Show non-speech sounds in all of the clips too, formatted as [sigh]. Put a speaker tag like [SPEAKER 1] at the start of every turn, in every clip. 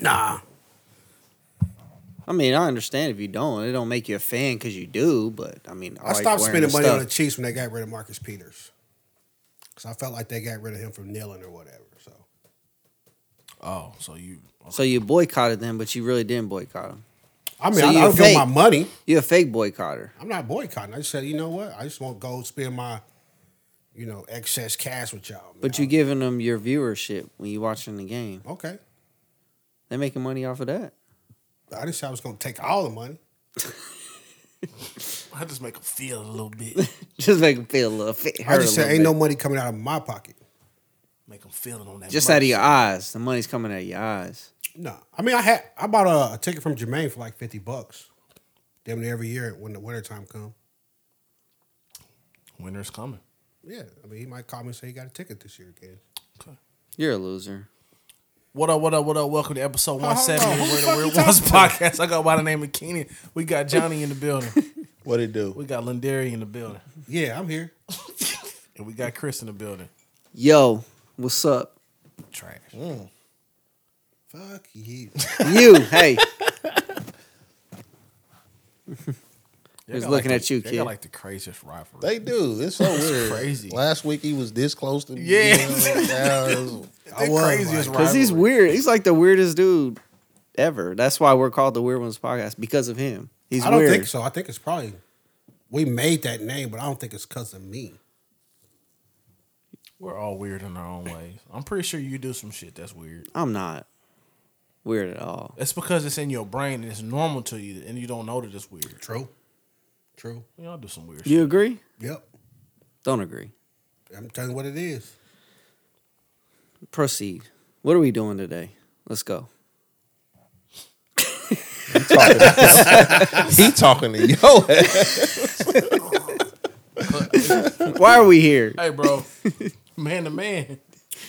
[SPEAKER 1] Nah.
[SPEAKER 2] I mean, I understand if you don't. It don't make you a fan because you do. But I mean,
[SPEAKER 3] I stopped spending money on the Chiefs when they got rid of Marcus Peters. Because I felt like they got rid of him from kneeling or whatever. So
[SPEAKER 1] Oh, so you.
[SPEAKER 2] So you boycotted them, but you really didn't boycott them.
[SPEAKER 3] I mean,
[SPEAKER 2] So
[SPEAKER 3] I, I
[SPEAKER 2] you
[SPEAKER 3] don't feel
[SPEAKER 2] fake.
[SPEAKER 3] my money.
[SPEAKER 2] You're a fake boycotter.
[SPEAKER 3] I'm not boycotting. I just said, you know what? I just won't go spend my, you know, excess cash with y'all. man.
[SPEAKER 2] But you're giving them your viewership when you're watching the game.
[SPEAKER 3] okay.
[SPEAKER 2] They're making money off of that. [laughs]
[SPEAKER 3] I didn't say I was going to take all the money.
[SPEAKER 1] I just make them feel a
[SPEAKER 2] [laughs]
[SPEAKER 1] little bit.
[SPEAKER 2] Just make them feel a little fit.
[SPEAKER 3] I just said, ain't no money coming out of my pocket.
[SPEAKER 1] Make them feel it on that.
[SPEAKER 2] Just
[SPEAKER 1] merch.
[SPEAKER 2] out of your eyes. The money's coming out of your eyes.
[SPEAKER 3] No, I mean, I had I bought a, a ticket from Jermaine for like fifty bucks. Damn near every year when the wintertime come.
[SPEAKER 1] Winter's coming.
[SPEAKER 3] Yeah, I mean, he might call me and say he got a ticket this year again.
[SPEAKER 1] Okay.
[SPEAKER 2] You're a loser.
[SPEAKER 1] What up, what up, what up? Welcome to episode
[SPEAKER 3] on,
[SPEAKER 1] 170
[SPEAKER 3] who
[SPEAKER 1] of
[SPEAKER 3] the
[SPEAKER 1] the
[SPEAKER 3] fuck
[SPEAKER 1] Weird
[SPEAKER 3] you
[SPEAKER 1] Ones
[SPEAKER 3] talking
[SPEAKER 1] podcast. I go by the name of Keenan. We got Johnny in the building.
[SPEAKER 2] [laughs]
[SPEAKER 4] What it do?
[SPEAKER 1] We got Lindari in the building.
[SPEAKER 3] Yeah, I'm here.
[SPEAKER 1] And we got Chris in the building.
[SPEAKER 2] Yo, what's up?
[SPEAKER 1] Trash.
[SPEAKER 2] Mm.
[SPEAKER 3] Fuck
[SPEAKER 2] [laughs]
[SPEAKER 3] you.
[SPEAKER 2] You, hey.
[SPEAKER 1] They
[SPEAKER 2] Just
[SPEAKER 1] got
[SPEAKER 2] looking
[SPEAKER 1] like
[SPEAKER 2] at
[SPEAKER 1] the-
[SPEAKER 2] you,
[SPEAKER 1] they
[SPEAKER 2] kid.
[SPEAKER 1] got like the craziest rivalry.
[SPEAKER 4] They do. It's so weird.
[SPEAKER 1] crazy.
[SPEAKER 4] Last week he was this close to
[SPEAKER 1] Yeah.
[SPEAKER 4] now
[SPEAKER 1] [laughs]
[SPEAKER 4] it's-
[SPEAKER 3] I
[SPEAKER 1] the
[SPEAKER 3] was
[SPEAKER 1] craziest
[SPEAKER 3] like-
[SPEAKER 2] Because
[SPEAKER 1] rivalry.
[SPEAKER 2] he's weird. He's like the weirdest dude ever. That's why we're called the Weird Ones Podcast because of him. He's
[SPEAKER 3] I don't
[SPEAKER 2] weird.
[SPEAKER 3] think so. I think it's probably we made that name, but I don't think it's because of me.
[SPEAKER 1] We're all weird in our own ways. I'm pretty sure you do some shit that's weird.
[SPEAKER 2] I'm not weird at all.
[SPEAKER 1] It's because it's in your brain and it's normal to you and you don't know that it's weird.
[SPEAKER 3] True. True.
[SPEAKER 1] We all do some weird shit.
[SPEAKER 2] You agree?
[SPEAKER 3] Yep.
[SPEAKER 2] Don't agree.
[SPEAKER 3] I'm telling you what it is.
[SPEAKER 2] Proceed. What are we doing today? Let's go.
[SPEAKER 4] he talking to yo.
[SPEAKER 2] Why are we here?
[SPEAKER 1] Hey,
[SPEAKER 3] [laughs]
[SPEAKER 1] bro. man to man.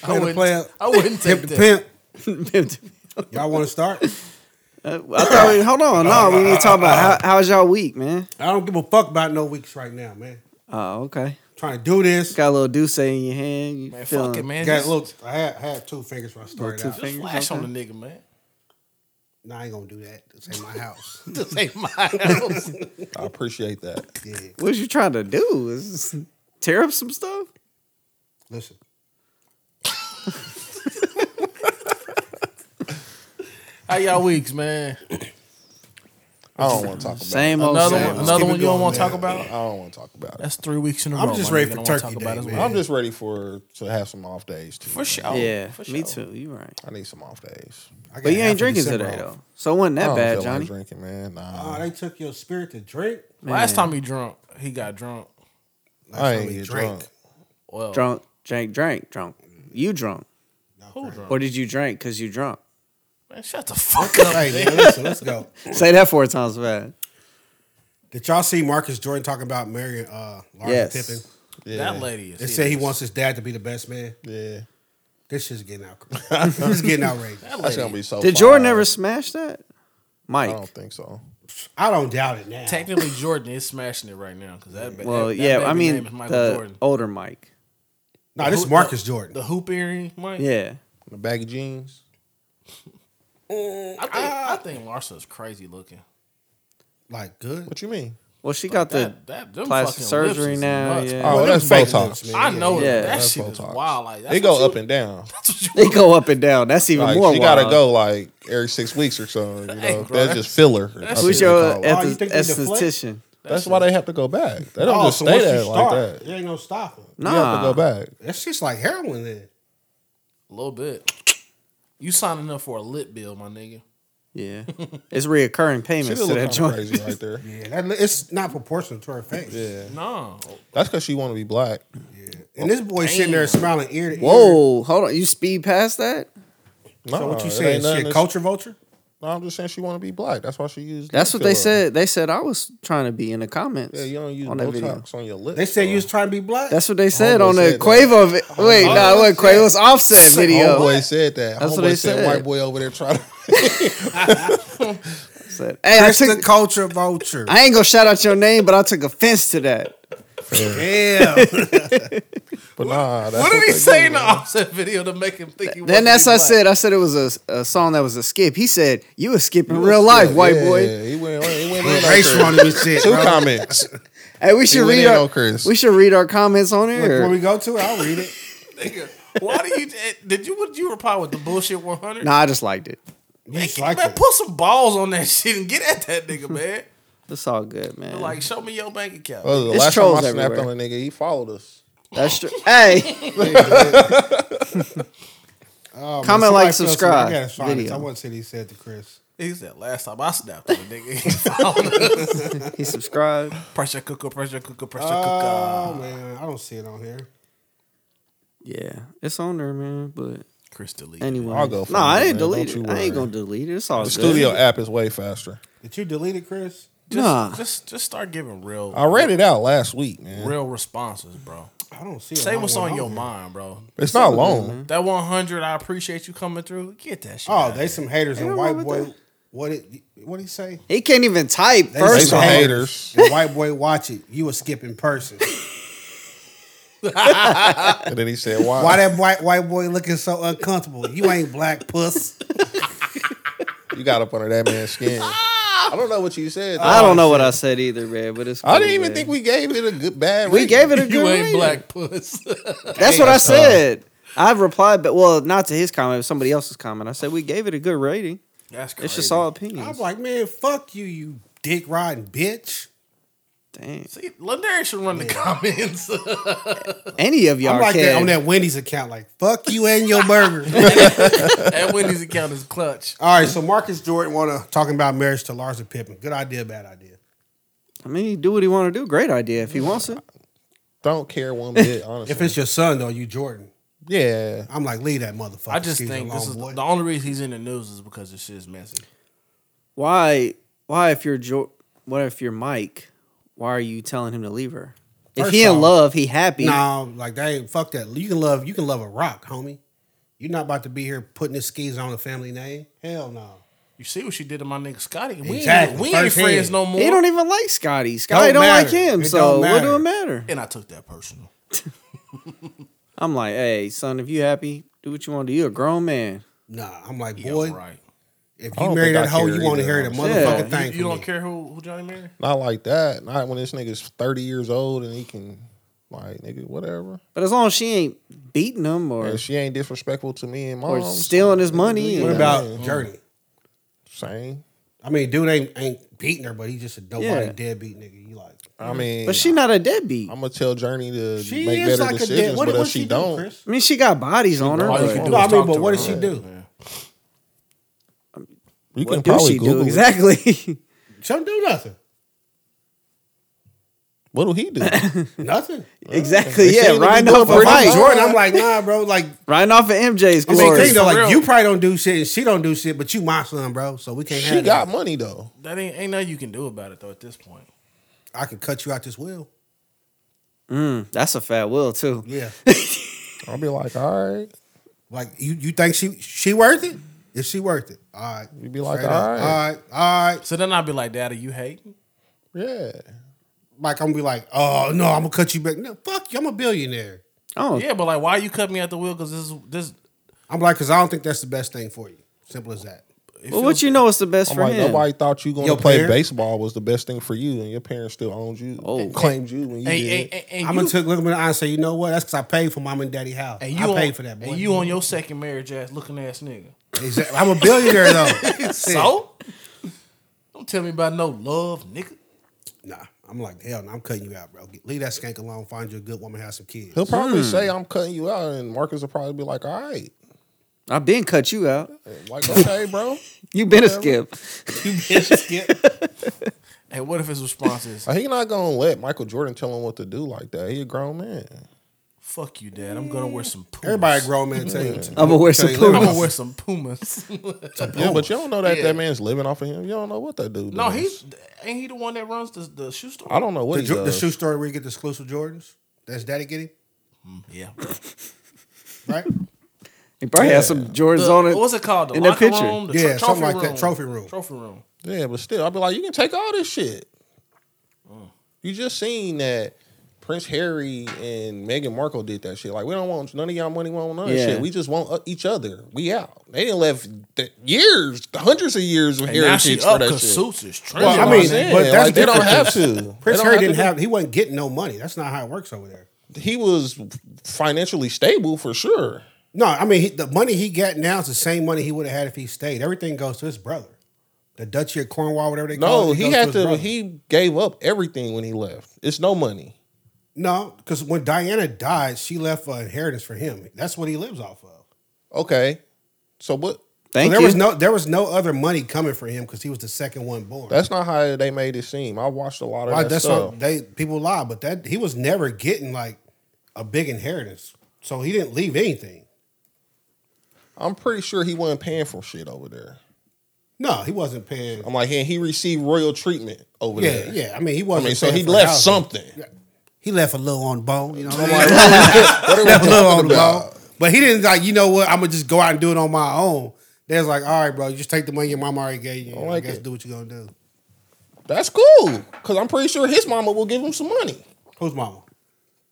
[SPEAKER 1] I
[SPEAKER 3] Player to
[SPEAKER 1] wouldn't,
[SPEAKER 3] player.
[SPEAKER 1] [laughs] I wouldn't
[SPEAKER 3] Pimp [laughs]
[SPEAKER 1] take
[SPEAKER 3] to
[SPEAKER 1] that.
[SPEAKER 3] pimp.
[SPEAKER 2] Uh,
[SPEAKER 3] Y'all want to start?
[SPEAKER 2] I thought we, hold on. No, we need to talk about how, how's y'all week, man?
[SPEAKER 3] I don't give a fuck about no weeks right now, man.
[SPEAKER 2] Oh, okay.
[SPEAKER 3] trying to do this.
[SPEAKER 2] Got a little deuce in your hand. You
[SPEAKER 1] Man,
[SPEAKER 2] feeling
[SPEAKER 1] fuck it, man.
[SPEAKER 3] Got
[SPEAKER 1] Just-
[SPEAKER 3] look, I had, I had two fingers when I started
[SPEAKER 2] two
[SPEAKER 3] out.
[SPEAKER 2] fingers,
[SPEAKER 1] Flash
[SPEAKER 2] okay.
[SPEAKER 1] on the nigga, man.
[SPEAKER 3] No, I ain't gonna do that. This ain't my house.
[SPEAKER 2] [laughs]
[SPEAKER 1] This ain't my [laughs] house.
[SPEAKER 4] I appreciate that.
[SPEAKER 3] yeah.
[SPEAKER 2] What you trying to do? Is this- tear up some stuff?
[SPEAKER 3] Listen.
[SPEAKER 1] How y'all weeks, man?
[SPEAKER 3] [laughs]
[SPEAKER 4] I don't want to talk about.
[SPEAKER 2] Same
[SPEAKER 4] It.
[SPEAKER 2] old
[SPEAKER 1] Another
[SPEAKER 2] same
[SPEAKER 1] one,
[SPEAKER 2] old.
[SPEAKER 1] another
[SPEAKER 3] Keep
[SPEAKER 1] one
[SPEAKER 3] it
[SPEAKER 1] you don't
[SPEAKER 3] going,
[SPEAKER 1] want to
[SPEAKER 3] man.
[SPEAKER 1] talk
[SPEAKER 4] I
[SPEAKER 1] about.
[SPEAKER 4] don't want to talk about it.
[SPEAKER 1] That's three weeks in a row.
[SPEAKER 3] I'm just
[SPEAKER 1] my
[SPEAKER 3] ready
[SPEAKER 1] nigga.
[SPEAKER 3] for
[SPEAKER 1] I don't wanna
[SPEAKER 3] Turkey
[SPEAKER 1] talk
[SPEAKER 3] Day,
[SPEAKER 1] as
[SPEAKER 3] man.
[SPEAKER 1] well.
[SPEAKER 4] I'm just ready for to have some off days too.
[SPEAKER 1] for sure.
[SPEAKER 2] yeah,
[SPEAKER 1] Oh, for
[SPEAKER 2] me
[SPEAKER 1] sure.
[SPEAKER 2] too. You right.
[SPEAKER 4] I need some off days.
[SPEAKER 3] I got
[SPEAKER 2] But you
[SPEAKER 3] half of
[SPEAKER 2] ain't drinking
[SPEAKER 3] December
[SPEAKER 2] today
[SPEAKER 3] off.
[SPEAKER 2] though, so it wasn't
[SPEAKER 4] I
[SPEAKER 2] that
[SPEAKER 4] don't
[SPEAKER 2] bad,
[SPEAKER 4] feel
[SPEAKER 2] Johnny.
[SPEAKER 4] Like drinking, man. Nah.
[SPEAKER 3] Oh, they took your spirit to drink.
[SPEAKER 1] Last
[SPEAKER 2] Man.
[SPEAKER 1] time he drunk, he got drunk.
[SPEAKER 3] Last
[SPEAKER 4] I
[SPEAKER 3] time
[SPEAKER 4] ain't
[SPEAKER 3] we
[SPEAKER 4] get
[SPEAKER 3] drank.
[SPEAKER 4] drunk.
[SPEAKER 1] Well,
[SPEAKER 2] drunk, drank, drank, drunk. You drunk,
[SPEAKER 1] who
[SPEAKER 4] Oh.
[SPEAKER 1] drunk?
[SPEAKER 2] or did you drink because you drunk?
[SPEAKER 1] Man, shut the fuck
[SPEAKER 2] [laughs]
[SPEAKER 1] up.
[SPEAKER 3] Hey, man, listen, let's go.
[SPEAKER 2] Say that four times fast.
[SPEAKER 3] Did y'all see Marcus Jordan talking about marrying uh, Larry
[SPEAKER 2] Yes.
[SPEAKER 3] Pippen?
[SPEAKER 4] Yeah.
[SPEAKER 1] That lady is.
[SPEAKER 3] They said he wants his dad to be the best man.
[SPEAKER 4] Yeah.
[SPEAKER 3] This shit's getting out. this is getting
[SPEAKER 1] [laughs]
[SPEAKER 3] outrageous.
[SPEAKER 1] That
[SPEAKER 4] That's gonna
[SPEAKER 1] lady.
[SPEAKER 4] be so.
[SPEAKER 2] Did
[SPEAKER 4] fire.
[SPEAKER 2] Jordan ever smash that? Mike.
[SPEAKER 4] I don't think so.
[SPEAKER 3] I don't doubt it now.
[SPEAKER 1] [laughs] Technically, Jordan is smashing it right now because that. ba-
[SPEAKER 2] well,
[SPEAKER 1] that, that
[SPEAKER 2] yeah.
[SPEAKER 1] baby
[SPEAKER 2] I
[SPEAKER 1] name
[SPEAKER 2] mean,
[SPEAKER 1] is Michael
[SPEAKER 2] the
[SPEAKER 1] Jordan.
[SPEAKER 2] older Mike.
[SPEAKER 3] no, this is
[SPEAKER 1] Who-
[SPEAKER 3] Marcus
[SPEAKER 1] the-
[SPEAKER 3] Jordan.
[SPEAKER 1] the hoop earring. Mike.
[SPEAKER 2] Yeah.
[SPEAKER 4] The baggy jeans.
[SPEAKER 1] I think I think Larsa's crazy looking.
[SPEAKER 3] Like, good.
[SPEAKER 4] What you mean?
[SPEAKER 2] Well, she got the
[SPEAKER 1] That, that them
[SPEAKER 2] plastic
[SPEAKER 1] fucking
[SPEAKER 2] surgery
[SPEAKER 1] lips is
[SPEAKER 2] now,
[SPEAKER 1] nuts,
[SPEAKER 2] yeah.
[SPEAKER 1] bro.
[SPEAKER 4] Oh,
[SPEAKER 3] Well,
[SPEAKER 4] that's
[SPEAKER 3] them fake
[SPEAKER 4] Botox.
[SPEAKER 3] lips, man.
[SPEAKER 1] I know
[SPEAKER 2] Yeah.
[SPEAKER 1] that, that
[SPEAKER 4] That's
[SPEAKER 1] shit
[SPEAKER 4] Botox.
[SPEAKER 1] is wild. Like that's
[SPEAKER 4] They go
[SPEAKER 1] what
[SPEAKER 4] up
[SPEAKER 1] you-
[SPEAKER 4] and down.
[SPEAKER 1] That's what you
[SPEAKER 2] they go up and down. That's even
[SPEAKER 4] Like,
[SPEAKER 2] more.
[SPEAKER 4] she gotta
[SPEAKER 2] wild.
[SPEAKER 4] go like every six weeks or so.
[SPEAKER 2] [laughs]
[SPEAKER 4] You know,
[SPEAKER 1] Hey, bro,
[SPEAKER 4] that's just filler.
[SPEAKER 1] that's-
[SPEAKER 2] Who's
[SPEAKER 4] what they
[SPEAKER 2] your
[SPEAKER 4] call it.
[SPEAKER 3] Oh, you
[SPEAKER 2] eth-
[SPEAKER 3] think they deflect?
[SPEAKER 2] esthetician?
[SPEAKER 4] That's why they have to go back. They don't
[SPEAKER 3] Oh,
[SPEAKER 4] just
[SPEAKER 3] so
[SPEAKER 4] stay
[SPEAKER 3] once you
[SPEAKER 4] there like
[SPEAKER 3] start,
[SPEAKER 4] that.
[SPEAKER 3] it ain't gonna stop him.
[SPEAKER 4] You have to
[SPEAKER 2] Nah.
[SPEAKER 4] go back.
[SPEAKER 3] That's just like heroin then.
[SPEAKER 1] [laughs] A little bit. You signing up for a lit bill, my nigga.
[SPEAKER 2] Yeah. It's reoccurring
[SPEAKER 4] [laughs] She
[SPEAKER 2] payments to that
[SPEAKER 4] look kind of
[SPEAKER 2] joint.
[SPEAKER 4] crazy right there.
[SPEAKER 3] Yeah, that, li- it's not proportional to her face.
[SPEAKER 4] [laughs] Yeah,
[SPEAKER 1] No,
[SPEAKER 4] that's because she want to be black.
[SPEAKER 3] And this boy sitting there smiling ear to ear.
[SPEAKER 2] Whoa, hold on. You speed past that?
[SPEAKER 4] No,
[SPEAKER 3] So what you
[SPEAKER 4] it
[SPEAKER 3] saying?
[SPEAKER 4] ain't nothing
[SPEAKER 3] Shit,
[SPEAKER 4] that's-
[SPEAKER 3] culture vulture?
[SPEAKER 4] No, I'm just saying she want to be black. That's why she used.
[SPEAKER 2] That's
[SPEAKER 4] lip
[SPEAKER 2] what they
[SPEAKER 4] filler.
[SPEAKER 2] said. They said I was trying to be in the comments.
[SPEAKER 4] Yeah, you don't use
[SPEAKER 2] on that video.
[SPEAKER 4] Botox on your lips.
[SPEAKER 3] They said
[SPEAKER 4] bro.
[SPEAKER 3] you
[SPEAKER 4] [laughs]
[SPEAKER 3] was trying to be black.
[SPEAKER 2] That's what they said
[SPEAKER 4] Homeboy
[SPEAKER 2] on the
[SPEAKER 4] said that.
[SPEAKER 2] Quavo. Vi- Wait, no, nah, it wasn't Quavo's offset video.
[SPEAKER 4] Homeboy said that.
[SPEAKER 2] That's
[SPEAKER 4] Homeboy
[SPEAKER 2] what they
[SPEAKER 4] said.
[SPEAKER 2] said.
[SPEAKER 4] White boy over
[SPEAKER 2] [laughs]
[SPEAKER 4] there trying to.
[SPEAKER 2] Said, hey, I,
[SPEAKER 3] That's the
[SPEAKER 2] took,
[SPEAKER 3] culture vulture.
[SPEAKER 2] I ain't gonna shout out your name, but I took offense to that.
[SPEAKER 4] fair.
[SPEAKER 3] Damn.
[SPEAKER 4] But nah, that's
[SPEAKER 1] What did he
[SPEAKER 4] they
[SPEAKER 1] say
[SPEAKER 4] do,
[SPEAKER 1] in the
[SPEAKER 4] man.
[SPEAKER 1] offset video to make him think he
[SPEAKER 2] Then
[SPEAKER 1] wasn't
[SPEAKER 2] that's I
[SPEAKER 1] black?
[SPEAKER 2] said. I said it was a, a song that was a skip. He said you a skip in
[SPEAKER 4] Yeah,
[SPEAKER 2] real life, white
[SPEAKER 4] yeah,
[SPEAKER 2] boy.
[SPEAKER 4] Yeah, he went, he went in like
[SPEAKER 3] Racial
[SPEAKER 4] that.
[SPEAKER 3] on him and shit.
[SPEAKER 4] Two
[SPEAKER 3] bro.
[SPEAKER 4] comments.
[SPEAKER 2] Hey, we should
[SPEAKER 4] went
[SPEAKER 2] read
[SPEAKER 4] in
[SPEAKER 2] our
[SPEAKER 4] on Chris.
[SPEAKER 2] we should read our comments on
[SPEAKER 3] Look,
[SPEAKER 2] here.
[SPEAKER 3] Before we go to it, I'll read it.
[SPEAKER 1] Nigga, Why do you eh, did you what did you reply with the bullshit one hundred?
[SPEAKER 2] nah, I just liked it.
[SPEAKER 3] You just
[SPEAKER 1] man,
[SPEAKER 3] like it.
[SPEAKER 1] put some balls on that [laughs] shit and get at that nigga, man.
[SPEAKER 2] It's all good, man.
[SPEAKER 1] Like, show me your bank account.
[SPEAKER 4] Well, the
[SPEAKER 2] It's
[SPEAKER 4] last time I
[SPEAKER 2] trolls
[SPEAKER 4] snapped
[SPEAKER 2] everywhere.
[SPEAKER 4] on a nigga, he followed us.
[SPEAKER 2] That's true. Hey, [laughs]
[SPEAKER 3] Oh, man,
[SPEAKER 2] Comment, like,
[SPEAKER 3] somebody posted-
[SPEAKER 2] subscribe.
[SPEAKER 3] I gotta find
[SPEAKER 2] Video.
[SPEAKER 3] this. I want to see what he said to Chris.
[SPEAKER 1] he said last time I snapped on a nigga. he [laughs] followed us.
[SPEAKER 2] he subscribed.
[SPEAKER 1] [laughs] pressure cooker, pressure cooker, pressure
[SPEAKER 3] Oh
[SPEAKER 1] cooker.
[SPEAKER 3] man, I don't see it on here.
[SPEAKER 2] Yeah, it's on there, man. But
[SPEAKER 1] Chris deleted. it.
[SPEAKER 2] anyway,
[SPEAKER 4] I'll go for
[SPEAKER 2] No, I
[SPEAKER 4] it,
[SPEAKER 2] didn't
[SPEAKER 4] man.
[SPEAKER 2] delete it.
[SPEAKER 4] Don't you
[SPEAKER 2] I ain't
[SPEAKER 4] worry.
[SPEAKER 2] gonna delete it. It's all
[SPEAKER 4] The
[SPEAKER 2] good.
[SPEAKER 4] studio app is way faster.
[SPEAKER 3] Did you delete it, Chris?
[SPEAKER 1] Just,
[SPEAKER 2] Nah.
[SPEAKER 1] just just start giving real
[SPEAKER 4] I read it out last week, man.
[SPEAKER 1] real responses, bro.
[SPEAKER 3] I don't see it.
[SPEAKER 1] Say what's
[SPEAKER 3] one
[SPEAKER 1] on your
[SPEAKER 3] here.
[SPEAKER 1] mind, bro.
[SPEAKER 4] It's not long.
[SPEAKER 1] That one hundred, I appreciate you coming through. Get that shit.
[SPEAKER 3] Oh,
[SPEAKER 1] out.
[SPEAKER 3] they some haters and
[SPEAKER 2] Ain't
[SPEAKER 3] white
[SPEAKER 2] nothing wrong
[SPEAKER 3] boy.
[SPEAKER 2] with
[SPEAKER 3] What did what he say?
[SPEAKER 2] He can't even type.
[SPEAKER 3] They
[SPEAKER 2] first
[SPEAKER 4] some
[SPEAKER 2] off,
[SPEAKER 4] haters.
[SPEAKER 3] And white boy, watch it. You a skipping person.
[SPEAKER 4] And then he said, "Why?"
[SPEAKER 3] Why that white white boy looking so uncomfortable? You ain't black puss.
[SPEAKER 4] you got up under that man's skin? I don't know what you said.
[SPEAKER 2] I
[SPEAKER 4] though.
[SPEAKER 2] don't know what I said either, man. But it's.
[SPEAKER 4] Oh, I didn't
[SPEAKER 2] cool,
[SPEAKER 4] even
[SPEAKER 2] man.
[SPEAKER 4] think we gave it a good bad.
[SPEAKER 2] we
[SPEAKER 4] rating.
[SPEAKER 2] gave it a good.
[SPEAKER 1] you ain't
[SPEAKER 2] rating.
[SPEAKER 3] [laughs]
[SPEAKER 1] black puss.
[SPEAKER 2] That's
[SPEAKER 4] Dang,
[SPEAKER 2] what I
[SPEAKER 4] that's tough.
[SPEAKER 2] said. I replied, but well, not to his comment, but somebody else's comment. I said we gave it a good rating.
[SPEAKER 1] That's crazy.
[SPEAKER 2] It's just all
[SPEAKER 3] I'm
[SPEAKER 2] opinions.
[SPEAKER 3] like, man, fuck you, you dick riding bitch.
[SPEAKER 2] Damn,
[SPEAKER 1] See, Lundary should run
[SPEAKER 3] [laughs]
[SPEAKER 1] the comments.
[SPEAKER 2] any of y'all
[SPEAKER 3] I'm like
[SPEAKER 2] can.
[SPEAKER 3] that on that Wendy's account, like fuck you and your [laughs] burger.
[SPEAKER 1] and Wendy's account is clutch.
[SPEAKER 3] All right, so Marcus Jordan wanna talking about marriage to Larsa Pippen. Good idea, bad idea.
[SPEAKER 2] I mean, he do what he want to do. Great idea if he wants it.
[SPEAKER 4] Don't care one bit, honestly.
[SPEAKER 3] If it's your son though, you Jordan.
[SPEAKER 4] yeah,
[SPEAKER 3] I'm like, leave that motherfucker.
[SPEAKER 1] I just
[SPEAKER 3] Excuse
[SPEAKER 1] think
[SPEAKER 3] the
[SPEAKER 1] this
[SPEAKER 3] long boy.
[SPEAKER 1] is the only reason he's in the news is because this shit's messy.
[SPEAKER 2] Why? Why if you're jo- what if you're Mike? Why are you telling him to leave her? If
[SPEAKER 3] First
[SPEAKER 2] he
[SPEAKER 3] off-
[SPEAKER 2] in love, he happy.
[SPEAKER 3] No, like that ain't fuck that. You can love you can love a rock, homie. You're not about to be here putting his skis on a family name. Hell no.
[SPEAKER 1] You see what she did to my nigga Scotty? We
[SPEAKER 3] Exactly.
[SPEAKER 1] ain't, we ain't
[SPEAKER 3] Firsthand.
[SPEAKER 1] friends no more.
[SPEAKER 2] He don't even like Scotty. Scotty
[SPEAKER 3] Don't
[SPEAKER 2] don't, like
[SPEAKER 3] matter.
[SPEAKER 2] him.
[SPEAKER 3] It
[SPEAKER 2] so
[SPEAKER 3] don't
[SPEAKER 2] what do
[SPEAKER 3] matter.
[SPEAKER 2] it matter?
[SPEAKER 1] and I took that personal.
[SPEAKER 2] I'm like, hey, son, if you happy, do what you want to. do. You a grown man.
[SPEAKER 3] Nah, I'm like,
[SPEAKER 1] Yeah,
[SPEAKER 3] boy,
[SPEAKER 1] right.
[SPEAKER 3] if
[SPEAKER 4] I
[SPEAKER 3] you
[SPEAKER 4] don't
[SPEAKER 3] marry
[SPEAKER 4] think
[SPEAKER 3] that
[SPEAKER 4] I
[SPEAKER 3] hoe,
[SPEAKER 4] care
[SPEAKER 3] you want to
[SPEAKER 4] either,
[SPEAKER 3] hear the
[SPEAKER 4] honestly.
[SPEAKER 2] Yeah.
[SPEAKER 3] motherfucking thing.
[SPEAKER 1] You, you
[SPEAKER 3] from
[SPEAKER 1] don't
[SPEAKER 3] me.
[SPEAKER 1] care who, who Johnny married?
[SPEAKER 4] not like that. Not when this nigga's thirty years old and he can, like, nigga, whatever.
[SPEAKER 2] But as long as she ain't beating him or
[SPEAKER 4] And she ain't disrespectful to me and mom.
[SPEAKER 2] or stealing his money,
[SPEAKER 3] What
[SPEAKER 2] and-
[SPEAKER 3] about Journey?
[SPEAKER 4] Same.
[SPEAKER 3] I mean, dude ain't ain't beating her, but he's just a nobody
[SPEAKER 2] Yeah.
[SPEAKER 3] deadbeat nigga. You like
[SPEAKER 4] I mean,
[SPEAKER 2] But she not a deadbeat.
[SPEAKER 4] I'm gonna tell Journey to
[SPEAKER 3] she
[SPEAKER 4] make
[SPEAKER 3] is
[SPEAKER 4] better
[SPEAKER 3] like a
[SPEAKER 4] decisions,
[SPEAKER 3] dead. What,
[SPEAKER 4] but
[SPEAKER 3] what
[SPEAKER 4] if she,
[SPEAKER 3] she do,
[SPEAKER 4] don't,
[SPEAKER 3] Chris?
[SPEAKER 2] I mean, she got bodies on her.
[SPEAKER 1] All you
[SPEAKER 2] but
[SPEAKER 1] can do
[SPEAKER 3] No, I
[SPEAKER 1] is
[SPEAKER 3] mean,
[SPEAKER 1] talk
[SPEAKER 3] but
[SPEAKER 1] to
[SPEAKER 3] what
[SPEAKER 1] her.
[SPEAKER 3] did she
[SPEAKER 1] Right,
[SPEAKER 3] do?
[SPEAKER 1] man.
[SPEAKER 4] you
[SPEAKER 2] what
[SPEAKER 4] can
[SPEAKER 2] do
[SPEAKER 4] probably
[SPEAKER 2] she
[SPEAKER 4] Google
[SPEAKER 2] do
[SPEAKER 4] it.
[SPEAKER 2] exactly? [laughs]
[SPEAKER 3] She don't do nothing.
[SPEAKER 4] What do [laughs] he do?
[SPEAKER 3] Nothing.
[SPEAKER 2] exactly.
[SPEAKER 4] They
[SPEAKER 2] Yeah,
[SPEAKER 4] seem to be
[SPEAKER 2] riding
[SPEAKER 4] doing
[SPEAKER 2] off of
[SPEAKER 4] pretty
[SPEAKER 2] Mike,
[SPEAKER 4] good.
[SPEAKER 3] Jordan, I'm like, nah, bro. Like,
[SPEAKER 2] riding off of MJ's
[SPEAKER 3] I mean,
[SPEAKER 2] glory.
[SPEAKER 3] think though,
[SPEAKER 1] For real.
[SPEAKER 3] like you probably don't do shit, and she don't do shit, but you my son, bro. So we can't.
[SPEAKER 4] she
[SPEAKER 3] have
[SPEAKER 4] got
[SPEAKER 3] That.
[SPEAKER 4] money though.
[SPEAKER 1] That ain't ain't nothing you can do about it though at this point.
[SPEAKER 3] I could cut you out this will.
[SPEAKER 2] Mm, that's a fat will too.
[SPEAKER 3] Yeah. [laughs]
[SPEAKER 4] I'll be like, all right.
[SPEAKER 3] Like you, you think she she worth it? Is she worth it? All right.
[SPEAKER 4] You be like,
[SPEAKER 3] Straight up.
[SPEAKER 4] all
[SPEAKER 3] all
[SPEAKER 4] right.
[SPEAKER 3] right, all right.
[SPEAKER 1] So then I'd be like, Daddy, you hating?
[SPEAKER 4] Yeah.
[SPEAKER 3] Like I'm gonna be like, oh no, I'm gonna cut you back. No, fuck you. I'm a billionaire.
[SPEAKER 2] Oh,
[SPEAKER 1] Yeah, but like, why you cut me at the wheel? Because this is this.
[SPEAKER 3] I'm like, cause I don't think that's the best thing for you. Simple as that.
[SPEAKER 2] well,
[SPEAKER 1] it feels-
[SPEAKER 2] what you know is the best
[SPEAKER 4] I'm
[SPEAKER 2] for
[SPEAKER 4] like,
[SPEAKER 2] him.
[SPEAKER 4] nobody thought you going to
[SPEAKER 3] Your
[SPEAKER 4] play
[SPEAKER 3] parents?
[SPEAKER 4] baseball was the best thing for you, and your parents still owned you,
[SPEAKER 2] Oh.
[SPEAKER 4] claimed you, and you
[SPEAKER 1] And,
[SPEAKER 4] did.
[SPEAKER 1] and, and, and
[SPEAKER 3] I'm
[SPEAKER 1] you,
[SPEAKER 3] gonna take, look him in the eye and say, you know what? That's cause I paid for mom and daddy house.
[SPEAKER 1] and
[SPEAKER 3] I
[SPEAKER 1] you
[SPEAKER 3] paid
[SPEAKER 1] on,
[SPEAKER 3] for that. Boy.
[SPEAKER 1] And you on your second marriage ass looking ass nigga.
[SPEAKER 3] Exactly. I'm a billionaire though.
[SPEAKER 1] [laughs] So don't tell me about no love, nigga.
[SPEAKER 3] nah, I'm like, hell, no, I'm cutting you out, bro. Get- Leave that skank alone. Find you a good woman, have some kids.
[SPEAKER 4] He'll probably say, I'm cutting you out, and Marcus will probably be like, all right.
[SPEAKER 2] I've been cut you out.
[SPEAKER 4] Like, [laughs] okay, bro.
[SPEAKER 2] You been a skip.
[SPEAKER 1] And what if his response
[SPEAKER 4] [laughs]
[SPEAKER 1] is,
[SPEAKER 4] Like, he not going to let Michael Jordan tell him what to do like that. He a grown man.
[SPEAKER 1] "Fuck you, dad. I'm gonna wear some Pumas.
[SPEAKER 3] Everybody, a grown man, tell you.
[SPEAKER 4] Um,
[SPEAKER 2] I'ma wear some
[SPEAKER 1] I'm [laughs]
[SPEAKER 2] Pumas.
[SPEAKER 1] gonna wear some Pumas."
[SPEAKER 4] Yeah, but you don't know that
[SPEAKER 1] Yeah.
[SPEAKER 4] that man's living off of him. You don't know what that dude
[SPEAKER 1] no,
[SPEAKER 4] does.
[SPEAKER 1] he's ain't he the one that runs the, the shoe store?
[SPEAKER 4] I don't know what
[SPEAKER 3] The,
[SPEAKER 4] he
[SPEAKER 3] jo- the
[SPEAKER 4] does.
[SPEAKER 3] shoe story where you get the exclusive Jordans. That's daddy getting
[SPEAKER 1] Yeah.
[SPEAKER 4] [laughs]
[SPEAKER 3] right.
[SPEAKER 2] He probably
[SPEAKER 4] Yeah.
[SPEAKER 2] has some Jordans
[SPEAKER 1] The-
[SPEAKER 2] on it.
[SPEAKER 1] what's it called? The
[SPEAKER 2] in the
[SPEAKER 1] locker
[SPEAKER 2] picture.
[SPEAKER 1] room, the tro-
[SPEAKER 3] Yeah,
[SPEAKER 1] trophy
[SPEAKER 3] something like
[SPEAKER 1] room.
[SPEAKER 3] that. Trophy room.
[SPEAKER 1] Trophy room. Oh.
[SPEAKER 4] Yeah, but still, I'll be like, you can take all this shit. You just seen that Prince Harry and Meghan Markle did that shit. Like, we don't want none of y'all money. We don't want none of that
[SPEAKER 2] Yeah.
[SPEAKER 4] shit. We just want uh, each other. We out. They didn't left the years, the hundreds of years of
[SPEAKER 1] And now she
[SPEAKER 4] heritage for
[SPEAKER 1] up
[SPEAKER 4] that
[SPEAKER 1] because
[SPEAKER 4] shit.
[SPEAKER 1] Suits is trending.
[SPEAKER 4] Well, I mean, but that's they don't
[SPEAKER 3] different.
[SPEAKER 4] have to.
[SPEAKER 3] Prince
[SPEAKER 4] They don't
[SPEAKER 3] Harry
[SPEAKER 4] to
[SPEAKER 3] didn't
[SPEAKER 4] do-
[SPEAKER 3] have. He wasn't getting no money. That's not how it works over there.
[SPEAKER 4] He was financially stable for sure.
[SPEAKER 3] No, I mean he, the money he got now is the same money he would have had if he stayed. Everything goes to his brother, the Duchy of Cornwall, whatever they call it.
[SPEAKER 4] No,
[SPEAKER 3] it
[SPEAKER 4] he
[SPEAKER 3] Oh, goes
[SPEAKER 4] had
[SPEAKER 3] his
[SPEAKER 4] to.
[SPEAKER 3] brother.
[SPEAKER 4] He gave up everything when he left. It's no money.
[SPEAKER 3] no, because when Diana died, she left an inheritance for him. That's what he lives off of.
[SPEAKER 4] Okay, so what?
[SPEAKER 2] Thank
[SPEAKER 3] so there
[SPEAKER 2] you.
[SPEAKER 3] was no there was no other money coming for him because he was the second one born.
[SPEAKER 4] That's not how they made it seem. I watched a lot of
[SPEAKER 3] Why-
[SPEAKER 4] that
[SPEAKER 3] that's
[SPEAKER 4] stuff.
[SPEAKER 3] what they people lie, but that he was never getting like a big inheritance, so he didn't leave anything.
[SPEAKER 4] I'm pretty sure he wasn't paying for shit over there.
[SPEAKER 3] No, he wasn't paying.
[SPEAKER 4] I'm like, and he received royal treatment over
[SPEAKER 3] Yeah,
[SPEAKER 4] there.
[SPEAKER 3] yeah. I mean, he
[SPEAKER 4] I
[SPEAKER 3] wasn't.
[SPEAKER 4] mean, so
[SPEAKER 3] paying
[SPEAKER 4] he
[SPEAKER 3] for
[SPEAKER 4] left
[SPEAKER 3] housing.
[SPEAKER 4] something.
[SPEAKER 3] He left a little on the bone. You know, what
[SPEAKER 4] Like,
[SPEAKER 3] [laughs] I'm like,
[SPEAKER 4] what are we
[SPEAKER 3] left a little
[SPEAKER 4] talking
[SPEAKER 3] on the bone.
[SPEAKER 4] about?
[SPEAKER 3] But he didn't like. You know what? I'm gonna just go out and do it on my own. They was like, all right, bro, you just take the money your mom already gave you. I,
[SPEAKER 4] like
[SPEAKER 3] guess
[SPEAKER 4] it.
[SPEAKER 3] do what you gonna do.
[SPEAKER 4] That's cool, cause I'm pretty sure his mama will give him some money.
[SPEAKER 3] Who's mama?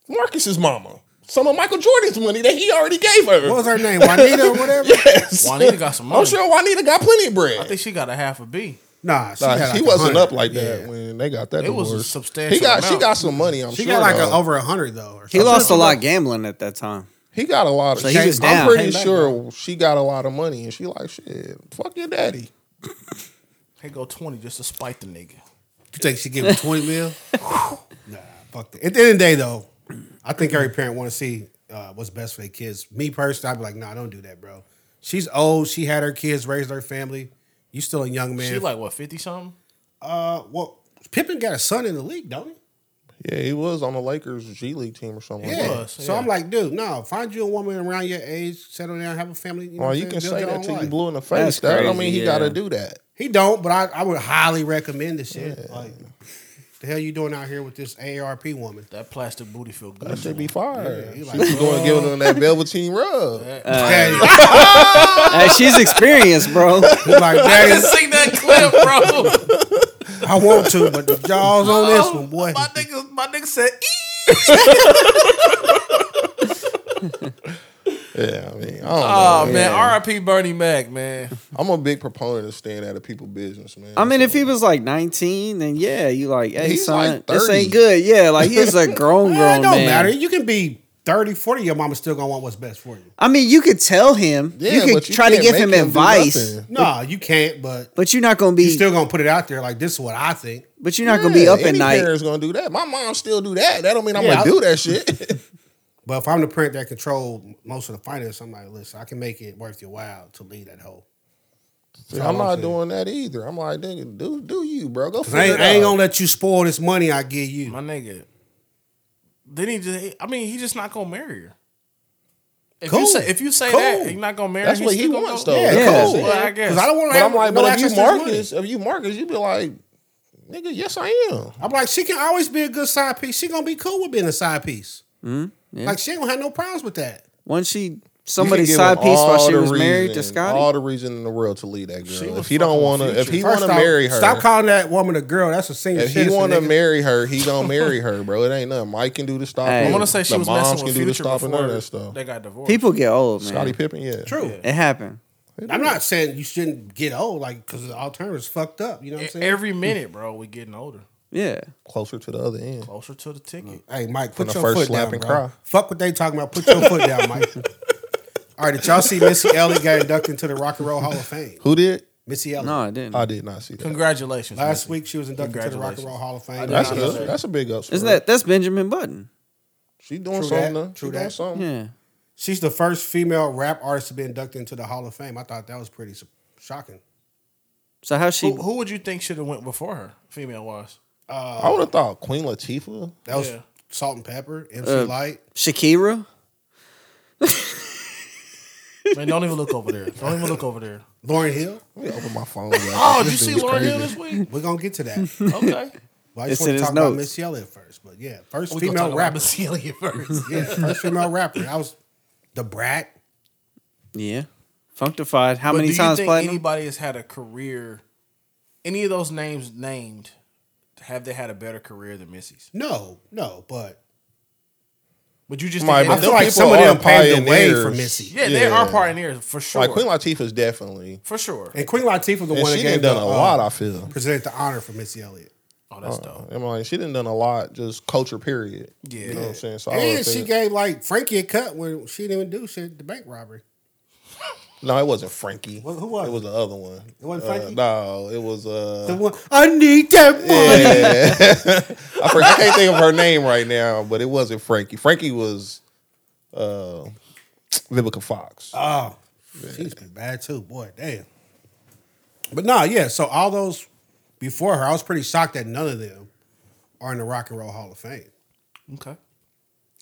[SPEAKER 4] Marcus's mama, some of Michael Jordan's money that he already gave her.
[SPEAKER 3] What was
[SPEAKER 4] [laughs]
[SPEAKER 3] her name? Juanita or whatever?
[SPEAKER 4] Yes.
[SPEAKER 1] Juanita got some money.
[SPEAKER 4] I'm sure Juanita got plenty of bread.
[SPEAKER 1] I think she got a half a B.
[SPEAKER 3] Nah, she,
[SPEAKER 4] Nah,
[SPEAKER 3] got
[SPEAKER 4] she
[SPEAKER 3] like
[SPEAKER 4] wasn't
[SPEAKER 3] 100.
[SPEAKER 4] up like that
[SPEAKER 3] Yeah.
[SPEAKER 4] when they got that.
[SPEAKER 1] It was
[SPEAKER 4] divorce.
[SPEAKER 1] a substantial
[SPEAKER 4] He got she
[SPEAKER 1] amount.
[SPEAKER 4] got some money. I'm
[SPEAKER 3] She
[SPEAKER 4] sure.
[SPEAKER 3] got like a,
[SPEAKER 4] though.
[SPEAKER 3] over a hundred though. Or
[SPEAKER 2] he
[SPEAKER 3] something.
[SPEAKER 2] lost a lot gambling at that time.
[SPEAKER 4] He got a lot of.
[SPEAKER 2] So he
[SPEAKER 4] shit.
[SPEAKER 2] was
[SPEAKER 4] I'm
[SPEAKER 2] down.
[SPEAKER 4] pretty
[SPEAKER 3] Came back
[SPEAKER 4] sure she got a lot of money, and she like shit. Fuck your daddy.
[SPEAKER 1] Hey, go twenty just to spite the nigga.
[SPEAKER 3] You think she give him twenty mil? nah, fuck that. At the end of the day, though, I think every parent want to see uh, what's best for their kids. Me personally, I'd be like, nah, don't do that, bro. She's old. She had her kids, raised her family. You still a young man.
[SPEAKER 1] She like what fifty something?
[SPEAKER 3] uh, well, Pippen got a son in the league, don't he?
[SPEAKER 4] Yeah, he was on the Lakers G League team or something. like
[SPEAKER 3] Yeah.
[SPEAKER 4] that.
[SPEAKER 1] was,
[SPEAKER 3] so
[SPEAKER 1] yeah.
[SPEAKER 3] I'm like, dude, no. Find you a woman around your age, settle down, have a family. You know
[SPEAKER 4] Well,
[SPEAKER 3] what I'm saying?
[SPEAKER 4] you can
[SPEAKER 3] Build
[SPEAKER 4] say
[SPEAKER 3] your own
[SPEAKER 4] that till you
[SPEAKER 3] life.
[SPEAKER 4] blue in the
[SPEAKER 2] That's
[SPEAKER 4] face. That I
[SPEAKER 2] crazy,
[SPEAKER 4] mean, he
[SPEAKER 2] yeah.
[SPEAKER 4] got to do that.
[SPEAKER 3] He don't, but I, I would highly recommend this shit. Like, the hell you doing out here with this AARP woman?
[SPEAKER 1] That plastic booty feel good.
[SPEAKER 4] That
[SPEAKER 1] to
[SPEAKER 4] should
[SPEAKER 1] me.
[SPEAKER 4] be fire.
[SPEAKER 3] he
[SPEAKER 4] She
[SPEAKER 3] like,
[SPEAKER 4] was going to give him that velveteen rub.
[SPEAKER 1] Uh,
[SPEAKER 3] Daddy,
[SPEAKER 1] [laughs]
[SPEAKER 2] Hey, she's experienced, bro.
[SPEAKER 4] [laughs]
[SPEAKER 3] like,
[SPEAKER 1] I
[SPEAKER 3] daddy,
[SPEAKER 1] didn't see that clip, bro.
[SPEAKER 3] I want to, but the jaws on this one, boy.
[SPEAKER 1] My nigga, my nigga said, "Ee."
[SPEAKER 4] Yeah, I mean,
[SPEAKER 2] Um,
[SPEAKER 4] I don't
[SPEAKER 1] "Oh
[SPEAKER 4] know.
[SPEAKER 1] man, R.I.P. Bernie Mac, man."
[SPEAKER 4] I'm a big proponent of staying out of people's business, man.
[SPEAKER 2] I mean, if he was like 19, then yeah, you like, hey,
[SPEAKER 4] He's
[SPEAKER 2] son,
[SPEAKER 4] like
[SPEAKER 2] this
[SPEAKER 4] 30.
[SPEAKER 2] ain't good. Yeah, like he's
[SPEAKER 4] [laughs]
[SPEAKER 2] a grown, grown
[SPEAKER 3] Eh, it don't
[SPEAKER 2] man.
[SPEAKER 3] matter. You can be 30, 40, your mama's still gonna want what's best for you.
[SPEAKER 2] I mean, you could tell him,
[SPEAKER 4] Yeah,
[SPEAKER 2] you could
[SPEAKER 4] but you
[SPEAKER 2] try to
[SPEAKER 4] can't
[SPEAKER 2] give
[SPEAKER 4] make
[SPEAKER 2] him
[SPEAKER 4] do
[SPEAKER 2] advice,
[SPEAKER 4] nothing.
[SPEAKER 3] No, you can't, but
[SPEAKER 2] but you're not gonna be,
[SPEAKER 3] you still gonna put it out there like this is what I think.
[SPEAKER 2] but you're not gonna be
[SPEAKER 4] Yeah,
[SPEAKER 2] up at
[SPEAKER 4] any
[SPEAKER 2] night.
[SPEAKER 4] parent's gonna do that. My mom still do that. That don't mean I'm
[SPEAKER 3] Yeah,
[SPEAKER 4] gonna
[SPEAKER 3] I-
[SPEAKER 4] do that shit. [laughs]
[SPEAKER 3] But if I'm the parent that control most of the finance, I'm like, listen, I can make it worth your while to leave that hole.
[SPEAKER 4] See,
[SPEAKER 3] all
[SPEAKER 4] I'm
[SPEAKER 3] I'm
[SPEAKER 4] not
[SPEAKER 3] saying.
[SPEAKER 4] doing that either. I'm like, nigga, do do you, bro? Go
[SPEAKER 3] 'Cause
[SPEAKER 4] figure
[SPEAKER 3] I ain't,
[SPEAKER 4] it
[SPEAKER 3] I ain't
[SPEAKER 4] out.
[SPEAKER 3] gonna let you spoil this money I give
[SPEAKER 1] My
[SPEAKER 3] you.
[SPEAKER 1] nigga. Then he just I mean, he just not gonna marry her. If
[SPEAKER 3] Cool.
[SPEAKER 1] you say if you say
[SPEAKER 3] Cool.
[SPEAKER 1] that you're not gonna marry
[SPEAKER 4] That's
[SPEAKER 1] her,
[SPEAKER 4] what
[SPEAKER 1] he's
[SPEAKER 4] he
[SPEAKER 1] still gonna
[SPEAKER 4] wants,
[SPEAKER 1] go-
[SPEAKER 4] though.
[SPEAKER 3] Yeah,
[SPEAKER 2] Yeah.
[SPEAKER 3] cool.
[SPEAKER 1] Well, I guess.
[SPEAKER 3] Because I don't want
[SPEAKER 4] But
[SPEAKER 3] to
[SPEAKER 4] I'm
[SPEAKER 3] have
[SPEAKER 4] like,
[SPEAKER 3] no
[SPEAKER 4] but if
[SPEAKER 3] access
[SPEAKER 4] you
[SPEAKER 3] to this money.
[SPEAKER 4] Marcus, if you Marcus, you be like, nigga, yes, I am.
[SPEAKER 3] I'm like, she can always be a good side piece. She gonna be cool with being a side piece.
[SPEAKER 4] Mm-hmm.
[SPEAKER 2] yeah.
[SPEAKER 3] Like she ain't gonna have no problems with that.
[SPEAKER 2] Once she
[SPEAKER 4] You can
[SPEAKER 2] somebody's
[SPEAKER 4] give
[SPEAKER 2] side
[SPEAKER 4] him
[SPEAKER 2] piece while
[SPEAKER 4] all
[SPEAKER 2] she
[SPEAKER 4] the
[SPEAKER 2] was married to
[SPEAKER 4] reason-
[SPEAKER 2] Scotty.
[SPEAKER 4] All the reason in the world to leave that
[SPEAKER 1] She
[SPEAKER 4] girl.
[SPEAKER 1] was
[SPEAKER 4] If he don't
[SPEAKER 1] fucking
[SPEAKER 4] want to, if
[SPEAKER 1] future.
[SPEAKER 4] he want
[SPEAKER 3] First
[SPEAKER 4] to
[SPEAKER 3] off,
[SPEAKER 4] marry her,
[SPEAKER 3] Stop calling that woman a girl. That's a senior
[SPEAKER 4] if he
[SPEAKER 3] want
[SPEAKER 4] want to marry her, he gonna marry her, bro. It ain't nothing. Mike can do the stopping.
[SPEAKER 2] Hey.
[SPEAKER 1] I wanna say she
[SPEAKER 4] the
[SPEAKER 1] was
[SPEAKER 4] moms
[SPEAKER 1] messing
[SPEAKER 4] can
[SPEAKER 1] with
[SPEAKER 4] do the
[SPEAKER 1] Future
[SPEAKER 4] stopping. None of
[SPEAKER 1] before
[SPEAKER 4] that stuff.
[SPEAKER 1] they got divorced.
[SPEAKER 2] People get old, man.
[SPEAKER 4] Scottie Pippen, yeah,
[SPEAKER 3] True.
[SPEAKER 2] It happened.
[SPEAKER 3] I'm not saying you shouldn't get old, like because the alternative's fucked up. You know what I'm saying?
[SPEAKER 1] E, Every minute, bro, we getting older.
[SPEAKER 2] Yeah.
[SPEAKER 4] closer to the other end.
[SPEAKER 1] Closer to the ticket.
[SPEAKER 3] hey, Mike, put
[SPEAKER 4] the
[SPEAKER 3] your
[SPEAKER 4] first
[SPEAKER 3] foot
[SPEAKER 4] slap
[SPEAKER 3] down,
[SPEAKER 4] and
[SPEAKER 3] bro.
[SPEAKER 4] cry.
[SPEAKER 3] Fuck what they talking about. Put your foot down, Mike.
[SPEAKER 4] [laughs]
[SPEAKER 3] All right, did y'all see Missy Elliott got inducted into the Rock and Roll Hall of Fame?
[SPEAKER 4] Who did?
[SPEAKER 3] Missy Elliott.
[SPEAKER 2] No, I didn't.
[SPEAKER 4] I did not see that.
[SPEAKER 1] Congratulations.
[SPEAKER 3] Last
[SPEAKER 1] Missy.
[SPEAKER 3] week she was inducted into the Rock and Roll Hall of Fame.
[SPEAKER 4] That's
[SPEAKER 1] Yeah.
[SPEAKER 4] good. That's a big up.
[SPEAKER 2] Isn't that that's Benjamin Button?
[SPEAKER 4] she doing
[SPEAKER 3] True
[SPEAKER 4] something?
[SPEAKER 3] that.
[SPEAKER 4] though.
[SPEAKER 3] True
[SPEAKER 4] she doing
[SPEAKER 3] that.
[SPEAKER 4] something.
[SPEAKER 2] Yeah.
[SPEAKER 3] She's the first female rap artist to be inducted into the Hall of Fame. I thought that was pretty su- shocking.
[SPEAKER 2] So how she?
[SPEAKER 1] Who, who would you think should have went before her, female wise?
[SPEAKER 4] I would have thought Queen Latifah.
[SPEAKER 3] That was
[SPEAKER 1] Yeah. Uh,
[SPEAKER 3] Salt and Pepper, MC Light.
[SPEAKER 2] Shakira?
[SPEAKER 1] Man, don't even look over there. Don't even look over there.
[SPEAKER 3] Lauren Hill.
[SPEAKER 4] Let me open my
[SPEAKER 3] [laughs]
[SPEAKER 4] phone. y'all.
[SPEAKER 1] [laughs] Oh, did you
[SPEAKER 4] This
[SPEAKER 1] see
[SPEAKER 4] dude's
[SPEAKER 1] Lauren Hill
[SPEAKER 4] crazy.
[SPEAKER 1] this week?
[SPEAKER 3] We're gonna get to
[SPEAKER 1] [laughs]
[SPEAKER 3] that.
[SPEAKER 1] Okay.
[SPEAKER 3] But I just want
[SPEAKER 2] It's in
[SPEAKER 3] to
[SPEAKER 2] his
[SPEAKER 3] talk about
[SPEAKER 2] notes.
[SPEAKER 3] Missy Elliott first. But yeah, first
[SPEAKER 1] We gonna talk
[SPEAKER 3] female
[SPEAKER 1] about
[SPEAKER 3] rapper.
[SPEAKER 1] Missy Elliott first.
[SPEAKER 3] Yeah, first
[SPEAKER 1] [laughs]
[SPEAKER 3] female rapper. I was the brat.
[SPEAKER 2] Yeah. Functified. How
[SPEAKER 1] But
[SPEAKER 2] many
[SPEAKER 1] do
[SPEAKER 2] times
[SPEAKER 1] you think
[SPEAKER 2] platinum?
[SPEAKER 1] anybody has had a career? Any of those names named, have they had a better career than Missy's?
[SPEAKER 3] No, no, but
[SPEAKER 1] But you just
[SPEAKER 4] My-
[SPEAKER 1] think
[SPEAKER 3] I
[SPEAKER 1] they
[SPEAKER 4] but
[SPEAKER 3] feel
[SPEAKER 1] don't-
[SPEAKER 3] like
[SPEAKER 4] people
[SPEAKER 3] some of them
[SPEAKER 4] are
[SPEAKER 3] paved the way
[SPEAKER 4] pioneers.
[SPEAKER 3] for Missy.
[SPEAKER 1] yeah, they are
[SPEAKER 4] yeah.
[SPEAKER 1] pioneers for sure.
[SPEAKER 4] Like Queen Latifah's definitely.
[SPEAKER 1] for sure.
[SPEAKER 3] And Queen Latifah the
[SPEAKER 4] And
[SPEAKER 3] one that
[SPEAKER 4] she
[SPEAKER 3] gave
[SPEAKER 4] done done
[SPEAKER 3] the,
[SPEAKER 4] a
[SPEAKER 3] uh,
[SPEAKER 4] lot. I feel.
[SPEAKER 3] presented the honor for Missy Elliott.
[SPEAKER 1] Oh, that's dope.
[SPEAKER 4] I'm like she done done a lot. Just culture period.
[SPEAKER 1] Yeah.
[SPEAKER 4] You know what I'm saying? So I
[SPEAKER 3] and
[SPEAKER 4] would
[SPEAKER 3] she
[SPEAKER 4] think-
[SPEAKER 3] gave like Frankie a cut when she didn't even do shit. The bank robbery.
[SPEAKER 4] no, it wasn't Frankie.
[SPEAKER 3] Well, who was
[SPEAKER 4] it? Was the other one? It
[SPEAKER 3] wasn't Frankie?
[SPEAKER 4] no, it was uh.
[SPEAKER 3] The one I need that money.
[SPEAKER 4] [laughs] I, forget, I can't think of her name right now, but it wasn't Frankie. Frankie was uh, Vivica Fox.
[SPEAKER 3] Oh, she's been bad too, boy. Damn. But nah, yeah. So all those before her, I was pretty shocked that none of them are in the Rock and Roll Hall of Fame.
[SPEAKER 1] Okay.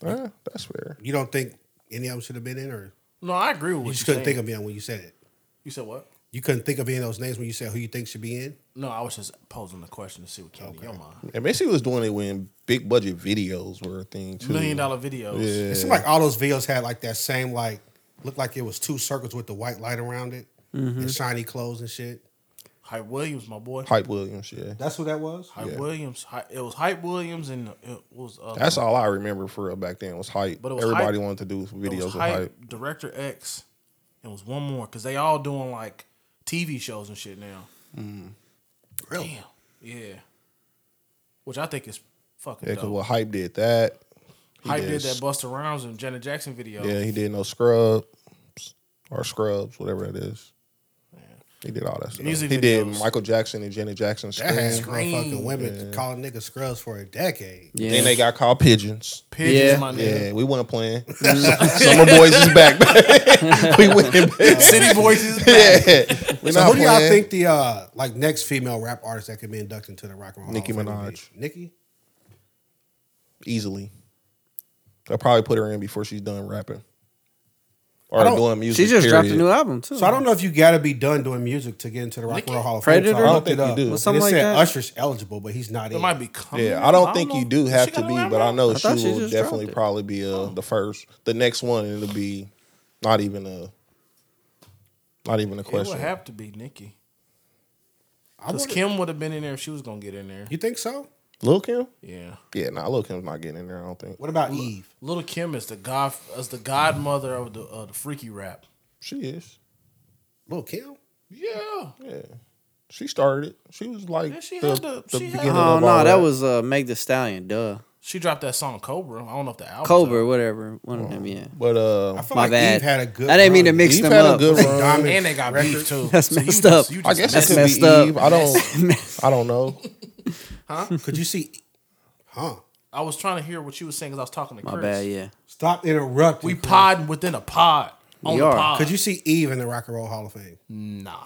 [SPEAKER 4] Eh, that's fair.
[SPEAKER 3] You don't think any of them should have been in, or
[SPEAKER 1] No, I agree with what
[SPEAKER 3] you
[SPEAKER 1] you.
[SPEAKER 3] just couldn't think
[SPEAKER 1] of.
[SPEAKER 3] of any when you said it.
[SPEAKER 1] You said what?
[SPEAKER 3] You couldn't think of any of those names when you said who you think should be in.
[SPEAKER 1] No, I was just posing the question to see what came to your mind.
[SPEAKER 4] And Missy was doing it when big budget videos were a thing too.
[SPEAKER 1] Million dollar videos.
[SPEAKER 4] Yeah.
[SPEAKER 3] It seemed like all those videos had like that same like looked like it was two circles with the white light around it
[SPEAKER 4] Mm-hmm.
[SPEAKER 3] and shiny clothes and shit.
[SPEAKER 1] Hype Williams, my boy.
[SPEAKER 4] Hype Williams, yeah.
[SPEAKER 3] That's what that was.
[SPEAKER 1] Hype Williams. Hy- It was Hype Williams, and it was. Uh,
[SPEAKER 4] That's all I remember for her back then was hype.
[SPEAKER 1] But it was
[SPEAKER 4] Everybody
[SPEAKER 1] hype.
[SPEAKER 4] wanted to do
[SPEAKER 1] it
[SPEAKER 4] videos
[SPEAKER 1] was
[SPEAKER 4] with
[SPEAKER 1] hype,
[SPEAKER 4] hype.
[SPEAKER 1] Director X. It was one more because they all doing like TV shows and shit now.
[SPEAKER 4] Mm-hmm.
[SPEAKER 3] Really?
[SPEAKER 1] Damn. Yeah. Which I think is fucking
[SPEAKER 4] Yeah, because
[SPEAKER 1] dope.
[SPEAKER 4] well, hype did that. He
[SPEAKER 1] Hype did that Buster Rhymes and Janet Jackson video.
[SPEAKER 4] Yeah, he did no scrubs or scrubs, whatever it is. He did all that stuff.
[SPEAKER 1] Music
[SPEAKER 4] he did
[SPEAKER 1] videos.
[SPEAKER 4] Michael Jackson and Janet Jackson.
[SPEAKER 3] That
[SPEAKER 4] Scream.
[SPEAKER 3] had
[SPEAKER 1] Scream.
[SPEAKER 3] motherfucking women calling niggas scrubs for a decade.
[SPEAKER 2] Yeah.
[SPEAKER 4] Then they got called pigeons.
[SPEAKER 1] Pigeons,
[SPEAKER 2] Yeah.
[SPEAKER 1] my nigga.
[SPEAKER 4] Yeah, we won
[SPEAKER 3] [laughs]
[SPEAKER 4] a plan. Summer Boys is back. [laughs] we winning. [laughs]
[SPEAKER 1] City Voices.
[SPEAKER 4] Yeah. We
[SPEAKER 3] So
[SPEAKER 4] not
[SPEAKER 3] who do y'all
[SPEAKER 4] playing.
[SPEAKER 3] think the uh, like next female rap artist that could be inducted into the Rock and Roll?
[SPEAKER 4] Nicki
[SPEAKER 3] Hall of Fame would
[SPEAKER 4] Minaj.
[SPEAKER 3] be? Nicki.
[SPEAKER 4] Easily. They'll probably put her in before she's done rapping. Or
[SPEAKER 3] I don't-
[SPEAKER 4] doing music.
[SPEAKER 2] She just dropped a
[SPEAKER 4] period.
[SPEAKER 2] new album too.
[SPEAKER 3] So I don't know if you got to be done doing music to get into the Rock and Roll Hall of Fame.
[SPEAKER 2] Predator?
[SPEAKER 3] so
[SPEAKER 4] I don't
[SPEAKER 3] looked
[SPEAKER 4] think
[SPEAKER 3] it
[SPEAKER 4] you
[SPEAKER 3] up.
[SPEAKER 4] do.
[SPEAKER 3] And
[SPEAKER 4] Well,
[SPEAKER 2] something
[SPEAKER 3] it
[SPEAKER 2] like
[SPEAKER 3] said
[SPEAKER 2] that.
[SPEAKER 3] Usher's eligible, but he's not
[SPEAKER 1] It
[SPEAKER 3] in.
[SPEAKER 1] might be coming.
[SPEAKER 4] Yeah, I don't think
[SPEAKER 1] know.
[SPEAKER 4] you do
[SPEAKER 1] She
[SPEAKER 4] have
[SPEAKER 1] got
[SPEAKER 4] to
[SPEAKER 1] a
[SPEAKER 4] be,
[SPEAKER 1] rap
[SPEAKER 4] but I
[SPEAKER 1] album?
[SPEAKER 4] know
[SPEAKER 2] I
[SPEAKER 4] she
[SPEAKER 2] thought she
[SPEAKER 4] will
[SPEAKER 2] just
[SPEAKER 4] definitely
[SPEAKER 2] dropped it. Oh.
[SPEAKER 4] probably be uh, the first. The next one, it'll be not even a, not even a
[SPEAKER 1] It
[SPEAKER 4] question.
[SPEAKER 1] would have to be Nikki.
[SPEAKER 3] I
[SPEAKER 1] Because
[SPEAKER 3] would've-
[SPEAKER 1] Kim would have been in there if she was going to get in there.
[SPEAKER 3] You think so?
[SPEAKER 4] Lil Kim?
[SPEAKER 1] Yeah.
[SPEAKER 4] Yeah, nah, Lil Kim's not getting in there. I don't think
[SPEAKER 3] What about Eve?
[SPEAKER 1] Little Kim is the god is the godmother of the of the freaky rap.
[SPEAKER 4] she is.
[SPEAKER 3] Lil Kim?
[SPEAKER 1] Yeah.
[SPEAKER 4] Yeah, she started. it. She was like
[SPEAKER 1] Yeah, she
[SPEAKER 4] the,
[SPEAKER 1] had the-
[SPEAKER 4] the
[SPEAKER 1] she had-
[SPEAKER 4] beginning.
[SPEAKER 2] Oh
[SPEAKER 4] of
[SPEAKER 2] no,
[SPEAKER 4] all
[SPEAKER 2] that was uh, Meg the Stallion. Duh,
[SPEAKER 1] She dropped that song Cobra. I don't know if the album.
[SPEAKER 2] Cobra, whatever. One of them. Yeah. [laughs]
[SPEAKER 4] But uh,
[SPEAKER 3] I feel
[SPEAKER 2] My
[SPEAKER 3] like
[SPEAKER 2] bad.
[SPEAKER 3] Eve had a good.
[SPEAKER 2] I didn't mean to
[SPEAKER 3] run.
[SPEAKER 2] mix
[SPEAKER 4] Eve
[SPEAKER 2] them
[SPEAKER 4] had
[SPEAKER 2] up. [laughs]
[SPEAKER 4] a good run.
[SPEAKER 3] Diamond
[SPEAKER 1] And they got beef
[SPEAKER 3] records.
[SPEAKER 1] too.
[SPEAKER 2] That's
[SPEAKER 1] you
[SPEAKER 2] messed up.
[SPEAKER 1] just- you
[SPEAKER 4] I
[SPEAKER 1] just-
[SPEAKER 4] guess
[SPEAKER 2] That's
[SPEAKER 4] it could
[SPEAKER 2] messed
[SPEAKER 4] be
[SPEAKER 2] up.
[SPEAKER 4] Eve. I don't. I don't
[SPEAKER 2] [laughs]
[SPEAKER 4] know.
[SPEAKER 3] Could you see? Huh?
[SPEAKER 1] I was trying to hear what you was saying because I was talking to
[SPEAKER 2] My
[SPEAKER 1] Chris.
[SPEAKER 2] bad. Yeah.
[SPEAKER 3] Stop interrupting.
[SPEAKER 1] We
[SPEAKER 3] Chris.
[SPEAKER 1] podding within a pod.
[SPEAKER 2] We
[SPEAKER 1] on the
[SPEAKER 2] are.
[SPEAKER 1] pod.
[SPEAKER 3] Could you see Eve in the Rock and Roll Hall of Fame? You
[SPEAKER 1] Nah.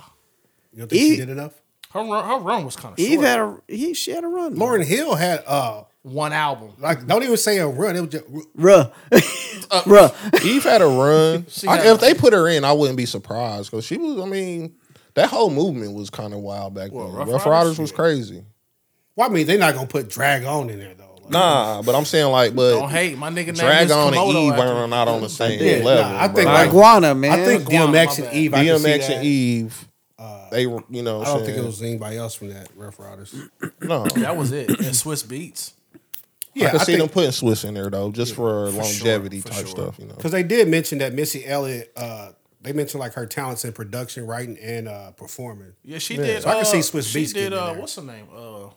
[SPEAKER 3] don't think she
[SPEAKER 2] Eve-
[SPEAKER 3] did enough?
[SPEAKER 1] Her run, her run was kind of
[SPEAKER 2] Eve
[SPEAKER 1] short.
[SPEAKER 2] had a he, she had a run.
[SPEAKER 3] Lauren Hill had uh
[SPEAKER 1] One album.
[SPEAKER 3] like don't even say a run. It was just
[SPEAKER 2] Bruh. Uh, [laughs] Bruh.
[SPEAKER 4] Eve had
[SPEAKER 3] [laughs]
[SPEAKER 4] a run.
[SPEAKER 1] got-
[SPEAKER 4] I, if they put her in, I wouldn't be surprised because she was. I mean, that whole movement was kind of wild back
[SPEAKER 1] Well,
[SPEAKER 4] then.
[SPEAKER 1] Rough
[SPEAKER 4] Rough,
[SPEAKER 1] Riders,
[SPEAKER 4] Riders, was
[SPEAKER 1] yeah.
[SPEAKER 4] crazy.
[SPEAKER 3] Well, I mean, they're not gonna put drag on in there though. Like,
[SPEAKER 4] Nah, but I'm saying like,
[SPEAKER 1] Don't
[SPEAKER 4] but
[SPEAKER 1] hate my nigga.
[SPEAKER 4] Drag
[SPEAKER 1] name
[SPEAKER 4] on and
[SPEAKER 1] Komodo
[SPEAKER 4] Eve
[SPEAKER 1] after-
[SPEAKER 4] are not on the same
[SPEAKER 3] Yeah, nah,
[SPEAKER 4] level.
[SPEAKER 3] I think
[SPEAKER 4] bro.
[SPEAKER 3] like-
[SPEAKER 2] Iguana, man.
[SPEAKER 3] I think
[SPEAKER 1] Guam, my
[SPEAKER 3] DMX and
[SPEAKER 1] bad.
[SPEAKER 3] Eve. I can see
[SPEAKER 4] DMX
[SPEAKER 3] that.
[SPEAKER 4] and Eve, they were, you know,
[SPEAKER 3] uh, I
[SPEAKER 4] what I'm
[SPEAKER 3] don't think it
[SPEAKER 4] saying?
[SPEAKER 3] was anybody else from that Rough Riders.
[SPEAKER 4] No,
[SPEAKER 1] That was it. And Swiss Beats.
[SPEAKER 4] I can see them putting Swiss in there though, just for longevity
[SPEAKER 1] for
[SPEAKER 4] type
[SPEAKER 1] sure.
[SPEAKER 4] stuff. You know,
[SPEAKER 3] because they did mention that Missy Elliott. Uh, they mentioned like her talents in production, writing, and uh, performing.
[SPEAKER 1] Yeah, she did.
[SPEAKER 3] So I can
[SPEAKER 1] uh,
[SPEAKER 3] see Swiss
[SPEAKER 1] she
[SPEAKER 3] Beats
[SPEAKER 1] did.
[SPEAKER 3] getting in
[SPEAKER 1] Uh,
[SPEAKER 3] there.
[SPEAKER 1] what's her name? Uh,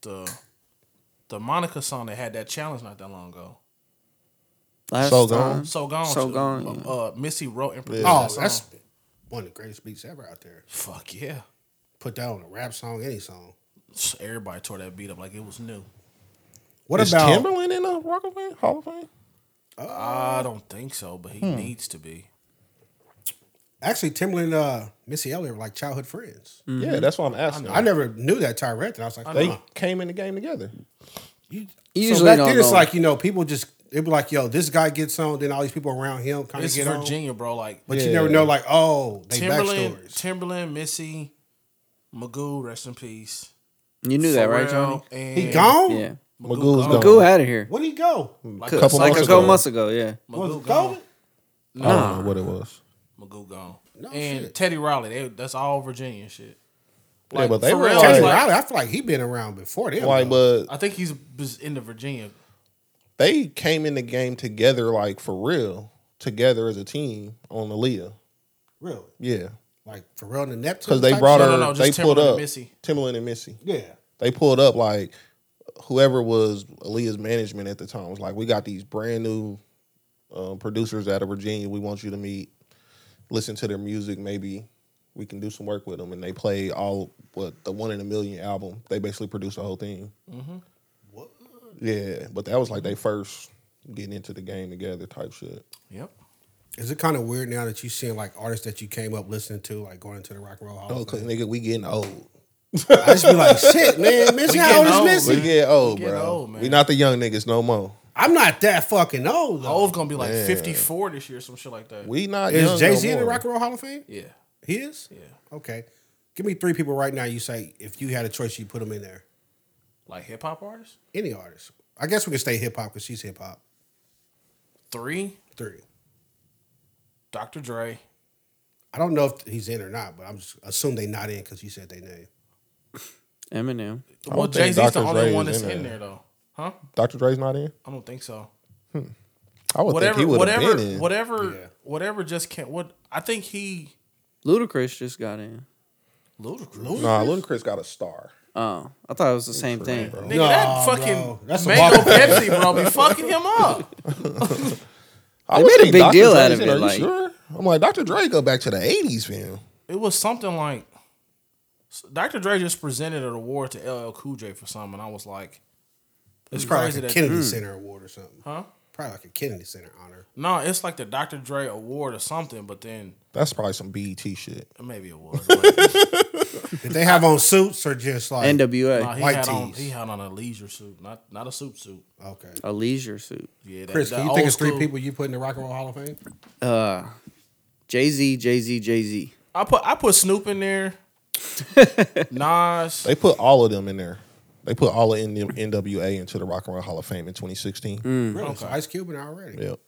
[SPEAKER 1] the the Monica song that had that challenge not that long ago.
[SPEAKER 2] Last
[SPEAKER 4] So gone.
[SPEAKER 2] time.
[SPEAKER 1] So gone.
[SPEAKER 2] So
[SPEAKER 1] she-
[SPEAKER 2] gone,
[SPEAKER 1] Uh,
[SPEAKER 2] yeah.
[SPEAKER 1] uh, Missy wrote and produced.
[SPEAKER 3] Oh,
[SPEAKER 1] that song.
[SPEAKER 3] that's one of the greatest beats ever out there.
[SPEAKER 1] fuck yeah.
[SPEAKER 3] Put that on a rap song, any song.
[SPEAKER 1] Everybody tore that beat up like it was new.
[SPEAKER 3] What
[SPEAKER 4] is
[SPEAKER 3] about
[SPEAKER 4] Timberland in the Rock of Fame Hall of Fame?
[SPEAKER 3] Ah.
[SPEAKER 1] I don't think so, but he
[SPEAKER 3] Hmm.
[SPEAKER 1] needs to be.
[SPEAKER 3] actually Timberland? Uh, Missy Elliott were like childhood friends.
[SPEAKER 2] Mm.
[SPEAKER 4] Yeah, that's what I'm asking.
[SPEAKER 3] Mm-hmm. I never knew that Tyrant, and I was like,
[SPEAKER 4] they
[SPEAKER 3] huh.
[SPEAKER 4] came in the game together.
[SPEAKER 2] Usually
[SPEAKER 3] so back
[SPEAKER 2] don't
[SPEAKER 3] then, it's
[SPEAKER 2] know.
[SPEAKER 3] like you know, people just it be like, yo, this guy gets on, then all these people around him kind of
[SPEAKER 1] It's
[SPEAKER 3] get on.
[SPEAKER 1] Virginia, bro. Like
[SPEAKER 3] But you
[SPEAKER 4] Yeah.
[SPEAKER 3] never know, like, oh, they
[SPEAKER 1] Timberland,
[SPEAKER 3] backstories.
[SPEAKER 1] Timberland, Missy, Magoo, rest in peace.
[SPEAKER 2] you knew that, right, Johnny?
[SPEAKER 1] Pharrell, and
[SPEAKER 3] he gone?
[SPEAKER 2] Yeah.
[SPEAKER 4] Magoo's gone.
[SPEAKER 2] Go out of here.
[SPEAKER 3] Where'd he go?
[SPEAKER 1] Like,
[SPEAKER 2] Cou-
[SPEAKER 4] couple
[SPEAKER 2] like
[SPEAKER 4] months
[SPEAKER 2] a couple
[SPEAKER 4] ago.
[SPEAKER 2] months ago, yeah.
[SPEAKER 3] Was it
[SPEAKER 1] Magoo
[SPEAKER 3] COVID?
[SPEAKER 1] gone.
[SPEAKER 4] I don't know what it was.
[SPEAKER 1] Magoo gone.
[SPEAKER 3] No
[SPEAKER 1] and
[SPEAKER 3] shit.
[SPEAKER 1] Teddy Riley. They, that's all Virginia shit.
[SPEAKER 4] Yeah, but they were
[SPEAKER 1] Pharrell,
[SPEAKER 4] like-
[SPEAKER 3] Teddy
[SPEAKER 1] like-
[SPEAKER 3] Riley, I feel like he been around before then.
[SPEAKER 4] Like,
[SPEAKER 3] though.
[SPEAKER 4] but
[SPEAKER 1] I think he's bus- in the Virginia.
[SPEAKER 4] they came in the game together, like for real, together as a team on Aaliyah.
[SPEAKER 3] Really?
[SPEAKER 4] Yeah,
[SPEAKER 3] Like Pharrell and the Neptune?
[SPEAKER 4] because they
[SPEAKER 3] type
[SPEAKER 4] brought
[SPEAKER 3] shit?
[SPEAKER 4] her.
[SPEAKER 1] No, no, no, just
[SPEAKER 4] they pulled
[SPEAKER 1] Timberland and
[SPEAKER 4] up
[SPEAKER 1] Missy.
[SPEAKER 4] Timberland and Missy.
[SPEAKER 3] Yeah.
[SPEAKER 4] They pulled up like whoever was Aaliyah's management at the time was like, "We got these brand new um, producers out of Virginia. We want you to meet, listen to their music. Maybe we can do some work with them." And they played all what the One in a Million album. They basically produced the whole thing.
[SPEAKER 3] Mm-hmm. What?
[SPEAKER 4] Yeah, but that was like they first getting into the game together type shit.
[SPEAKER 1] Yep.
[SPEAKER 3] Is it kind of weird now that you seeing like artists that you came up listening to, like going into the Rock and Roll Hall?
[SPEAKER 4] Oh,
[SPEAKER 3] of
[SPEAKER 4] cause
[SPEAKER 3] Fame?
[SPEAKER 4] nigga, we getting old.
[SPEAKER 3] I just be like, shit, man, Missy,
[SPEAKER 1] We
[SPEAKER 3] how
[SPEAKER 1] getting
[SPEAKER 3] old
[SPEAKER 1] old,
[SPEAKER 3] is Missy?
[SPEAKER 4] We
[SPEAKER 1] man.
[SPEAKER 4] getting old,
[SPEAKER 1] We getting
[SPEAKER 4] bro.
[SPEAKER 1] old, man.
[SPEAKER 4] we not the young niggas no more.
[SPEAKER 3] I'm not that fucking old. Though.
[SPEAKER 1] Ove's gonna be like 54 this year, some shit like that.
[SPEAKER 4] We not young
[SPEAKER 3] Is Jay Z
[SPEAKER 4] no
[SPEAKER 3] in the
[SPEAKER 4] more.
[SPEAKER 3] Rock and Roll Hall of Fame?
[SPEAKER 1] yeah.
[SPEAKER 3] He is.
[SPEAKER 1] Yeah.
[SPEAKER 3] Okay, give me three people right now. You say if you had a choice, you put them in there.
[SPEAKER 1] Like hip hop artists?
[SPEAKER 3] Any artist. I guess we can stay hip hop because she's hip hop.
[SPEAKER 1] Three,
[SPEAKER 3] Three.
[SPEAKER 1] Dr. Dre.
[SPEAKER 3] I don't know if he's in or not, but I'm just assume they not in because you said they name.
[SPEAKER 2] Eminem.
[SPEAKER 4] don't
[SPEAKER 1] Well,
[SPEAKER 4] think
[SPEAKER 1] Jay Z's the
[SPEAKER 4] Dr.
[SPEAKER 1] only
[SPEAKER 4] Dre
[SPEAKER 1] one
[SPEAKER 4] is
[SPEAKER 1] that's in
[SPEAKER 4] in
[SPEAKER 1] there.
[SPEAKER 4] there.
[SPEAKER 1] though. Huh?
[SPEAKER 4] Dr. Dre's not in.
[SPEAKER 1] I don't think so.
[SPEAKER 4] I would
[SPEAKER 1] Whatever,
[SPEAKER 4] think he would have
[SPEAKER 1] whatever,
[SPEAKER 4] been in.
[SPEAKER 1] whatever,
[SPEAKER 3] Yeah.
[SPEAKER 1] whatever. Just can't. What I think he.
[SPEAKER 2] Ludacris just got in.
[SPEAKER 1] Ludacris.
[SPEAKER 4] Nah, Ludacris got a star.
[SPEAKER 2] Oh, I thought it was the same thing.
[SPEAKER 1] Nigga,
[SPEAKER 3] Nah,
[SPEAKER 1] that fucking
[SPEAKER 3] bro. That's a
[SPEAKER 1] mango
[SPEAKER 3] walk-off.
[SPEAKER 1] Pepsi, bro, be fucking him up.
[SPEAKER 4] I
[SPEAKER 2] They
[SPEAKER 4] would
[SPEAKER 2] made a
[SPEAKER 4] think
[SPEAKER 2] big
[SPEAKER 4] Dr.
[SPEAKER 2] deal
[SPEAKER 4] Dre's
[SPEAKER 2] out of
[SPEAKER 4] in
[SPEAKER 2] it,
[SPEAKER 4] Are you
[SPEAKER 2] like-
[SPEAKER 4] sure? I'm like, Dr. Dre go back to the 80s, man.
[SPEAKER 1] It was something like Dr. Dre just presented an award to LL Cool J for something. And I was like,
[SPEAKER 3] It's
[SPEAKER 1] it's
[SPEAKER 3] probably
[SPEAKER 1] crazy
[SPEAKER 3] like a
[SPEAKER 1] that.
[SPEAKER 3] Kennedy Center Award or something.
[SPEAKER 1] Huh?
[SPEAKER 3] Probably like a Kennedy Center honor.
[SPEAKER 1] No, it's like the Dr. Dre award or something. But then
[SPEAKER 4] That's probably some BET shit.
[SPEAKER 1] maybe it was.
[SPEAKER 4] [laughs]
[SPEAKER 1] but,
[SPEAKER 3] Did they have on suits or just like
[SPEAKER 1] nah,
[SPEAKER 2] NWA.
[SPEAKER 1] he
[SPEAKER 3] White
[SPEAKER 1] had on
[SPEAKER 3] tees.
[SPEAKER 1] he had on a leisure suit, not not a suit suit.
[SPEAKER 3] Okay.
[SPEAKER 2] A leisure suit.
[SPEAKER 1] Yeah, that,
[SPEAKER 3] Chris,
[SPEAKER 1] that
[SPEAKER 3] can you
[SPEAKER 1] old
[SPEAKER 3] think of three
[SPEAKER 1] school-
[SPEAKER 3] people you put in the Rock and Roll Hall of Fame?
[SPEAKER 2] Uh, Jay Z, Jay Z, Jay Z.
[SPEAKER 1] I put I put Snoop
[SPEAKER 3] [laughs]
[SPEAKER 1] in there. Nas.
[SPEAKER 4] They put all of them in there. They put all of N- NWA into the Rock and Roll Hall of Fame in 2016.
[SPEAKER 1] Mm.
[SPEAKER 3] Really? So Ice Cube in there already.
[SPEAKER 4] Yep.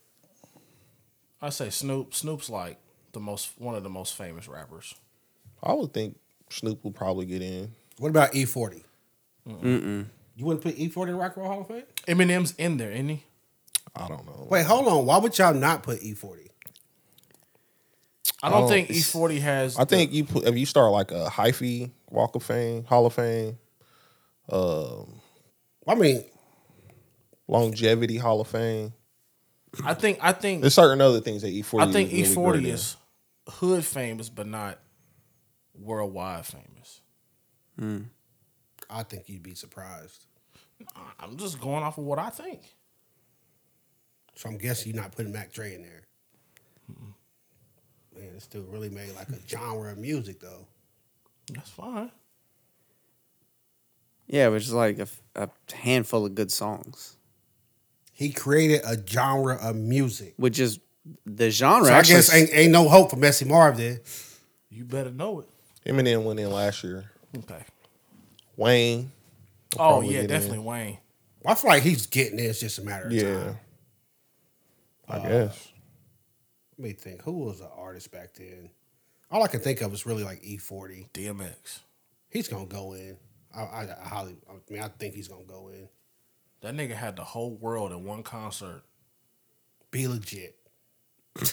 [SPEAKER 1] I say Snoop. Snoop's like the most one of the most famous rappers.
[SPEAKER 4] I would think Snoop will probably get in.
[SPEAKER 3] What about E E40? You wouldn't put E40 in the Rock and Roll Hall of Fame?
[SPEAKER 1] Eminem's in there, isn't he?
[SPEAKER 4] I don't know.
[SPEAKER 3] Wait, hold on. Why would y'all not put E E40?
[SPEAKER 1] I don't
[SPEAKER 3] Oh,
[SPEAKER 4] don't-
[SPEAKER 1] think E Forty has.
[SPEAKER 4] I think you put if you start like a hyphy Walk of Fame, Hall of Fame,
[SPEAKER 3] I mean,
[SPEAKER 4] longevity Hall of Fame.
[SPEAKER 1] I think. I think.
[SPEAKER 4] There's certain other things that E40.
[SPEAKER 1] I think
[SPEAKER 4] is really
[SPEAKER 1] E Forty
[SPEAKER 4] great in.
[SPEAKER 1] is hood famous, but not worldwide famous.
[SPEAKER 2] Hmm.
[SPEAKER 3] I think you'd be surprised.
[SPEAKER 1] I'm just going off of what I think.
[SPEAKER 3] So I'm guessing you're not putting Mac Dre in there. Man, this dude really made like a genre of music though.
[SPEAKER 1] That's fine.
[SPEAKER 2] Yeah, which is like a, f- a handful of good songs,
[SPEAKER 3] He created a genre of music.
[SPEAKER 2] which is the genre.
[SPEAKER 3] So I
[SPEAKER 2] actually,
[SPEAKER 3] guess ain't, ain't no hope for Messy Marv then.
[SPEAKER 1] You better know it.
[SPEAKER 4] Eminem went in last year.
[SPEAKER 1] Okay.
[SPEAKER 4] Wayne. will
[SPEAKER 1] Oh
[SPEAKER 4] probably
[SPEAKER 1] yeah,
[SPEAKER 4] get in.
[SPEAKER 1] definitely Wayne.
[SPEAKER 3] I feel like he's getting there. It's just a matter of
[SPEAKER 4] Yeah.
[SPEAKER 3] time.
[SPEAKER 4] I guess.
[SPEAKER 3] Let me think. Who was an artist back then? All I can think of is really like E E40.
[SPEAKER 1] DMX.
[SPEAKER 3] He's gonna go in. I, I, I highly. I mean, I think he's gonna go in.
[SPEAKER 1] That nigga had the whole world in one concert.
[SPEAKER 3] Be legit.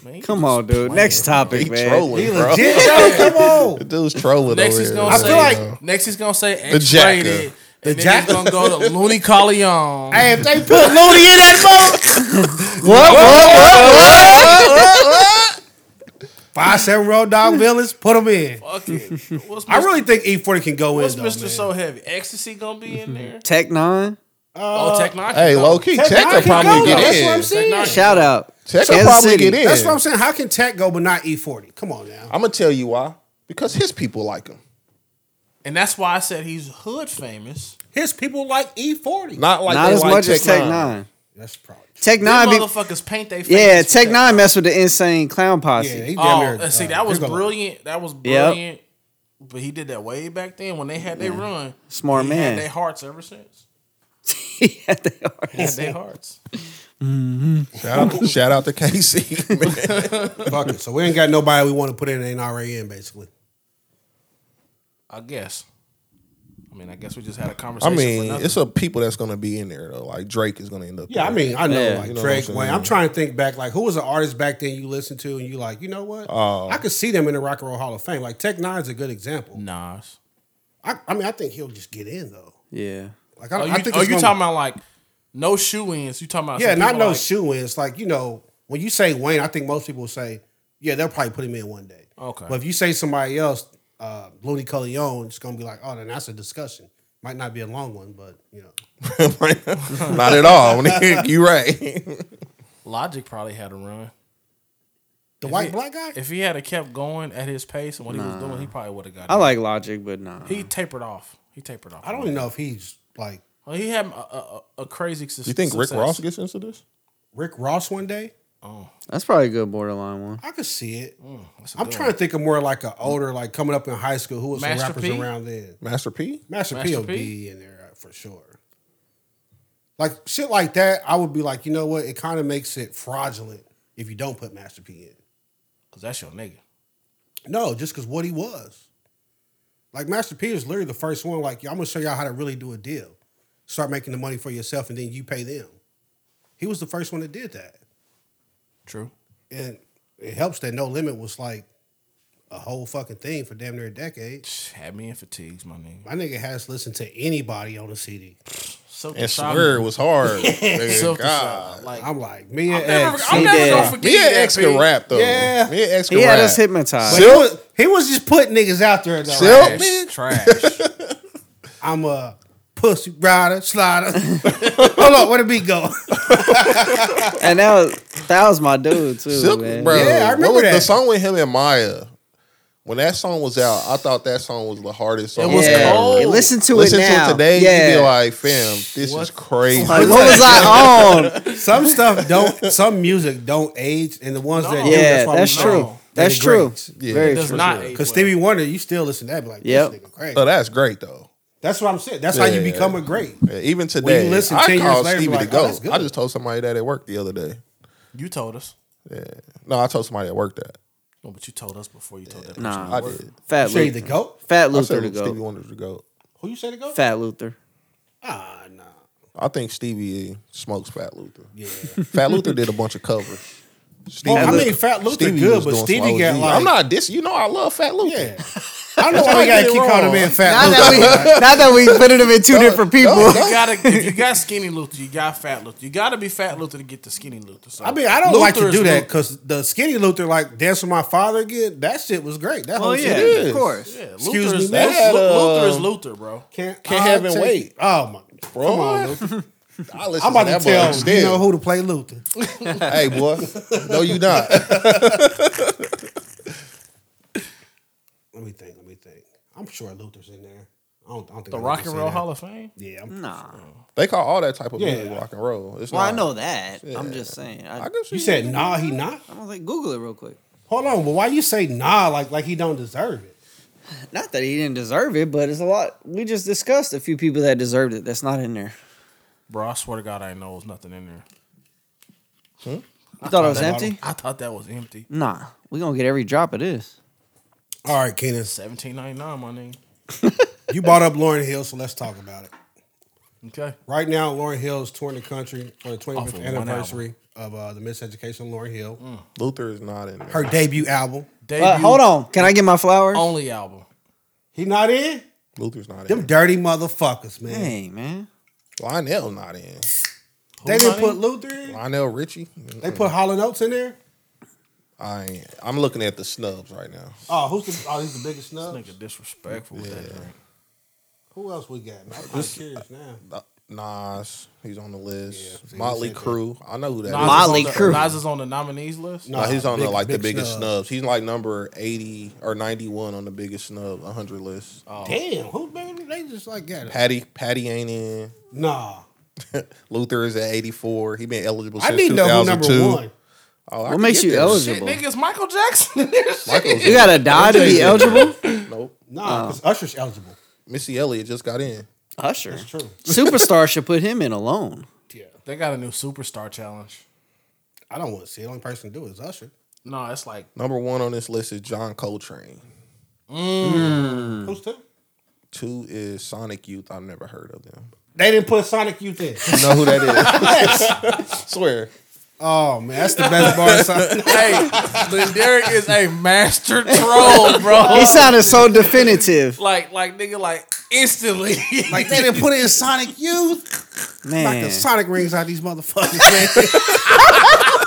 [SPEAKER 1] Man,
[SPEAKER 2] [laughs]
[SPEAKER 1] he
[SPEAKER 2] [laughs] Come
[SPEAKER 1] was
[SPEAKER 2] on, dude.
[SPEAKER 1] playing.
[SPEAKER 2] Next topic,
[SPEAKER 4] He
[SPEAKER 2] man.
[SPEAKER 4] trolling,
[SPEAKER 3] Be
[SPEAKER 4] bro.
[SPEAKER 3] legit. yo, come
[SPEAKER 4] The
[SPEAKER 3] on.
[SPEAKER 4] dude's trolling
[SPEAKER 1] Next
[SPEAKER 4] over
[SPEAKER 1] is
[SPEAKER 4] here.
[SPEAKER 1] gonna
[SPEAKER 4] I
[SPEAKER 1] say.
[SPEAKER 4] feel like
[SPEAKER 1] next is gonna say
[SPEAKER 4] The
[SPEAKER 1] X
[SPEAKER 4] Jacka.
[SPEAKER 1] rated. And
[SPEAKER 3] The
[SPEAKER 1] then he's
[SPEAKER 3] Jacka.
[SPEAKER 1] gonna go to Looney Collion.
[SPEAKER 3] Hey, if they put Looney in that boat, five seven road dog villains, put him in.
[SPEAKER 1] Fuck it. What's
[SPEAKER 3] I
[SPEAKER 1] Mr.
[SPEAKER 3] really think E40 can go
[SPEAKER 1] what's
[SPEAKER 3] in. Though,
[SPEAKER 1] Mr.
[SPEAKER 3] man.
[SPEAKER 1] So Heavy? Ecstasy gonna be in there?
[SPEAKER 2] Tech Nine.
[SPEAKER 1] oh, Tech Nine.
[SPEAKER 4] hey,
[SPEAKER 1] No.
[SPEAKER 4] low key,
[SPEAKER 3] Tech
[SPEAKER 4] Tech
[SPEAKER 3] Nine can
[SPEAKER 4] will
[SPEAKER 3] go,
[SPEAKER 4] probably
[SPEAKER 3] though.
[SPEAKER 4] get
[SPEAKER 3] That's what
[SPEAKER 4] in.
[SPEAKER 3] I'm saying.
[SPEAKER 1] Nine.
[SPEAKER 2] Shout out.
[SPEAKER 4] Tech will
[SPEAKER 2] Kansas
[SPEAKER 4] probably
[SPEAKER 2] City.
[SPEAKER 4] get in.
[SPEAKER 3] That's what I'm saying. How can Tech go but not E40? Come on now.
[SPEAKER 4] I'm gonna tell you why. Because his people like him.
[SPEAKER 1] And that's why I said he's hood famous.
[SPEAKER 3] His people like E40.
[SPEAKER 4] Not like
[SPEAKER 2] Not
[SPEAKER 4] they
[SPEAKER 2] as
[SPEAKER 4] like
[SPEAKER 2] much
[SPEAKER 4] Tech
[SPEAKER 2] as Tech
[SPEAKER 4] Nine.
[SPEAKER 2] Nine.
[SPEAKER 3] That's probably. True.
[SPEAKER 2] Tech
[SPEAKER 1] Them
[SPEAKER 2] Nine. Be,
[SPEAKER 1] motherfuckers paint they face.
[SPEAKER 2] yeah,
[SPEAKER 1] with
[SPEAKER 2] Tech
[SPEAKER 1] that.
[SPEAKER 2] Nine messed with the insane clown posse.
[SPEAKER 3] Yeah, he damn
[SPEAKER 1] Oh,
[SPEAKER 3] near,
[SPEAKER 1] and see,
[SPEAKER 3] uh,
[SPEAKER 1] that was
[SPEAKER 3] here go.
[SPEAKER 1] brilliant. That was brilliant. But he did that way back then when they had their run.
[SPEAKER 2] Smart
[SPEAKER 1] he
[SPEAKER 2] man.
[SPEAKER 1] Had their hearts ever since.
[SPEAKER 2] [laughs] Yeah, they are.
[SPEAKER 1] He had their hearts.
[SPEAKER 4] Shout out, to, shout out to [laughs] KC. man.
[SPEAKER 3] Fuck it. So we ain't got nobody we want to put in that ain't already in, basically.
[SPEAKER 1] I guess. I mean, I guess we just had a
[SPEAKER 4] I
[SPEAKER 1] conversation. for
[SPEAKER 4] mean,
[SPEAKER 1] nothing.
[SPEAKER 4] it's a people that's gonna be in there though. Like Drake is gonna end up.
[SPEAKER 3] Yeah, I
[SPEAKER 4] there.
[SPEAKER 3] mean,
[SPEAKER 4] [laughs]
[SPEAKER 3] I know
[SPEAKER 2] Yeah.
[SPEAKER 3] like
[SPEAKER 4] You know what I'm
[SPEAKER 3] Drake
[SPEAKER 4] saying?
[SPEAKER 3] Wayne. I'm trying to think back, like who was an artist back then you listened to and you like, you know what?
[SPEAKER 4] Oh.
[SPEAKER 3] I could see them in the Rock and Roll Hall of Fame. Like Tech Nine's a good example.
[SPEAKER 1] Nas.
[SPEAKER 3] I, I mean, I think he'll just get in though.
[SPEAKER 2] Yeah.
[SPEAKER 3] Like I,
[SPEAKER 1] Are
[SPEAKER 3] don't
[SPEAKER 1] Oh, you,
[SPEAKER 3] I think.
[SPEAKER 1] are
[SPEAKER 3] it's
[SPEAKER 1] you
[SPEAKER 3] gonna-
[SPEAKER 1] talking about like no shoe ins? You talking about
[SPEAKER 3] Yeah,
[SPEAKER 1] some
[SPEAKER 3] not
[SPEAKER 1] people
[SPEAKER 3] no
[SPEAKER 1] like,
[SPEAKER 3] shoe in. It's like you know when you say Wayne, I think most people say, yeah, they'll probably put him in one day.
[SPEAKER 1] Okay.
[SPEAKER 3] But if you say somebody else, uh, Looney Cullion, it's gonna be like, oh, then that's a discussion. Might not be a long one, but you know.
[SPEAKER 4] not at all. [laughs] you right.
[SPEAKER 1] Logic probably had a run.
[SPEAKER 3] The white
[SPEAKER 1] he-
[SPEAKER 3] black guy?
[SPEAKER 1] If he had kept going at his pace and what he was doing, he probably would have got.
[SPEAKER 2] I
[SPEAKER 1] it.
[SPEAKER 2] like Logic, but nah.
[SPEAKER 1] He tapered off. He tapered off.
[SPEAKER 3] I don't even know if he's like
[SPEAKER 1] Well, he had a, a, a- a crazy. Su-
[SPEAKER 4] You think Rick
[SPEAKER 1] success. Oh,
[SPEAKER 4] Ross gets into this?
[SPEAKER 3] Rick Ross one day.
[SPEAKER 2] That's probably a good borderline one.
[SPEAKER 3] I could see it.
[SPEAKER 1] mm, That's a
[SPEAKER 3] I'm
[SPEAKER 1] good
[SPEAKER 3] trying to think of more like an older, like coming up in high school. Who was some
[SPEAKER 1] Master
[SPEAKER 3] rappers
[SPEAKER 1] P?
[SPEAKER 3] around then?
[SPEAKER 4] Master P?
[SPEAKER 3] Master, P
[SPEAKER 1] Master
[SPEAKER 3] will
[SPEAKER 1] P?
[SPEAKER 3] be in there uh, for sure. Like shit like that, I would be like, you know what? It kind of makes it fraudulent if you don't put Master P in.
[SPEAKER 1] because that's your nigga.
[SPEAKER 3] No, just because what he was. Like Master P is literally the first one. Like I'm gonna show y'all how to really do a deal. Start making the money for yourself, and then you pay them. He was the first one that did that.
[SPEAKER 1] True.
[SPEAKER 3] and it helps that No Limit was like a whole fucking thing for damn near a decade.
[SPEAKER 1] Psh, Had me in fatigues, my nigga.
[SPEAKER 3] My nigga has listened to anybody on the CD.
[SPEAKER 1] Silk the
[SPEAKER 4] And
[SPEAKER 1] Shock-
[SPEAKER 4] swear it was hard. Nigga,
[SPEAKER 1] Silk the
[SPEAKER 4] God.
[SPEAKER 1] Shock, Like
[SPEAKER 3] I'm like, me and
[SPEAKER 1] I'm never,
[SPEAKER 3] X.
[SPEAKER 1] I'm
[SPEAKER 2] he
[SPEAKER 1] never
[SPEAKER 2] did.
[SPEAKER 1] gonna forget
[SPEAKER 4] Me and
[SPEAKER 1] that,
[SPEAKER 4] X
[SPEAKER 1] P.
[SPEAKER 4] can rap though.
[SPEAKER 3] Yeah.
[SPEAKER 4] Me and X can
[SPEAKER 2] He had
[SPEAKER 4] rap.
[SPEAKER 2] us hypnotized.
[SPEAKER 3] But he, was, he was just putting niggas out there. Though,
[SPEAKER 4] Silk?
[SPEAKER 3] Like,
[SPEAKER 1] Trash.
[SPEAKER 3] "Man, [laughs]
[SPEAKER 1] Trash.
[SPEAKER 3] I'm a pussy rider, slider. [laughs] Hold on, where the beat go?
[SPEAKER 2] and that was that was my dude too,
[SPEAKER 4] Silk,
[SPEAKER 2] man.
[SPEAKER 4] bro.
[SPEAKER 3] Yeah, I remember
[SPEAKER 4] what was
[SPEAKER 3] that.
[SPEAKER 4] the song with him and Maya? When that song was out, I thought that song was the hardest song.
[SPEAKER 1] It was
[SPEAKER 4] I ever
[SPEAKER 2] yeah.
[SPEAKER 1] cold.
[SPEAKER 4] heard.
[SPEAKER 2] Hey, Listen to
[SPEAKER 4] Listen
[SPEAKER 2] it
[SPEAKER 4] to
[SPEAKER 2] now.
[SPEAKER 4] it today,
[SPEAKER 2] yeah.
[SPEAKER 4] you'd be like, fam, this is crazy.
[SPEAKER 2] Like, what was
[SPEAKER 4] [laughs]
[SPEAKER 2] I on?
[SPEAKER 3] Some stuff don't. Some music don't age, and the ones that
[SPEAKER 1] No.
[SPEAKER 3] do,
[SPEAKER 2] yeah,
[SPEAKER 3] that's, why we
[SPEAKER 2] that's
[SPEAKER 3] know
[SPEAKER 2] true.
[SPEAKER 1] No.
[SPEAKER 3] they're
[SPEAKER 2] That's true.
[SPEAKER 3] greats.
[SPEAKER 4] Yeah.
[SPEAKER 2] Very
[SPEAKER 4] It
[SPEAKER 1] does
[SPEAKER 2] true.
[SPEAKER 1] not age
[SPEAKER 3] Cause
[SPEAKER 1] well.
[SPEAKER 3] Stevie Wonder, you still listen to that, be like, this
[SPEAKER 2] Yep.
[SPEAKER 3] nigga crazy.
[SPEAKER 4] Oh, that's great though.
[SPEAKER 3] That's what I'm saying. That's how
[SPEAKER 4] Yeah.
[SPEAKER 3] you become a great.
[SPEAKER 4] Yeah, Even today,
[SPEAKER 3] listen
[SPEAKER 4] I
[SPEAKER 3] 10 years
[SPEAKER 4] called
[SPEAKER 3] later,
[SPEAKER 4] Stevie
[SPEAKER 3] like,
[SPEAKER 4] to
[SPEAKER 3] oh,
[SPEAKER 4] go.
[SPEAKER 3] that's good.
[SPEAKER 4] I just told somebody that at work the other day.
[SPEAKER 1] you told us.
[SPEAKER 4] Yeah. No, I told somebody at work that.
[SPEAKER 1] No, but you told us before you told that.
[SPEAKER 2] Nah.
[SPEAKER 4] I did.
[SPEAKER 2] Fat
[SPEAKER 3] You say
[SPEAKER 2] Luther.
[SPEAKER 3] the goat?
[SPEAKER 2] Fat
[SPEAKER 4] I said
[SPEAKER 2] Luther to
[SPEAKER 4] Stevie
[SPEAKER 2] go.
[SPEAKER 4] Wonder's the goat.
[SPEAKER 3] Who you say the goat?
[SPEAKER 2] Fat Luther.
[SPEAKER 3] Ah, nah.
[SPEAKER 4] I think Stevie smokes Fat Luther.
[SPEAKER 3] Yeah.
[SPEAKER 4] Fat Luther did a bunch of covers. Stevie,
[SPEAKER 3] Well, I
[SPEAKER 2] Luther-
[SPEAKER 3] mean, Fat Luther
[SPEAKER 4] Stevie
[SPEAKER 3] good,
[SPEAKER 4] was
[SPEAKER 3] but
[SPEAKER 4] doing
[SPEAKER 3] Stevie
[SPEAKER 4] Slow
[SPEAKER 3] got
[SPEAKER 4] G.
[SPEAKER 3] like.
[SPEAKER 4] I'm not dissing. You know, I love Fat Luther.
[SPEAKER 3] Yeah. I don't know why we
[SPEAKER 4] I
[SPEAKER 3] gotta
[SPEAKER 4] get
[SPEAKER 3] keep calling
[SPEAKER 4] wrong.
[SPEAKER 3] him in
[SPEAKER 2] Now
[SPEAKER 3] Fat Luther.
[SPEAKER 2] that we [laughs] now that we put them in two different people.
[SPEAKER 1] You gotta
[SPEAKER 4] [laughs]
[SPEAKER 1] if you got skinny Luther, you got fat Luther. You gotta be fat Luther to get the skinny Luther. So
[SPEAKER 3] I mean, I don't like to
[SPEAKER 1] Luther
[SPEAKER 3] do
[SPEAKER 1] is
[SPEAKER 3] that
[SPEAKER 1] Luther.
[SPEAKER 3] because the skinny Luther, like Dance with My Father again, that shit was great. That whole shit.
[SPEAKER 4] is. of
[SPEAKER 2] Oh, course.
[SPEAKER 1] Yeah, Luther
[SPEAKER 3] Excuse
[SPEAKER 1] is,
[SPEAKER 3] me, Um,
[SPEAKER 1] Luther,
[SPEAKER 4] man.
[SPEAKER 1] Luther is Luther, bro.
[SPEAKER 3] Can't,
[SPEAKER 4] Can't
[SPEAKER 3] I
[SPEAKER 4] have it
[SPEAKER 3] take-
[SPEAKER 4] wait.
[SPEAKER 3] Oh my.
[SPEAKER 4] Bro,
[SPEAKER 3] Come on, Luther.
[SPEAKER 4] [laughs] I listen
[SPEAKER 3] I'm about
[SPEAKER 4] that
[SPEAKER 3] to
[SPEAKER 4] boy
[SPEAKER 3] tell him, you know
[SPEAKER 4] still.
[SPEAKER 3] who to play Luther.
[SPEAKER 4] [laughs] hey, boy. No, you not. [laughs]
[SPEAKER 3] Let me think. Let me think. I'm sure Luther's in there. I don't, I don't think
[SPEAKER 1] The
[SPEAKER 3] I need
[SPEAKER 1] Rock
[SPEAKER 3] to
[SPEAKER 1] and
[SPEAKER 3] say
[SPEAKER 1] Roll
[SPEAKER 3] that.
[SPEAKER 1] Hall of Fame.
[SPEAKER 3] Yeah, I'm,
[SPEAKER 2] Nah.
[SPEAKER 4] They call all that type of
[SPEAKER 3] Yeah.
[SPEAKER 4] music rock and roll. It's
[SPEAKER 2] Well, I
[SPEAKER 4] not-
[SPEAKER 2] know that. I'm
[SPEAKER 4] Yeah.
[SPEAKER 2] just saying. I,
[SPEAKER 4] I can see
[SPEAKER 3] you said nah, he not.
[SPEAKER 2] I'm gonna like Google it real quick.
[SPEAKER 3] Hold on, but why you say nah like like he don't deserve it?
[SPEAKER 2] Not that he didn't deserve it, but it's a lot. We just discussed a few people that deserved it. That's not in there.
[SPEAKER 1] Bro, I swear to God, I know there's nothing in there.
[SPEAKER 2] You thought it was empty?
[SPEAKER 1] I thought that was empty.
[SPEAKER 2] Nah. We gonna get every drop of this.
[SPEAKER 3] All right, Kenan,
[SPEAKER 1] Seventeen ninety nine, my nigga.
[SPEAKER 3] you brought up Lauren Hill, so let's talk about it.
[SPEAKER 1] Okay.
[SPEAKER 3] Right now, Lauren Hill is touring the country for the 25th
[SPEAKER 1] Off of one Mm.
[SPEAKER 3] anniversary of uh, the Miseducation of Lauren Hill.
[SPEAKER 4] Luther is not in there.
[SPEAKER 3] Her debut album.
[SPEAKER 1] Debut
[SPEAKER 2] Uh, hold on. Can I get my flowers?
[SPEAKER 1] Only album.
[SPEAKER 3] He not in?
[SPEAKER 4] Luther's not
[SPEAKER 3] Them
[SPEAKER 4] in.
[SPEAKER 3] dirty motherfuckers, man.
[SPEAKER 2] Dang, man.
[SPEAKER 4] Lionel's not in.
[SPEAKER 3] They
[SPEAKER 1] Who
[SPEAKER 3] didn't
[SPEAKER 1] not
[SPEAKER 3] put
[SPEAKER 1] in?
[SPEAKER 3] Luther in.
[SPEAKER 4] Lionel Richie. Mm,
[SPEAKER 3] They put Hollow Notes in there.
[SPEAKER 4] I ain't. I'm looking at the snubs right now.
[SPEAKER 3] Oh, who's the? Oh, he's the biggest snub.
[SPEAKER 1] Nigga disrespectful with that drink.
[SPEAKER 3] Who else we got? Man? I'm kinda curious now.
[SPEAKER 4] Uh, Nas, he's on the
[SPEAKER 3] Yeah,
[SPEAKER 4] list.
[SPEAKER 3] see,
[SPEAKER 4] Motley
[SPEAKER 3] he said that.
[SPEAKER 4] Crue, I know who that is.
[SPEAKER 1] Nas is
[SPEAKER 2] Motley
[SPEAKER 1] on the-
[SPEAKER 2] Crue.
[SPEAKER 1] Nas is on the nominees list.
[SPEAKER 3] No.
[SPEAKER 4] Nah, he's on the
[SPEAKER 3] Big-
[SPEAKER 4] like the
[SPEAKER 3] big
[SPEAKER 4] biggest
[SPEAKER 3] snub.
[SPEAKER 4] snubs. He's like number eighty or ninety one on the biggest snub hundred list.
[SPEAKER 3] Damn, who? Man, they just like got it.
[SPEAKER 4] Patty, Patty ain't in.
[SPEAKER 3] Nah,
[SPEAKER 4] Luther is at eighty four. He been eligible
[SPEAKER 3] I
[SPEAKER 4] since
[SPEAKER 3] need to
[SPEAKER 4] two
[SPEAKER 3] know who
[SPEAKER 4] thousand
[SPEAKER 3] number
[SPEAKER 4] two. Oh,
[SPEAKER 3] one.
[SPEAKER 2] What makes you
[SPEAKER 1] Shit,
[SPEAKER 2] eligible?
[SPEAKER 1] nigga, it's Michael Jackson.
[SPEAKER 4] [laughs]
[SPEAKER 2] You gotta die to be eligible?
[SPEAKER 4] Nope.
[SPEAKER 1] Uh.
[SPEAKER 3] Nah, because Usher's eligible.
[SPEAKER 4] Missy Elliott just got in.
[SPEAKER 2] Usher.
[SPEAKER 3] That's true.
[SPEAKER 2] Superstar should put him in alone.
[SPEAKER 3] Yeah,
[SPEAKER 1] they got a new superstar challenge.
[SPEAKER 3] I don't want to see. it. The only person to do it is Usher.
[SPEAKER 1] No, it's like Hmm.
[SPEAKER 4] Number one on this list is John Coltrane.
[SPEAKER 3] Who's two?
[SPEAKER 4] two is Sonic Youth. I've never heard of them.
[SPEAKER 3] They didn't put Sonic Youth
[SPEAKER 4] [laughs]
[SPEAKER 3] in.
[SPEAKER 4] You know
[SPEAKER 3] [laughs]
[SPEAKER 4] who that is? Swear.
[SPEAKER 3] Oh man, that's the best bar. in Sonic.
[SPEAKER 1] hey, but Derek is a master troll, bro.
[SPEAKER 2] He sounded so definitive,
[SPEAKER 1] Like, like nigga, like instantly.
[SPEAKER 3] Like they didn't put it in Sonic Youth. Like
[SPEAKER 2] man.
[SPEAKER 3] the Sonic rings out these motherfuckers. Man.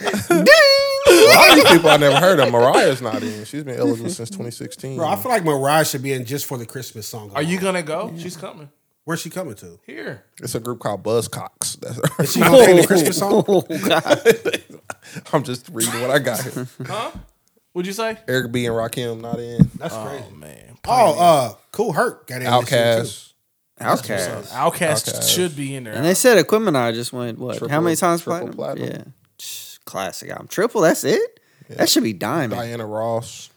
[SPEAKER 4] A lot of these people I never heard of. Mariah's not in. She's been eligible since 2016.
[SPEAKER 3] Bro, I feel like Mariah should be in just for the Christmas song.
[SPEAKER 1] [laughs] Are you gonna go? She's coming
[SPEAKER 3] Where's she coming to?
[SPEAKER 1] here.
[SPEAKER 4] it's a group called Buzzcocks. That's
[SPEAKER 3] She gonna sing the Christmas song?
[SPEAKER 2] [laughs] Oh, God.
[SPEAKER 4] [laughs] I'm just reading what I got here.
[SPEAKER 1] Huh? Would you say?
[SPEAKER 4] Eric B and Rakim not in.
[SPEAKER 3] That's crazy.
[SPEAKER 1] Oh man,
[SPEAKER 3] Oh, uh, Cool Hurt got in this year, too.
[SPEAKER 4] Outcast.
[SPEAKER 2] Outcast.
[SPEAKER 1] Outcast,
[SPEAKER 4] Outkast.
[SPEAKER 1] should be in there.
[SPEAKER 2] And they said Equipment I just went what? how
[SPEAKER 4] Triple-
[SPEAKER 2] many times
[SPEAKER 4] triple
[SPEAKER 2] platinum?
[SPEAKER 4] platinum.
[SPEAKER 2] Yeah, Tch, classic album. Triple. That's it. That should be diamond.
[SPEAKER 4] Diana Ross.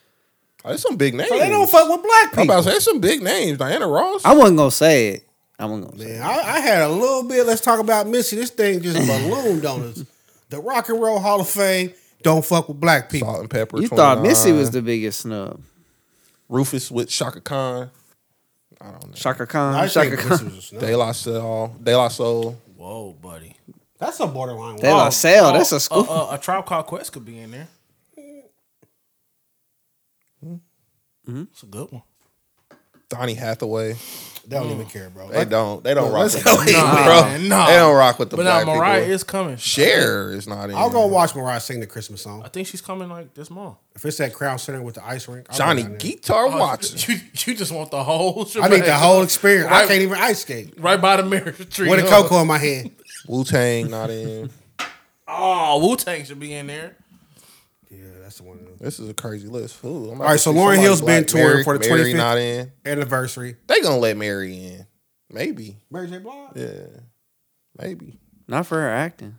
[SPEAKER 4] Oh, There's some big names.
[SPEAKER 3] So they don't fuck with black
[SPEAKER 4] I'm
[SPEAKER 3] people.
[SPEAKER 4] about to say there's some big names. Diana Ross.
[SPEAKER 2] I wasn't gonna say it. I wasn't gonna say.
[SPEAKER 3] Man, I, I had a little bit. Let's talk about Missy. This thing
[SPEAKER 4] [clears throat]
[SPEAKER 3] just ballooned on us. The Rock and Roll Hall of Fame don't fuck with black people.
[SPEAKER 4] Salt and Pepper.
[SPEAKER 2] It. You thought
[SPEAKER 4] 29.
[SPEAKER 2] Missy was the biggest snub.
[SPEAKER 4] Rufus with Shaka Khan. I don't know.
[SPEAKER 2] Shaka
[SPEAKER 3] I
[SPEAKER 2] Khan.
[SPEAKER 3] think
[SPEAKER 2] Shaka
[SPEAKER 3] Missy
[SPEAKER 2] Khan.
[SPEAKER 4] [laughs]
[SPEAKER 3] was a snub.
[SPEAKER 4] De La Soul. De La Soul.
[SPEAKER 1] Whoa, buddy.
[SPEAKER 3] That's a borderline.
[SPEAKER 2] They
[SPEAKER 3] one.
[SPEAKER 2] La Salle. That's a school.
[SPEAKER 1] Uh, uh, a tribe called Quest could be in there. It's a good one.
[SPEAKER 4] Donnie Hathaway.
[SPEAKER 3] They don't even care, bro.
[SPEAKER 4] They don't. They don't rock
[SPEAKER 3] let's
[SPEAKER 4] with
[SPEAKER 3] go
[SPEAKER 4] the
[SPEAKER 3] ahead,
[SPEAKER 4] bro.
[SPEAKER 1] man, nah.
[SPEAKER 4] They don't rock with the
[SPEAKER 1] But now
[SPEAKER 4] black
[SPEAKER 1] Mariah
[SPEAKER 4] people.
[SPEAKER 1] is coming.
[SPEAKER 4] Cher is not in.
[SPEAKER 3] I'll go watch Mariah sing the Christmas song.
[SPEAKER 1] I think she's coming like this month.
[SPEAKER 3] If it's at Crown Center with the ice rink, I'll go
[SPEAKER 4] Johnny
[SPEAKER 3] down there.
[SPEAKER 4] Guitar Watson.
[SPEAKER 3] [laughs]
[SPEAKER 1] [laughs] You, you just want the whole.
[SPEAKER 3] I need the whole experience. I
[SPEAKER 1] Right-
[SPEAKER 3] can't even ice
[SPEAKER 4] [laughs]
[SPEAKER 3] skate
[SPEAKER 1] right by the marriage [laughs] tree.
[SPEAKER 3] with a
[SPEAKER 1] huh?
[SPEAKER 3] cocoa in my hand.
[SPEAKER 4] Wu Tang not in.
[SPEAKER 1] Oh, Wu Tang should be in there.
[SPEAKER 3] Yeah, that's the one.
[SPEAKER 4] This is a crazy list. Ooh, I'm about
[SPEAKER 3] All right,
[SPEAKER 4] to
[SPEAKER 3] so
[SPEAKER 4] see
[SPEAKER 3] Lauryn
[SPEAKER 4] somebody
[SPEAKER 3] Hill's been
[SPEAKER 4] black.
[SPEAKER 3] touring
[SPEAKER 4] Mary-
[SPEAKER 3] for the
[SPEAKER 4] Mary
[SPEAKER 3] 25th.
[SPEAKER 4] not in.
[SPEAKER 3] Anniversary.
[SPEAKER 4] They gonna let Mary in. Maybe.
[SPEAKER 3] Mary J. Blige.
[SPEAKER 4] Yeah. Maybe.
[SPEAKER 2] Not for her acting.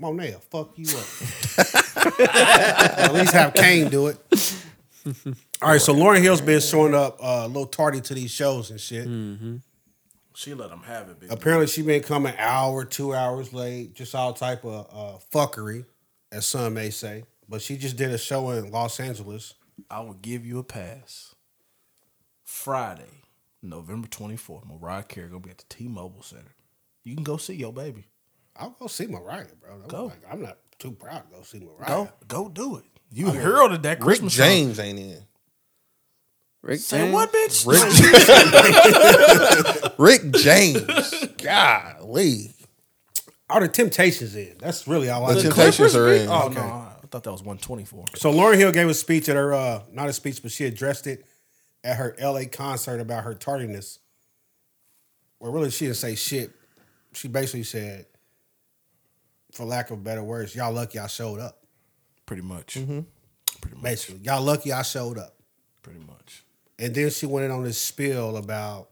[SPEAKER 3] Monet, fuck you up. [laughs] At least have Kane do it. All right, so Lauren Hill's been showing up uh, a little tardy to these shows and shit.
[SPEAKER 1] She let him have it, big.
[SPEAKER 3] Apparently, she been coming hour, two hours late, just all type of uh, fuckery, as some may say. But she just did a show in Los Angeles.
[SPEAKER 1] I will give you a pass. Friday, November 24th, Mariah Carey gonna be at the T-Mobile Center. You can go see your baby.
[SPEAKER 3] I'll go see Mariah, bro. I'm,
[SPEAKER 1] Go.
[SPEAKER 3] Like, I'm not too proud to go see Mariah.
[SPEAKER 1] Go, go do it. You heralded that
[SPEAKER 4] Rick
[SPEAKER 1] Christmas. song.
[SPEAKER 4] James ain't in.
[SPEAKER 2] Rick
[SPEAKER 1] Say
[SPEAKER 2] James.
[SPEAKER 1] what, bitch?
[SPEAKER 4] Rick
[SPEAKER 1] Like,
[SPEAKER 4] Rick James. Golly.
[SPEAKER 3] All the Temptations in. That's really all I
[SPEAKER 4] The
[SPEAKER 3] did.
[SPEAKER 4] Temptations are in.
[SPEAKER 1] oh no, I thought that was 124.
[SPEAKER 3] So Lauren Hill gave a speech at her uh not a speech, but she addressed it at her LA concert about her tardiness. Well, really, she didn't say shit. She basically said, for lack of better words, y'all lucky I showed up.
[SPEAKER 1] Pretty much. Pretty much.
[SPEAKER 3] Basically, y'all lucky I showed up.
[SPEAKER 1] Pretty much.
[SPEAKER 3] And then she went in on this spiel about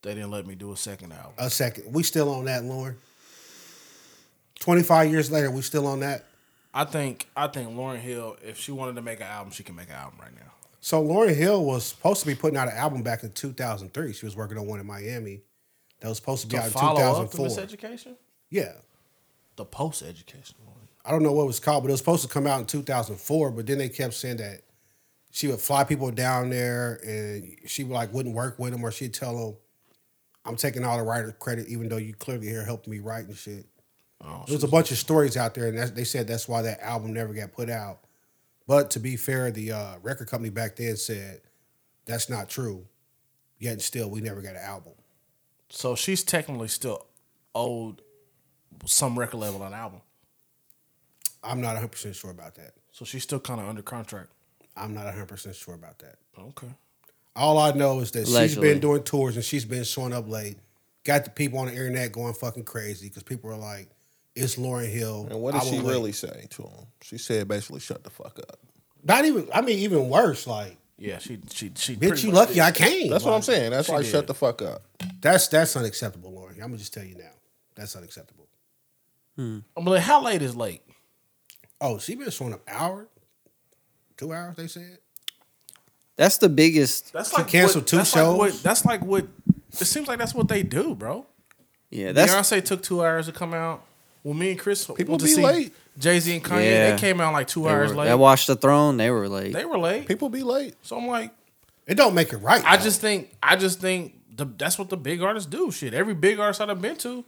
[SPEAKER 1] They didn't let me do a second album.
[SPEAKER 3] a second. We still on that, Lauren. Twenty five years later, we still on that.
[SPEAKER 1] I think I think Lauren Hill, if she wanted to make an album, she can make an album right now.
[SPEAKER 3] So Lauren Hill was supposed to be putting out an album back in two thousand three. She was working on one in Miami that was supposed to be
[SPEAKER 1] To
[SPEAKER 3] out in two
[SPEAKER 1] follow
[SPEAKER 3] thousand
[SPEAKER 1] up the
[SPEAKER 3] four.
[SPEAKER 1] miseducation,
[SPEAKER 3] Yeah.
[SPEAKER 1] the post education one.
[SPEAKER 3] I don't know what it was called, but it was supposed to come out in 2004. But then they kept saying that she would fly people down there, and she would, like wouldn't work with them, or she'd tell them, "I'm taking all the writer credit, even though you clearly here helped me write and shit."
[SPEAKER 1] Oh,
[SPEAKER 3] There's a bunch of stories out there, and that's, they said that's why that album never got put out. But to be fair, the uh, record company back then said that's not true. Yet and still, we never got an album.
[SPEAKER 1] So she's technically still owed some record label an album.
[SPEAKER 3] I'm not 100 percent sure about that.
[SPEAKER 1] So she's still kind of under contract.
[SPEAKER 3] I'm not 100 percent sure about that.
[SPEAKER 1] Okay.
[SPEAKER 3] All I know is that she's
[SPEAKER 2] Allegedly.
[SPEAKER 3] been doing tours and she's been showing up late. Got the people on the internet going fucking crazy because people are like, "It's Lauren Hill."
[SPEAKER 4] And what
[SPEAKER 3] I
[SPEAKER 4] did she
[SPEAKER 3] will wait."
[SPEAKER 4] really say to him? She said basically shut the fuck up.
[SPEAKER 3] Not even. I mean, even worse. Like,
[SPEAKER 1] Yeah, she she she. pretty
[SPEAKER 3] bitch, you
[SPEAKER 1] much
[SPEAKER 3] lucky
[SPEAKER 1] did.
[SPEAKER 3] I came.
[SPEAKER 4] That's what I'm saying. That's why
[SPEAKER 1] did.
[SPEAKER 4] shut the fuck up.
[SPEAKER 3] That's that's unacceptable, Lauren. I'm gonna just tell you now. That's unacceptable.
[SPEAKER 1] I'm like, how late is late?
[SPEAKER 3] Oh, she been showing up hour, two hours. They said.
[SPEAKER 2] That's the biggest.
[SPEAKER 1] That's
[SPEAKER 3] She canceled two
[SPEAKER 1] that's
[SPEAKER 3] shows?
[SPEAKER 1] Like what, that's like what. It seems like that's what they do, bro.
[SPEAKER 2] Yeah. That's
[SPEAKER 1] Beyonce took two hours to come out. Well, me and Chris
[SPEAKER 4] People
[SPEAKER 1] went to
[SPEAKER 4] be
[SPEAKER 1] see
[SPEAKER 4] late.
[SPEAKER 1] Jay Z and Kanye,
[SPEAKER 2] Yeah.
[SPEAKER 1] they came out like two
[SPEAKER 2] they
[SPEAKER 1] hours
[SPEAKER 2] were-
[SPEAKER 1] late.
[SPEAKER 2] That watched the throne. They were late.
[SPEAKER 1] they were late.
[SPEAKER 4] People be late.
[SPEAKER 1] So I'm like,
[SPEAKER 3] It don't make it right.
[SPEAKER 1] I
[SPEAKER 3] though.
[SPEAKER 1] just think I just think the, that's what the big artists do. Shit, every big artist I've been to,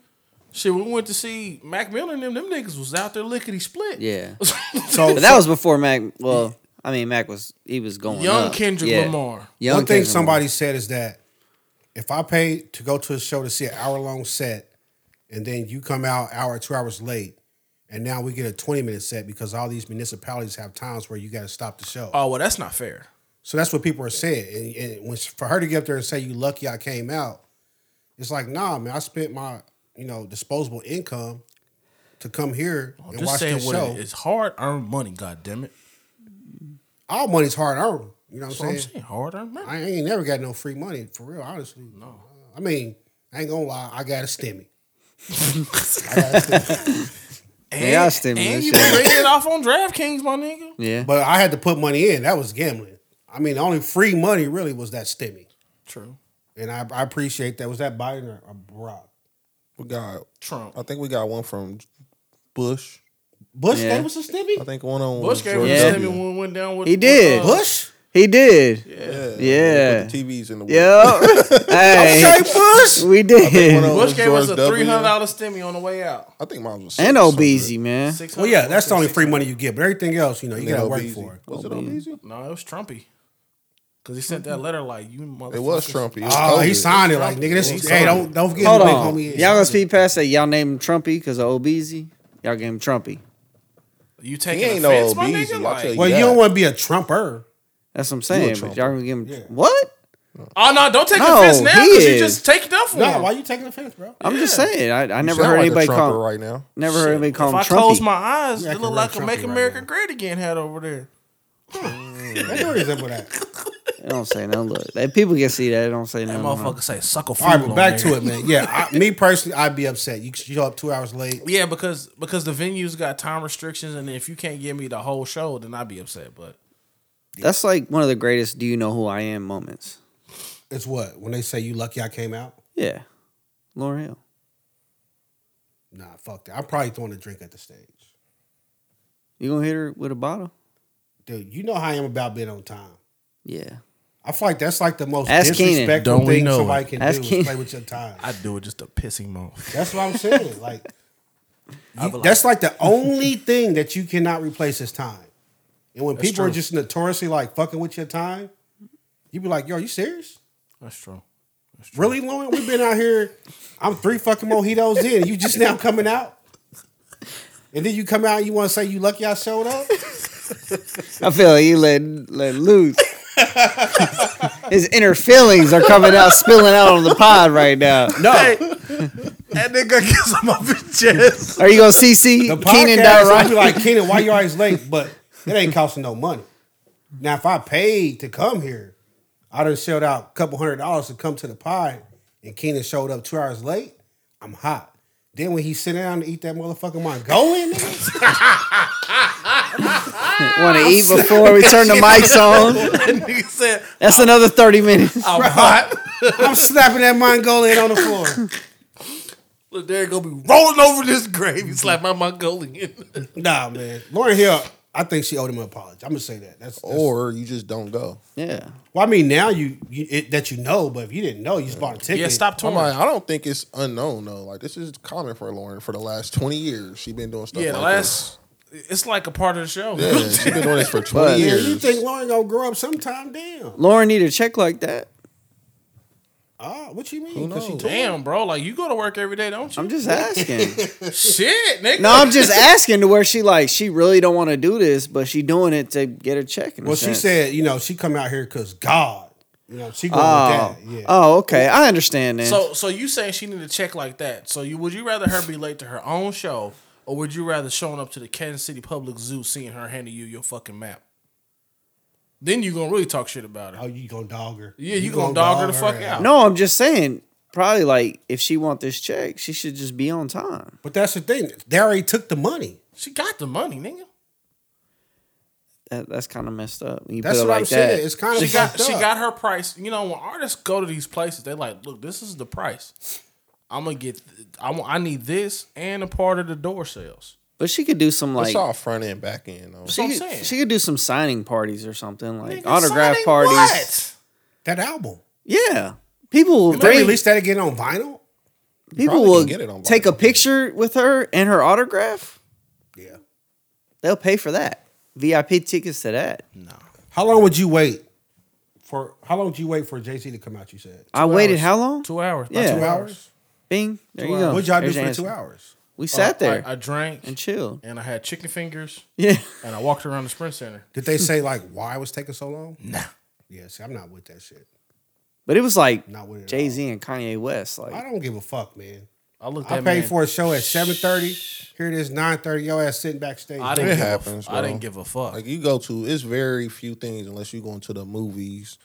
[SPEAKER 1] shit, we went to see Mac Miller and them. Them niggas was out there lickety split. [laughs]
[SPEAKER 2] Yeah.
[SPEAKER 3] so
[SPEAKER 2] But that was before Mac. Well, I mean, Mac was he was going
[SPEAKER 1] Young
[SPEAKER 2] up.
[SPEAKER 1] Kendrick
[SPEAKER 2] Yeah.
[SPEAKER 1] Lamar.
[SPEAKER 2] Young
[SPEAKER 3] One thing
[SPEAKER 2] Kendrick Lamar.
[SPEAKER 3] somebody said is that if I pay to go to a show to see an hour long set, and then you come out hour two hours late, and now we get a twenty minute set because all these municipalities have times where you got to stop the show.
[SPEAKER 1] Oh well, that's not fair.
[SPEAKER 3] so that's what people are saying. And, and when she- for her to get up there and say you lucky I came out, it's like nah, man, I spent my you know disposable income to come here
[SPEAKER 1] I'm
[SPEAKER 3] and
[SPEAKER 1] just
[SPEAKER 3] watch
[SPEAKER 1] saying
[SPEAKER 3] this
[SPEAKER 1] what
[SPEAKER 3] show.
[SPEAKER 1] it is. It's hard earned money. God damn it.
[SPEAKER 3] All money's hard earned. You know what
[SPEAKER 1] That's
[SPEAKER 3] I'm
[SPEAKER 1] what I'm
[SPEAKER 3] saying?
[SPEAKER 1] saying. Hard earned money.
[SPEAKER 3] I ain't never got no free money for real, honestly. No. I mean, I ain't gonna lie, I got a stimmy.
[SPEAKER 1] And,
[SPEAKER 2] Yeah, I stimmy
[SPEAKER 1] and
[SPEAKER 2] that
[SPEAKER 1] you
[SPEAKER 2] shit.
[SPEAKER 1] paid it off on DraftKings, my nigga.
[SPEAKER 2] Yeah.
[SPEAKER 3] But I had to put money in. That was gambling. I mean, the only free money really was that stimmy.
[SPEAKER 1] True.
[SPEAKER 3] And I, I appreciate that. Was that Biden or, or Barack?
[SPEAKER 4] We got,
[SPEAKER 1] Trump.
[SPEAKER 4] I think we got one from Bush.
[SPEAKER 3] Bush
[SPEAKER 2] Yeah.
[SPEAKER 3] that was a stimmy?
[SPEAKER 4] I think one on
[SPEAKER 1] Bush gave us
[SPEAKER 4] George
[SPEAKER 2] Yeah.
[SPEAKER 1] yeah.
[SPEAKER 2] a
[SPEAKER 1] stimmy
[SPEAKER 4] W.
[SPEAKER 1] when we went down with
[SPEAKER 2] He did.
[SPEAKER 1] with, uh,
[SPEAKER 3] Bush?
[SPEAKER 2] He did. Yeah.
[SPEAKER 4] Yeah,
[SPEAKER 2] Yeah.
[SPEAKER 4] Put the TVs in the
[SPEAKER 1] [laughs]
[SPEAKER 4] way.
[SPEAKER 2] Yep. hey,
[SPEAKER 3] Hey, Bush!
[SPEAKER 2] we
[SPEAKER 4] one
[SPEAKER 2] did.
[SPEAKER 4] of-
[SPEAKER 1] Bush gave us a
[SPEAKER 4] George W.
[SPEAKER 1] three hundred dollar stimmy on the way out.
[SPEAKER 4] I think mine was
[SPEAKER 2] And Obeezy, man.
[SPEAKER 1] Six
[SPEAKER 3] Well,
[SPEAKER 1] hundred.
[SPEAKER 3] yeah, that's the only free money you get. But everything else, you know, you gotta work for it.
[SPEAKER 4] Was it Obeezy?
[SPEAKER 1] No, it was Trumpy. Cause he sent that letter like you. Motherfuckers.
[SPEAKER 4] It was Trumpy. It was
[SPEAKER 3] Oh, he
[SPEAKER 4] COVID.
[SPEAKER 3] signed it like nigga. This
[SPEAKER 1] He
[SPEAKER 3] is,
[SPEAKER 1] signed
[SPEAKER 3] hey, don't
[SPEAKER 1] it.
[SPEAKER 3] don't forget
[SPEAKER 2] Hold
[SPEAKER 3] who big
[SPEAKER 2] on.
[SPEAKER 3] homie is.
[SPEAKER 2] Y'all gonna speed past that? Y'all named him Trumpy because of Obeezy. Y'all gave him Trumpy.
[SPEAKER 1] You
[SPEAKER 4] He
[SPEAKER 1] taking
[SPEAKER 4] ain't no
[SPEAKER 1] offense, my
[SPEAKER 4] Obeezy.
[SPEAKER 1] nigga?
[SPEAKER 4] I'll tell
[SPEAKER 1] Like,
[SPEAKER 4] you
[SPEAKER 3] well,
[SPEAKER 4] that.
[SPEAKER 3] you don't want to be a Trumper.
[SPEAKER 2] That's what I'm saying. But
[SPEAKER 4] Trumpy.
[SPEAKER 2] y'all gonna give him
[SPEAKER 3] Yeah.
[SPEAKER 2] what?
[SPEAKER 1] oh no, don't take
[SPEAKER 2] No,
[SPEAKER 1] offense now
[SPEAKER 2] he
[SPEAKER 1] because you
[SPEAKER 2] is.
[SPEAKER 1] just take it up for
[SPEAKER 3] No,
[SPEAKER 1] him.
[SPEAKER 3] why you taking offense, bro?
[SPEAKER 2] I'm just
[SPEAKER 1] Yeah.
[SPEAKER 2] saying. I, I
[SPEAKER 4] You
[SPEAKER 2] never
[SPEAKER 4] sound
[SPEAKER 2] heard
[SPEAKER 4] like a
[SPEAKER 2] anybody call.
[SPEAKER 4] Trumper right now.
[SPEAKER 2] Never heard anybody call
[SPEAKER 1] if
[SPEAKER 2] him
[SPEAKER 1] I
[SPEAKER 2] Trumpy.
[SPEAKER 1] close my eyes,
[SPEAKER 3] Yeah, I
[SPEAKER 1] it
[SPEAKER 3] can
[SPEAKER 1] look
[SPEAKER 3] run
[SPEAKER 1] like a
[SPEAKER 3] Trumpy
[SPEAKER 1] Make
[SPEAKER 3] right
[SPEAKER 1] America
[SPEAKER 3] now.
[SPEAKER 1] Great Again hat over there.
[SPEAKER 3] They don't resemble that.
[SPEAKER 2] They don't say no. Look, They- people can see that. They don't say no.
[SPEAKER 1] That motherfucker say suck a fool.
[SPEAKER 3] All right, but back to it, man. Yeah, I, me personally, I'd be upset. You show up two hours late.
[SPEAKER 1] Yeah, because because the venues got time restrictions, and if you can't give me the whole show, then I'd be upset. But
[SPEAKER 2] That's like one of the greatest "Do you know who I am?" moments.
[SPEAKER 3] It's what when they say you lucky I came out.
[SPEAKER 2] Yeah, Lauren Hill.
[SPEAKER 3] Nah, fuck that. I'm probably throwing a drink at the stage,
[SPEAKER 2] You gonna hit her with a bottle?
[SPEAKER 3] dude. You know how I am about being on time.
[SPEAKER 2] Yeah.
[SPEAKER 3] I feel like that's like the most
[SPEAKER 2] Ask Keenan.
[SPEAKER 3] disrespectful
[SPEAKER 1] Don't we
[SPEAKER 3] thing
[SPEAKER 1] know
[SPEAKER 3] somebody
[SPEAKER 1] it?
[SPEAKER 3] can
[SPEAKER 2] Ask
[SPEAKER 3] do
[SPEAKER 2] Keenan.
[SPEAKER 3] is play with your time.
[SPEAKER 1] I do it just to piss him off.
[SPEAKER 3] that's what I'm
[SPEAKER 1] [laughs]
[SPEAKER 3] saying. Like,
[SPEAKER 1] I be like, [laughs]
[SPEAKER 3] that's like the only thing that you cannot replace is time. And when
[SPEAKER 1] That's
[SPEAKER 3] people are
[SPEAKER 1] true.
[SPEAKER 3] just notoriously like fucking with your time, you be like, "Yo, you serious?
[SPEAKER 1] that's true. That's true.
[SPEAKER 3] Really, Lauren? We've been out here. I'm three fucking mojitos in. and You just now coming out." And then you come out and you want to say you lucky I showed up?
[SPEAKER 2] I feel like you let let
[SPEAKER 3] [laughs]
[SPEAKER 2] loose. His inner feelings are coming out, spilling out on the pod right now.
[SPEAKER 1] No, that nigga [laughs] gets him up his chest.
[SPEAKER 2] Are you gonna CC
[SPEAKER 3] The
[SPEAKER 2] Keenan
[SPEAKER 3] podcast, I'd be
[SPEAKER 2] Dyrod?
[SPEAKER 3] like, Keenan, why you always late? But it ain't costing no money. Now, if I paid to come here, I done shelled out a couple hundred dollars to come to the pod, and Keenan showed up two hours late, I'm hot. Then when he sit down to eat that motherfucking Mongolian, nigga,
[SPEAKER 2] Want to eat before we turn the mics on?
[SPEAKER 1] That nigga said,
[SPEAKER 2] That's another thirty minutes.
[SPEAKER 1] "I'm hot."
[SPEAKER 3] I'm [laughs] slapping that Mongolian on the floor.
[SPEAKER 1] Look, they're gonna be rolling over this grave. It's like my Mongolian.
[SPEAKER 3] Nah, man. Lauren Hill, I think she owed him an apology. I'm gonna say that. That's, that's
[SPEAKER 4] Or you just don't go.
[SPEAKER 2] Yeah.
[SPEAKER 3] well, I mean, now you, you it, that you know, but if you didn't know, you just bought a ticket.
[SPEAKER 1] [laughs] yeah, stop
[SPEAKER 4] I'm
[SPEAKER 1] touring.
[SPEAKER 4] like, I don't think it's unknown though. Like this is common for Lauren for the last 20 years. She been doing stuff.
[SPEAKER 1] yeah, the
[SPEAKER 4] like
[SPEAKER 1] last. It's like a part of the show.
[SPEAKER 4] This. Yeah, she been doing this for 20
[SPEAKER 2] But-
[SPEAKER 3] Yeah,
[SPEAKER 4] years.
[SPEAKER 3] you think Lauren gonna grow up sometime? Damn.
[SPEAKER 2] Lauren need a check like that.
[SPEAKER 3] Ah, what you mean? 'Cause she told-
[SPEAKER 1] [laughs]
[SPEAKER 4] knows?
[SPEAKER 1] Damn, bro. Like you go to work every day, don't you?
[SPEAKER 2] I'm just asking. [laughs]
[SPEAKER 1] Shit, nigga.
[SPEAKER 2] No, I'm just asking to where she like she really don't want to do this, but she doing it to get a check. In a
[SPEAKER 3] Well, she
[SPEAKER 2] sense.
[SPEAKER 3] said, you know, she come out here because God, you know, she going
[SPEAKER 2] "Oh,
[SPEAKER 3] with that. Yeah.
[SPEAKER 2] oh, okay, I understand then."
[SPEAKER 1] So, so you saying she need to check like that? So, you would you rather her be late to her own show, or would you rather showing up to the Kansas City Public Zoo seeing her handing you your fucking map? Then you gonna really talk shit about
[SPEAKER 3] oh,
[SPEAKER 1] her.
[SPEAKER 3] you gonna dog her?
[SPEAKER 1] Yeah, you gonna dog her the fuck
[SPEAKER 3] ass.
[SPEAKER 1] out.
[SPEAKER 2] no, I'm just saying. Probably like if she want this check, she should just be on time.
[SPEAKER 3] But that's the thing. They already took the money.
[SPEAKER 1] She got the money, nigga.
[SPEAKER 2] That, that's kind of messed up. when You
[SPEAKER 3] That's
[SPEAKER 2] put
[SPEAKER 3] what
[SPEAKER 2] it like
[SPEAKER 3] I'm
[SPEAKER 2] that.
[SPEAKER 3] saying. It's kind
[SPEAKER 1] She
[SPEAKER 3] of
[SPEAKER 1] got
[SPEAKER 3] fucked
[SPEAKER 1] she
[SPEAKER 3] up.
[SPEAKER 1] got her price. You know, when artists go to these places, they like, look, this is the price. I'm gonna get. I want. I need this and a part of the door sales.
[SPEAKER 2] but she could do some
[SPEAKER 4] It's
[SPEAKER 2] like
[SPEAKER 4] all front end, back end though.
[SPEAKER 1] what
[SPEAKER 2] she
[SPEAKER 1] I'm saying.
[SPEAKER 2] could, she could do some signing parties or something like
[SPEAKER 1] Nigga,
[SPEAKER 2] autograph
[SPEAKER 1] signing
[SPEAKER 2] parties.
[SPEAKER 1] what?
[SPEAKER 3] that album.
[SPEAKER 2] Yeah, people will
[SPEAKER 3] Did they
[SPEAKER 2] bring,
[SPEAKER 3] release that again on vinyl?
[SPEAKER 2] people
[SPEAKER 4] probably
[SPEAKER 2] will
[SPEAKER 4] can get it on
[SPEAKER 2] take a
[SPEAKER 4] vinyl.
[SPEAKER 2] picture with her and her autograph.
[SPEAKER 3] Yeah.
[SPEAKER 2] They'll pay for that VIP tickets to that.
[SPEAKER 3] How long would you wait for? How long would you wait for JC to come out? You said
[SPEAKER 2] I waited
[SPEAKER 1] hours.
[SPEAKER 2] how long?
[SPEAKER 1] Two hours. about
[SPEAKER 2] Yeah.
[SPEAKER 3] two hours.
[SPEAKER 2] Bing. There you go.
[SPEAKER 3] What'd y'all do
[SPEAKER 2] There's
[SPEAKER 3] for
[SPEAKER 2] your
[SPEAKER 3] the two
[SPEAKER 2] answer.
[SPEAKER 3] hours? Oh,
[SPEAKER 2] We sat there
[SPEAKER 1] Uh, I, I drank
[SPEAKER 2] and
[SPEAKER 1] and,
[SPEAKER 2] chilled. [laughs]
[SPEAKER 1] I had chicken fingers
[SPEAKER 2] Yeah.
[SPEAKER 1] and I walked around the Sprint Center.
[SPEAKER 3] Did they say like why it was taking so long?
[SPEAKER 1] Nah.
[SPEAKER 3] Yeah, see, I'm not with that shit.
[SPEAKER 2] But it was like
[SPEAKER 3] Not with it at
[SPEAKER 2] Jay Z and Kanye West. Like
[SPEAKER 3] I don't give a fuck, man.
[SPEAKER 1] I looked
[SPEAKER 3] I
[SPEAKER 1] at
[SPEAKER 3] paid
[SPEAKER 1] man,
[SPEAKER 3] for a show at 7:30. Here it is 9:30. Your ass sitting backstage.
[SPEAKER 1] I didn't, give
[SPEAKER 4] happens,
[SPEAKER 1] a, I
[SPEAKER 4] bro.
[SPEAKER 1] didn't give a fuck.
[SPEAKER 4] Like you go to, it's very few things unless you go into the movies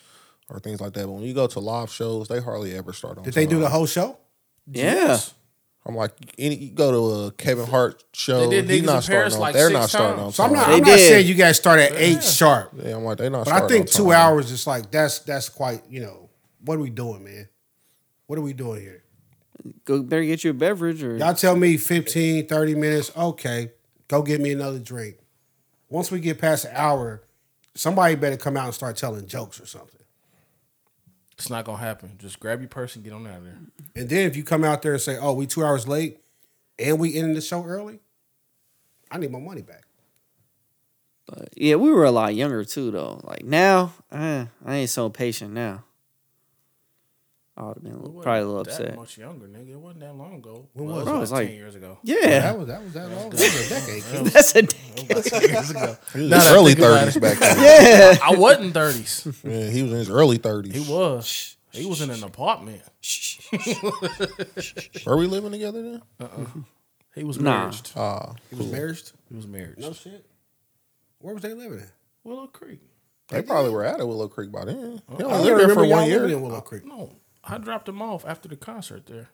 [SPEAKER 4] or things like that. But when you go to live shows, they hardly ever start on.
[SPEAKER 3] Did they do
[SPEAKER 4] time.
[SPEAKER 3] the whole show?
[SPEAKER 2] yeah.
[SPEAKER 4] I'm like, any, you go to a Kevin Hart show,
[SPEAKER 1] They did
[SPEAKER 4] he's
[SPEAKER 1] niggas in
[SPEAKER 4] not
[SPEAKER 1] Paris
[SPEAKER 4] starting on.
[SPEAKER 1] like
[SPEAKER 4] they're
[SPEAKER 1] six
[SPEAKER 4] not starting
[SPEAKER 1] times.
[SPEAKER 4] on.
[SPEAKER 3] So I'm not.
[SPEAKER 4] time.
[SPEAKER 2] They
[SPEAKER 3] I'm not
[SPEAKER 2] did.
[SPEAKER 3] saying you guys start at eight sharp,
[SPEAKER 4] Yeah, I'm like they not.
[SPEAKER 3] but I
[SPEAKER 4] starting
[SPEAKER 3] think
[SPEAKER 4] on
[SPEAKER 3] two
[SPEAKER 4] time.
[SPEAKER 3] hours is like that's that's quite. You know what are we doing, man? What are we doing here?
[SPEAKER 2] Go better get you a beverage or
[SPEAKER 3] Y'all tell me 15, 30 minutes. Okay, go get me another drink. Once we get past an hour, somebody better come out and start telling jokes or something.
[SPEAKER 1] It's not gonna happen. Just grab your purse and get on out of there.
[SPEAKER 3] And then if you come out there and say, "Oh, we two hours late, and we ended the show early," I need my money back.
[SPEAKER 2] but, yeah, we were a lot younger too though. Like now, eh, I ain't so patient now. I would have been a little- probably a little
[SPEAKER 1] that
[SPEAKER 2] upset.
[SPEAKER 1] Much younger, nigga. It wasn't that long ago.
[SPEAKER 3] When
[SPEAKER 1] Well,
[SPEAKER 3] was
[SPEAKER 1] it
[SPEAKER 2] it? Bro,
[SPEAKER 1] was like
[SPEAKER 2] it's
[SPEAKER 1] ten
[SPEAKER 2] like-
[SPEAKER 1] years ago.
[SPEAKER 2] Yeah, [laughs]
[SPEAKER 3] That was that was that long. That was a decade. kid.
[SPEAKER 2] that's a
[SPEAKER 1] About 10
[SPEAKER 2] [laughs]
[SPEAKER 1] years ago.
[SPEAKER 4] He was
[SPEAKER 1] Now
[SPEAKER 4] in
[SPEAKER 1] that
[SPEAKER 4] his
[SPEAKER 1] I
[SPEAKER 4] early
[SPEAKER 1] think about it.
[SPEAKER 4] thirties back then.
[SPEAKER 2] yeah.
[SPEAKER 1] I wasn't thirties.
[SPEAKER 4] Yeah, he was in his early thirties.
[SPEAKER 1] He was. He was in an apartment.
[SPEAKER 4] Were we living together then?
[SPEAKER 1] He was
[SPEAKER 2] Nah.
[SPEAKER 1] married.
[SPEAKER 4] Uh,
[SPEAKER 3] He was married.
[SPEAKER 1] He was married.
[SPEAKER 3] No shit. Where was they living at?
[SPEAKER 1] Willow Creek.
[SPEAKER 4] they probably were out at Willow Creek by then. He
[SPEAKER 3] I
[SPEAKER 4] only
[SPEAKER 3] don't
[SPEAKER 4] lived there
[SPEAKER 3] remember
[SPEAKER 4] for
[SPEAKER 3] y'all
[SPEAKER 4] one
[SPEAKER 3] living
[SPEAKER 4] year.
[SPEAKER 3] in Willow Creek.
[SPEAKER 1] No, I dropped him off after the concert there.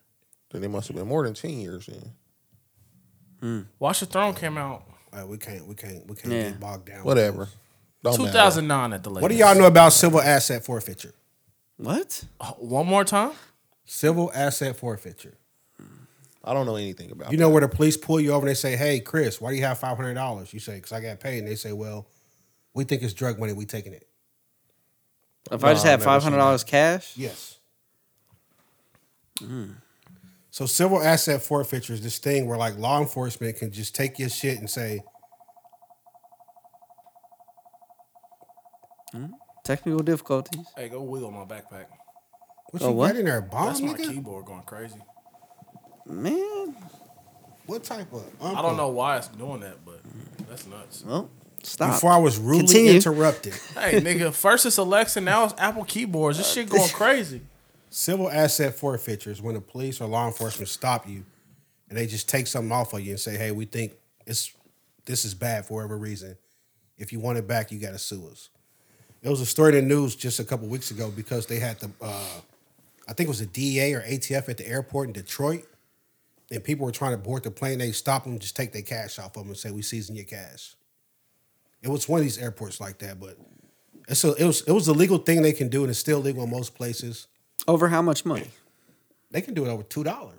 [SPEAKER 4] Then it must have been more than ten years then.
[SPEAKER 1] Watch the Throne came out
[SPEAKER 3] Uh, we can't. We can't. We can't
[SPEAKER 2] Yeah.
[SPEAKER 3] get bogged down.
[SPEAKER 4] Whatever. Don't matter.
[SPEAKER 1] 2009 at the latest.
[SPEAKER 3] What do y'all know about civil asset forfeiture?
[SPEAKER 2] What?
[SPEAKER 1] Uh, One more time.
[SPEAKER 3] Civil asset forfeiture.
[SPEAKER 4] I don't know anything about.
[SPEAKER 3] You know where the police pull you over and they say, "Hey, Chris, why do you have five hundred dollars?" You say, "Cause I got paid." And they say, "Well, we think it's drug money. We taking it."
[SPEAKER 2] If I just
[SPEAKER 4] Nah,
[SPEAKER 2] had
[SPEAKER 4] I've never
[SPEAKER 2] five
[SPEAKER 4] seen
[SPEAKER 2] hundred dollars cash,
[SPEAKER 3] Yes. So civil asset forfeiture is this thing where like law enforcement can just take your shit and say,
[SPEAKER 2] technical difficulties.
[SPEAKER 1] Hey, go wiggle my backpack.
[SPEAKER 3] "What
[SPEAKER 2] Oh,
[SPEAKER 3] you
[SPEAKER 2] what?
[SPEAKER 3] got in there, a bomb,
[SPEAKER 1] That's my
[SPEAKER 3] nigga?
[SPEAKER 1] keyboard going crazy.
[SPEAKER 2] Man,
[SPEAKER 3] What type of?"
[SPEAKER 1] I don't know why it's doing that, but that's nuts.
[SPEAKER 2] well, stop.
[SPEAKER 3] Before I was rudely
[SPEAKER 2] Continue.
[SPEAKER 3] interrupted,
[SPEAKER 1] Hey, nigga, first it's Alexa, now it's Apple keyboards. This shit going crazy.
[SPEAKER 3] civil asset forfeiture is when the police or law enforcement stop you and they just take something off of you and say, "Hey, we think it's this is bad for whatever reason. If you want it back, you got to sue us." It was a story in the news just a couple weeks ago because they had the, uh, I think it was the DEA or ATF at the airport in Detroit, and people were trying to board the plane. They stopped them, just take their cash off of them, and say, "We seizing your cash." It was one of these airports like that, but it's a, it was it was a legal thing they can do, and it's still legal in most places.
[SPEAKER 2] Over how much money?
[SPEAKER 3] They can do it over two dollars.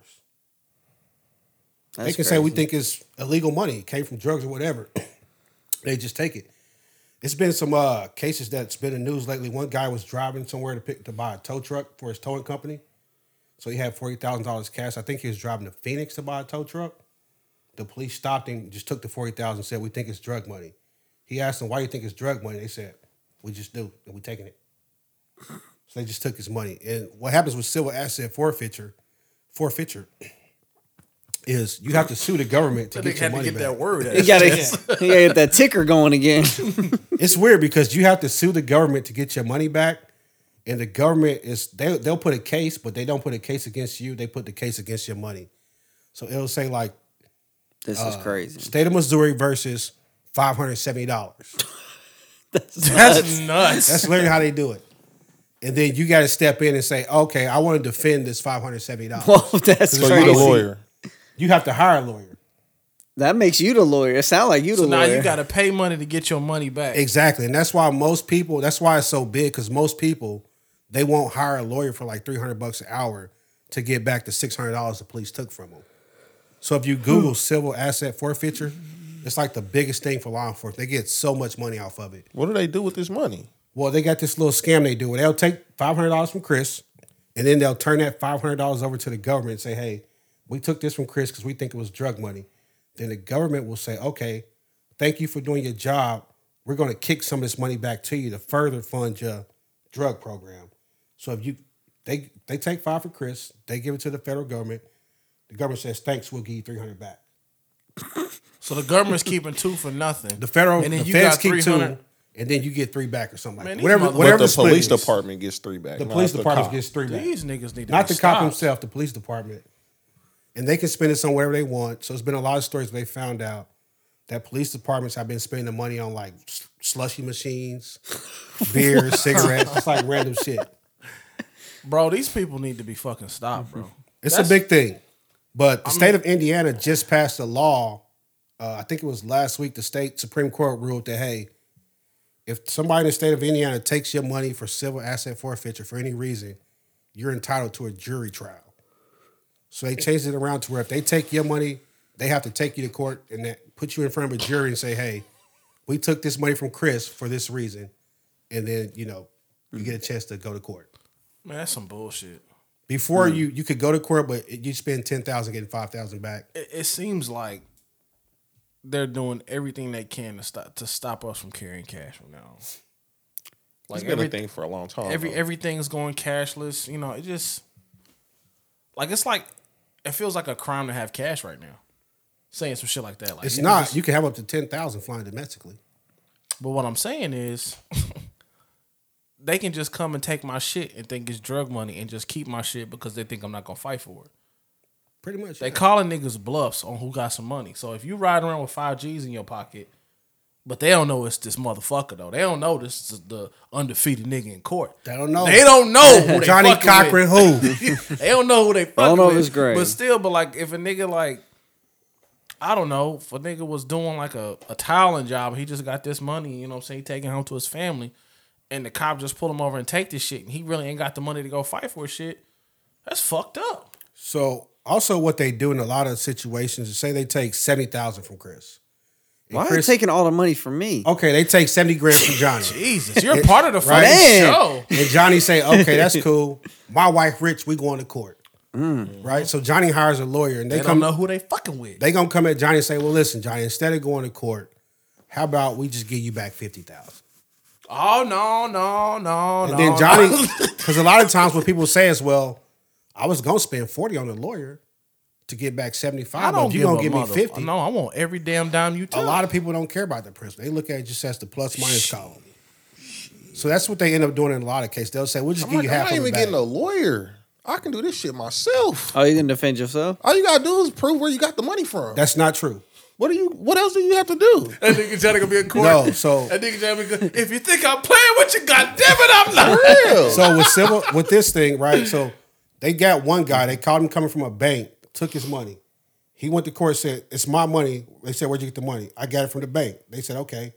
[SPEAKER 2] That's
[SPEAKER 3] They can say we
[SPEAKER 2] crazy.
[SPEAKER 3] think it's illegal money, came from drugs or whatever. [clears throat] they just take it. It's been some uh, cases that's been in the news lately. One guy was driving somewhere to pick to buy a tow truck for his towing company, so he had forty thousand dollars cash. I think he was driving to Phoenix to buy a tow truck. The police stopped him, just took the forty thousand, said we think it's drug money. He asked them why you think it's drug money. They said we just do, and we taking it. So they just took his money. And what happens with civil asset forfeiture, forfeiture, is you have to sue the government to
[SPEAKER 1] They
[SPEAKER 3] get your
[SPEAKER 1] had to
[SPEAKER 3] money
[SPEAKER 1] get
[SPEAKER 3] back.
[SPEAKER 1] that word
[SPEAKER 2] You
[SPEAKER 1] out.
[SPEAKER 2] gotta, [laughs] you gotta get that ticker
[SPEAKER 3] [laughs]
[SPEAKER 2] going again. [laughs]
[SPEAKER 3] it's weird because you have to sue the government to get your money back, and the government is they they'll put a case, but they don't put a case against you. They put the case against your money. So it'll say like
[SPEAKER 2] This is crazy. [laughs]
[SPEAKER 3] state of Missouri versus five hundred seventy dollars.
[SPEAKER 1] That's nuts.
[SPEAKER 3] That's literally how they do it. And then you got to step in and say, okay, I want to defend this five hundred seventy dollars.
[SPEAKER 2] Whoa, that's
[SPEAKER 4] So you the
[SPEAKER 2] crazy.
[SPEAKER 4] lawyer.
[SPEAKER 3] You have to hire a lawyer.
[SPEAKER 2] That makes you the lawyer. It sounds like you the
[SPEAKER 1] So now
[SPEAKER 2] lawyer.
[SPEAKER 1] you gotta pay money to get your money back.
[SPEAKER 3] Exactly, and that's why most people. That's why it's so big because most people they won't hire a lawyer for like three hundred bucks an hour to get back the six hundred dollars the police took from them. So if you Google civil asset forfeiture, it's like the biggest thing for law enforcement. They get so much money off of it.
[SPEAKER 4] What do they do with this money?
[SPEAKER 3] Well, they got this little scam they do where they'll take five hundred dollars from Chris, and then they'll turn that five hundred dollars over to the government and say, "Hey, we took this from Chris because we think it was drug money." Then the government will say, "Okay, thank you for doing your job. We're going to kick some of this money back to you to further fund your drug program." So if you they they take five from Chris, they give it to the federal government. The government says, "Thanks, we'll give you three hundred back."
[SPEAKER 1] So the government's keeping two for nothing.
[SPEAKER 3] The federal
[SPEAKER 1] and then
[SPEAKER 3] the
[SPEAKER 1] you
[SPEAKER 3] feds
[SPEAKER 1] got
[SPEAKER 3] keep two,
[SPEAKER 1] 300.
[SPEAKER 3] and then you get three back or something like that.
[SPEAKER 1] Man, these
[SPEAKER 3] Whatever,
[SPEAKER 1] motherfuckers- But
[SPEAKER 4] But
[SPEAKER 3] whatever
[SPEAKER 4] the
[SPEAKER 3] split
[SPEAKER 4] police
[SPEAKER 3] is.
[SPEAKER 4] department gets three back.
[SPEAKER 3] the
[SPEAKER 4] not
[SPEAKER 3] police department
[SPEAKER 4] cop.
[SPEAKER 3] gets three back.
[SPEAKER 1] These niggas need to
[SPEAKER 3] Not
[SPEAKER 1] be
[SPEAKER 3] the cop
[SPEAKER 1] stopped.
[SPEAKER 3] himself, the police department, and they can spend it on whatever they want. So it's been a lot of stories they found out that police departments have been spending money on like s- slushy machines, [laughs] beer, cigarettes, just like random shit.
[SPEAKER 1] Bro, these people need to be fucking stopped, bro.
[SPEAKER 3] It's a big thing. But the state of Indiana just passed a law. Uh, I think it was last week. The state Supreme Court ruled that hey, if somebody in the state of Indiana takes your money for civil asset forfeiture for any reason, you're entitled to a jury trial. So they changed it around to where if they take your money, they have to take you to court and that, put you in front of a jury and say, hey, we took this money from Chris for this reason, and then you know you get a chance to go to court.
[SPEAKER 1] Man, that's some bullshit. Hmm.
[SPEAKER 3] Before you you could go to court, but you spend ten thousand getting five thousand back.
[SPEAKER 1] It, it seems like they're doing everything they can to stop to stop us from carrying cash from now on.
[SPEAKER 4] like
[SPEAKER 1] every-
[SPEAKER 4] everything for a long time.
[SPEAKER 1] Every
[SPEAKER 4] though.
[SPEAKER 1] everything's going cashless. You know, it just like it's like it feels like a crime to have cash right now. Saying some shit like that, like
[SPEAKER 3] It's
[SPEAKER 1] niggas
[SPEAKER 3] not.
[SPEAKER 1] just-
[SPEAKER 3] You can have up to ten thousand flying domestically.
[SPEAKER 1] But what I'm saying is, [laughs] they can just come and take my shit and think it's drug money and just keep my shit because they think I'm not gonna fight for it.
[SPEAKER 3] Pretty much.
[SPEAKER 1] They calling niggas bluffs on who got some money. So if you ride around with five G's in your pocket, but they don't know it's this motherfucker though. They don't know this is the undefeated nigga in court.
[SPEAKER 3] They don't know.
[SPEAKER 1] They don't
[SPEAKER 3] [laughs]
[SPEAKER 1] know who they
[SPEAKER 3] Johnny
[SPEAKER 1] fucking
[SPEAKER 3] Cochran
[SPEAKER 1] with. [laughs]
[SPEAKER 3] who?
[SPEAKER 1] they don't know who they fucking
[SPEAKER 2] know if
[SPEAKER 1] with.
[SPEAKER 2] it's great.
[SPEAKER 1] But still, but like if a nigga like I don't know, if a nigga was doing like a, a tiling job, he just got this money, you know what I'm saying, he taking it home to his family, and the cop just pull him over and take this shit, and he really ain't got the money to go fight for shit, that's fucked up.
[SPEAKER 3] so also what they do in a lot of situations is say they take seventy thousand from Chris. And
[SPEAKER 2] Why are you
[SPEAKER 3] Chris-
[SPEAKER 2] taking all the money from me?
[SPEAKER 3] Okay, they take seventy grand from
[SPEAKER 1] [laughs]
[SPEAKER 3] Johnny.
[SPEAKER 1] Jesus, you're part of the fucking
[SPEAKER 2] Man.
[SPEAKER 1] show.
[SPEAKER 3] and Johnny say, "Okay, that's cool. My wife rich. We going to court." Right. So Johnny hires a lawyer, and they,
[SPEAKER 1] Hmm. They
[SPEAKER 3] come
[SPEAKER 1] don't know who they fucking with.
[SPEAKER 3] they gonna come at Johnny and say, "Well, listen, Johnny. Instead of going to court, how about we just give you back fifty thousand?
[SPEAKER 1] oh no, no, no, no.
[SPEAKER 3] And then
[SPEAKER 1] no.
[SPEAKER 3] Johnny,
[SPEAKER 4] [laughs]
[SPEAKER 3] because a lot of times what people say is, "Well, I was gonna spend forty on the lawyer to get back seventy
[SPEAKER 1] I
[SPEAKER 3] five,
[SPEAKER 1] don't
[SPEAKER 3] but you gonna
[SPEAKER 1] give
[SPEAKER 3] give
[SPEAKER 1] a
[SPEAKER 3] me
[SPEAKER 1] motherf-
[SPEAKER 3] fifty.
[SPEAKER 1] No, I want every damn dime you took.
[SPEAKER 3] A lot of people don't care about the principle; they look at it just as the plus minus column. So that's what they end up doing in a lot of cases. They'll say, "We'll just
[SPEAKER 4] I'm
[SPEAKER 3] give
[SPEAKER 4] like,
[SPEAKER 3] you
[SPEAKER 4] I'm
[SPEAKER 3] half
[SPEAKER 4] not
[SPEAKER 3] of
[SPEAKER 4] even
[SPEAKER 3] it back."
[SPEAKER 4] getting a lawyer. I can do this shit myself.
[SPEAKER 2] Oh, you can defend yourself?
[SPEAKER 4] All you gotta do is prove where you got the money from.
[SPEAKER 3] That's not
[SPEAKER 4] [laughs]
[SPEAKER 3] true.
[SPEAKER 4] what do you? What else do you have to do?
[SPEAKER 3] [laughs]
[SPEAKER 1] That nigga Johnny gonna be in court.
[SPEAKER 3] No, so-
[SPEAKER 1] that nigga Johnny gonna, if you think I'm playing with you, goddamn it, I'm not.
[SPEAKER 4] Real.
[SPEAKER 3] So with civil, with this thing, right? So they got one guy. They caught him coming from a bank, took his money. He went to court, said, "It's my money." They said, "Where'd you get the money?" I got it from the bank. They said, "Okay."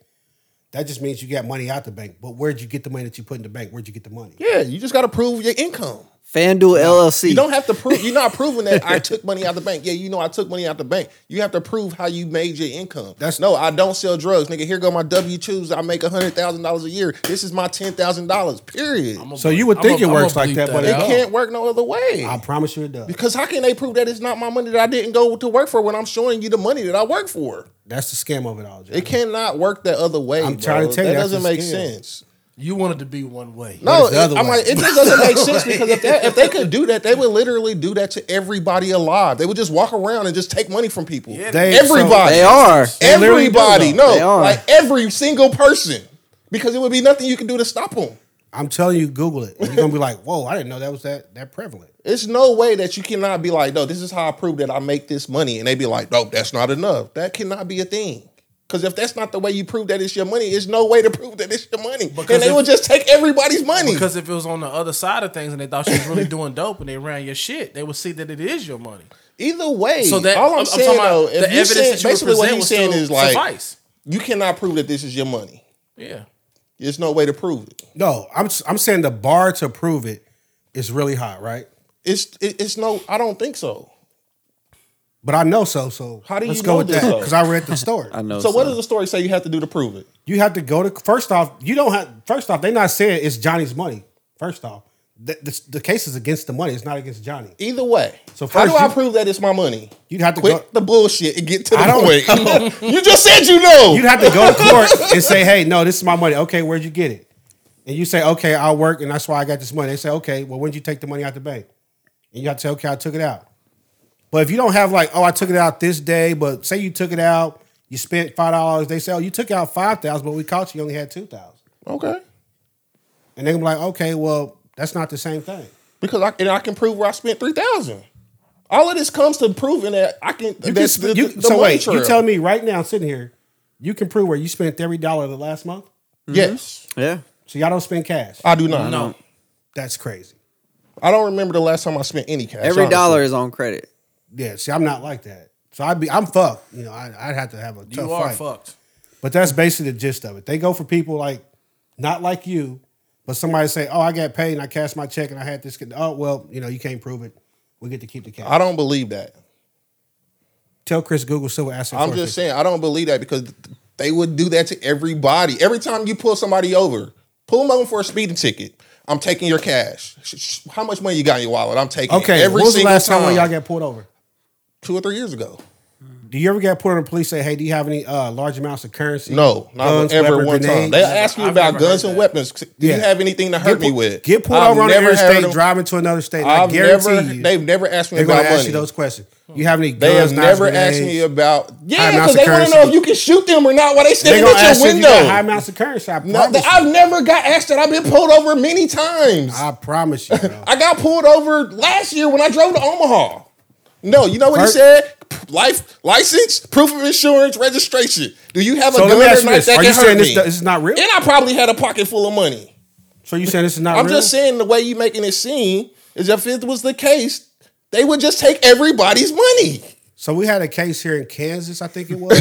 [SPEAKER 3] That just means you got money out the bank, but where'd you get the money that you put in the bank? Where'd you get the money?
[SPEAKER 4] yeah, you just gotta prove your income.
[SPEAKER 2] FanDuel LLC.
[SPEAKER 4] You don't
[SPEAKER 3] [laughs]
[SPEAKER 4] have to prove. You're not proving that I took money out the bank. Yeah, you know I took money out the bank. You have to prove how you made your income.
[SPEAKER 3] That's-
[SPEAKER 4] no. I don't sell drugs, nigga. Here go my W twos. I make hundred thousand dollars a year. This is my ten thousand dollars. Period.
[SPEAKER 3] So you would
[SPEAKER 1] I'ma-
[SPEAKER 3] think it
[SPEAKER 1] I'ma
[SPEAKER 3] works like
[SPEAKER 1] bleep
[SPEAKER 3] that, but
[SPEAKER 4] it
[SPEAKER 3] it
[SPEAKER 1] out.
[SPEAKER 4] can't work no other way.
[SPEAKER 3] I promise you it does.
[SPEAKER 4] because how can they prove that it's not my money that I didn't go to work for when I'm showing you the money that I work for?
[SPEAKER 3] That's the scam of it all. Jay.
[SPEAKER 4] It cannot work the other way.
[SPEAKER 3] I'm trying
[SPEAKER 4] bro.
[SPEAKER 3] to tell you,
[SPEAKER 4] that
[SPEAKER 3] that's
[SPEAKER 4] doesn't
[SPEAKER 3] a
[SPEAKER 4] make
[SPEAKER 3] scam.
[SPEAKER 4] sense.
[SPEAKER 1] You wanted to be one way.
[SPEAKER 4] No,
[SPEAKER 3] is the other
[SPEAKER 4] I'm
[SPEAKER 3] way?
[SPEAKER 4] like, it just doesn't
[SPEAKER 3] [laughs]
[SPEAKER 4] make sense because if, that, if they could do that, they would literally do that to everybody alive. They would just walk around and just take money from people.
[SPEAKER 3] They-
[SPEAKER 4] everybody.
[SPEAKER 2] They are.
[SPEAKER 3] They literally do,
[SPEAKER 4] everybody.
[SPEAKER 3] though.
[SPEAKER 4] no,
[SPEAKER 2] They are.
[SPEAKER 4] like every single person. Because it would be nothing you can do to stop them.
[SPEAKER 3] I'm telling you, Google it. You're gonna be like, "Whoa, I didn't know that was that that prevalent."
[SPEAKER 4] It's no way that you cannot be like, no, this is how I prove that I make this money. And they be like, no, that's not enough. That cannot be a thing. Because if that's not the way you prove that it's your money, it's no way to prove that it's your money.
[SPEAKER 1] Because
[SPEAKER 4] and they
[SPEAKER 1] if-
[SPEAKER 4] will just take everybody's money.
[SPEAKER 1] Because if it was on the other side of things and they thought she was really doing dope and they ran your shit, they would see that it is your money.
[SPEAKER 4] Either way,
[SPEAKER 1] So that
[SPEAKER 4] all I'm,
[SPEAKER 1] I'm- I'm
[SPEAKER 4] saying
[SPEAKER 1] talking about
[SPEAKER 4] though,
[SPEAKER 1] the
[SPEAKER 4] if you
[SPEAKER 1] evidence
[SPEAKER 4] saying,
[SPEAKER 1] that you
[SPEAKER 4] basically what
[SPEAKER 1] present
[SPEAKER 4] he's
[SPEAKER 1] was
[SPEAKER 4] saying
[SPEAKER 1] still
[SPEAKER 4] is like,
[SPEAKER 1] suffice.
[SPEAKER 4] you cannot prove that this is your money.
[SPEAKER 1] Yeah.
[SPEAKER 4] There's no way to prove it.
[SPEAKER 3] No, I'm I'm saying the bar to prove it is really high, right?
[SPEAKER 4] It's it, it's no. I don't think so.
[SPEAKER 3] But I know so. So
[SPEAKER 4] How do you
[SPEAKER 3] let's go
[SPEAKER 4] know
[SPEAKER 3] with
[SPEAKER 4] this,
[SPEAKER 3] that
[SPEAKER 4] though?
[SPEAKER 3] because I read the story.
[SPEAKER 2] I know.
[SPEAKER 4] so what
[SPEAKER 2] some.
[SPEAKER 4] does the story say you have to do to prove it?
[SPEAKER 3] You have to go to first off. You don't have first off. They're not saying it's Johnny's money. First off, the, the, the case is against the money. It's not against Johnny.
[SPEAKER 4] Either way,
[SPEAKER 3] So
[SPEAKER 4] so how do
[SPEAKER 3] first
[SPEAKER 4] I
[SPEAKER 3] you-
[SPEAKER 4] prove that it's my money?
[SPEAKER 3] You'd have to
[SPEAKER 4] quit
[SPEAKER 3] go-
[SPEAKER 4] the bullshit and get to the
[SPEAKER 3] I don't
[SPEAKER 4] point. [laughs] you just said you know.
[SPEAKER 3] You'd have to go to court and say, "Hey, no, this is my money." Okay, where'd you get it? And you say, "Okay, I work, and that's why I got this money." They say, "Okay, well, when did you take the money out the bank?" And you have to say, "Okay, I took it out." But if you don't have like, "Oh, I took it out this day," but say you took it out, you spent five dollars. They say, "Oh, you took out five thousand, but we caught you, you only had two thousand.
[SPEAKER 4] okay,
[SPEAKER 3] And they're gonna be like, "Okay, well, that's not the same thing."
[SPEAKER 4] because I and I can prove where I spent three thousand. All of this comes to proving that I can.
[SPEAKER 3] You
[SPEAKER 4] that's
[SPEAKER 3] can,
[SPEAKER 4] the,
[SPEAKER 3] sp- you,
[SPEAKER 4] the
[SPEAKER 3] so
[SPEAKER 4] money
[SPEAKER 3] wait,
[SPEAKER 4] trail.
[SPEAKER 3] you tell me right now, sitting here, you can prove where you spent every dollar the last month.
[SPEAKER 4] Yes,
[SPEAKER 2] Yeah.
[SPEAKER 3] So y'all don't spend cash.
[SPEAKER 4] I do not.
[SPEAKER 1] No.
[SPEAKER 3] That's crazy.
[SPEAKER 4] I don't remember the last time I spent any cash.
[SPEAKER 2] Every
[SPEAKER 4] honestly.
[SPEAKER 2] dollar is on credit.
[SPEAKER 3] Yeah, see, I'm not like that. So I'd be, I'm fucked. You know, I, I'd have to have a tough
[SPEAKER 1] You are
[SPEAKER 3] fight.
[SPEAKER 1] fucked.
[SPEAKER 3] But that's basically the gist of it. They go for people like, not like you, but somebody say, "Oh, I got paid and I cashed my check and I had this." kid." Oh, well, you know, you can't prove it. We get to keep the cash.
[SPEAKER 4] I don't believe that.
[SPEAKER 3] Tell Chris Google Silver asked him
[SPEAKER 4] I'm
[SPEAKER 3] for
[SPEAKER 4] just
[SPEAKER 3] it.
[SPEAKER 4] saying I don't believe that because they would do that to everybody. Every time you pull somebody over, pull them over for a speeding ticket. I'm taking your cash. Sh- sh- How much money you got in your wallet? I'm taking. it
[SPEAKER 3] Okay,
[SPEAKER 4] every
[SPEAKER 3] when was the
[SPEAKER 4] single
[SPEAKER 3] last time,
[SPEAKER 4] time
[SPEAKER 3] when y'all got pulled over?
[SPEAKER 4] two or three years ago.
[SPEAKER 3] Do you ever get pulled over? and the Police say, "Hey, do you have any uh, large amounts of currency?"
[SPEAKER 4] No, not
[SPEAKER 3] Guns,
[SPEAKER 4] ever
[SPEAKER 3] weapon,
[SPEAKER 4] one time.
[SPEAKER 3] grenades?
[SPEAKER 4] They ask you
[SPEAKER 1] I've
[SPEAKER 4] about
[SPEAKER 1] never
[SPEAKER 4] guns
[SPEAKER 1] heard
[SPEAKER 4] and
[SPEAKER 1] that.
[SPEAKER 4] weapons. Do
[SPEAKER 3] Yeah.
[SPEAKER 4] you have anything to
[SPEAKER 3] Get
[SPEAKER 4] hurt me
[SPEAKER 3] pull-
[SPEAKER 4] with?
[SPEAKER 3] Get pulled
[SPEAKER 4] I've
[SPEAKER 3] over on the
[SPEAKER 4] never had
[SPEAKER 3] interstate,
[SPEAKER 4] them-
[SPEAKER 3] driving to another state. and
[SPEAKER 4] I've
[SPEAKER 3] I guarantee
[SPEAKER 4] never.
[SPEAKER 3] you,
[SPEAKER 4] They've never asked me
[SPEAKER 3] they're going
[SPEAKER 4] about
[SPEAKER 3] to ask you
[SPEAKER 4] money.
[SPEAKER 3] those questions. You have any
[SPEAKER 4] They
[SPEAKER 3] guns?
[SPEAKER 4] have
[SPEAKER 3] knives,
[SPEAKER 4] never asked
[SPEAKER 3] grenades?
[SPEAKER 4] me about. Yeah,
[SPEAKER 3] amounts
[SPEAKER 4] because
[SPEAKER 3] of
[SPEAKER 4] they want to
[SPEAKER 3] currency.
[SPEAKER 4] know if you can shoot them or not while they
[SPEAKER 3] They're
[SPEAKER 4] standing
[SPEAKER 3] gonna
[SPEAKER 4] at
[SPEAKER 3] ask
[SPEAKER 4] your
[SPEAKER 3] you if you got high
[SPEAKER 4] window.
[SPEAKER 3] amounts of currency. I
[SPEAKER 4] No,
[SPEAKER 3] promise.
[SPEAKER 4] I've never got asked that. I've been pulled over many times.
[SPEAKER 3] you. I promise
[SPEAKER 4] [laughs]
[SPEAKER 3] you. Bro.
[SPEAKER 4] I got pulled over last year when I drove to Omaha. No, you know what
[SPEAKER 3] First-
[SPEAKER 4] he said? Life license, proof of insurance, registration. Do you have a
[SPEAKER 3] so
[SPEAKER 4] gun
[SPEAKER 3] let me ask
[SPEAKER 4] or
[SPEAKER 3] you
[SPEAKER 4] not
[SPEAKER 3] this:
[SPEAKER 4] that
[SPEAKER 3] Are you
[SPEAKER 4] can hurt
[SPEAKER 3] saying
[SPEAKER 4] me?
[SPEAKER 3] this, this is not real?
[SPEAKER 4] and I probably had a pocket full of money.
[SPEAKER 3] So you saying this is not
[SPEAKER 4] I'm
[SPEAKER 3] real?
[SPEAKER 4] just saying the way you making it seem is if it was the case, they would just take everybody's money.
[SPEAKER 3] So we had a case here in Kansas, I
[SPEAKER 4] [laughs]
[SPEAKER 3] think it was,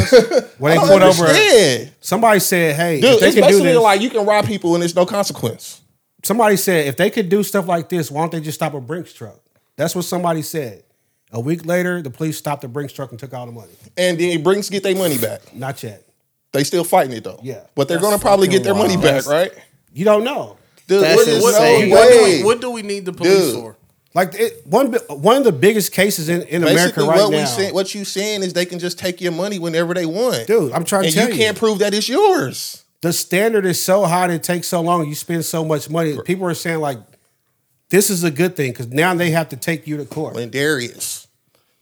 [SPEAKER 3] where
[SPEAKER 4] I
[SPEAKER 3] they
[SPEAKER 4] don't
[SPEAKER 3] pulled over.
[SPEAKER 4] understand.
[SPEAKER 3] Somebody said, "Hey,
[SPEAKER 4] Dude,
[SPEAKER 3] if they
[SPEAKER 4] it's
[SPEAKER 3] can do
[SPEAKER 4] basically
[SPEAKER 3] this."
[SPEAKER 4] like you can rob people and there's no consequence.
[SPEAKER 3] somebody said, "If they could do stuff like this, why don't they just stop a Brinks truck?" That's what somebody said. A week later, the police stopped the Brinks truck and took all the money.
[SPEAKER 4] And then Brinks get their money back.
[SPEAKER 3] Not yet.
[SPEAKER 4] They still fighting it though.
[SPEAKER 3] Yeah.
[SPEAKER 4] But they're
[SPEAKER 3] That's
[SPEAKER 4] gonna probably
[SPEAKER 3] fucking
[SPEAKER 4] get their money
[SPEAKER 3] wild.
[SPEAKER 4] back, right?
[SPEAKER 3] You don't know.
[SPEAKER 4] Dude,
[SPEAKER 2] That's
[SPEAKER 4] what is-
[SPEAKER 1] What,
[SPEAKER 2] Say
[SPEAKER 1] what, do we,
[SPEAKER 4] way.
[SPEAKER 1] what do we need the police
[SPEAKER 4] Dude.
[SPEAKER 1] for?
[SPEAKER 3] Like it, one, bi- one of the biggest cases in, in America
[SPEAKER 4] Basically,
[SPEAKER 3] right
[SPEAKER 4] what
[SPEAKER 3] now.
[SPEAKER 4] we saying, what you saying is they can just take your money whenever they want,
[SPEAKER 3] Dude, I'm trying to
[SPEAKER 4] and
[SPEAKER 3] tell
[SPEAKER 4] you can't prove that it's yours.
[SPEAKER 3] the standard is so high that it takes so long you spend so much money people are saying like this is a good thing because now they have to take you to court
[SPEAKER 4] Lindarius,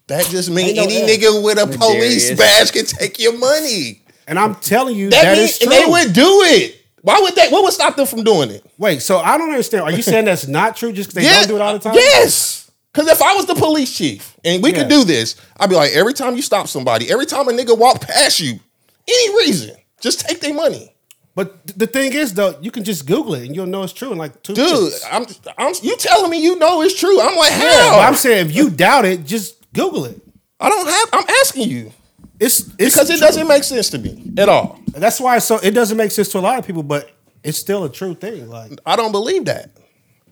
[SPEAKER 4] that just means
[SPEAKER 3] no
[SPEAKER 4] any
[SPEAKER 3] L.
[SPEAKER 4] nigga with a police
[SPEAKER 2] Lindarius.
[SPEAKER 4] badge can take your money.
[SPEAKER 3] and i'm telling you
[SPEAKER 4] That,
[SPEAKER 3] that is
[SPEAKER 4] means
[SPEAKER 3] true
[SPEAKER 4] and they would do it. Why would they? What would stop them from doing it?
[SPEAKER 3] wait so i don't understand are you saying that's not true just because they
[SPEAKER 4] [laughs] Yeah.
[SPEAKER 3] don't do it all the time
[SPEAKER 4] Yes. Because if I was the police chief and we could
[SPEAKER 3] Yeah.
[SPEAKER 4] do this, I'd be like, every time you stop somebody, every time a nigga walk past you, any reason, just take their money.
[SPEAKER 3] but th- the thing is though you can just google it and you'll know it's true in like two
[SPEAKER 4] Dude,
[SPEAKER 3] minutes.
[SPEAKER 4] I'm, I'm, you telling me you know it's true. I'm like,
[SPEAKER 3] Yeah,
[SPEAKER 4] how?
[SPEAKER 3] but i'm saying if you doubt it just google it
[SPEAKER 4] I don't have. I'm asking you
[SPEAKER 3] it's, it's
[SPEAKER 4] because it
[SPEAKER 3] true.
[SPEAKER 4] doesn't make sense to me at all.
[SPEAKER 3] that's why it's so it doesn't make sense to a lot of people but it's still a true thing like
[SPEAKER 4] I don't believe that.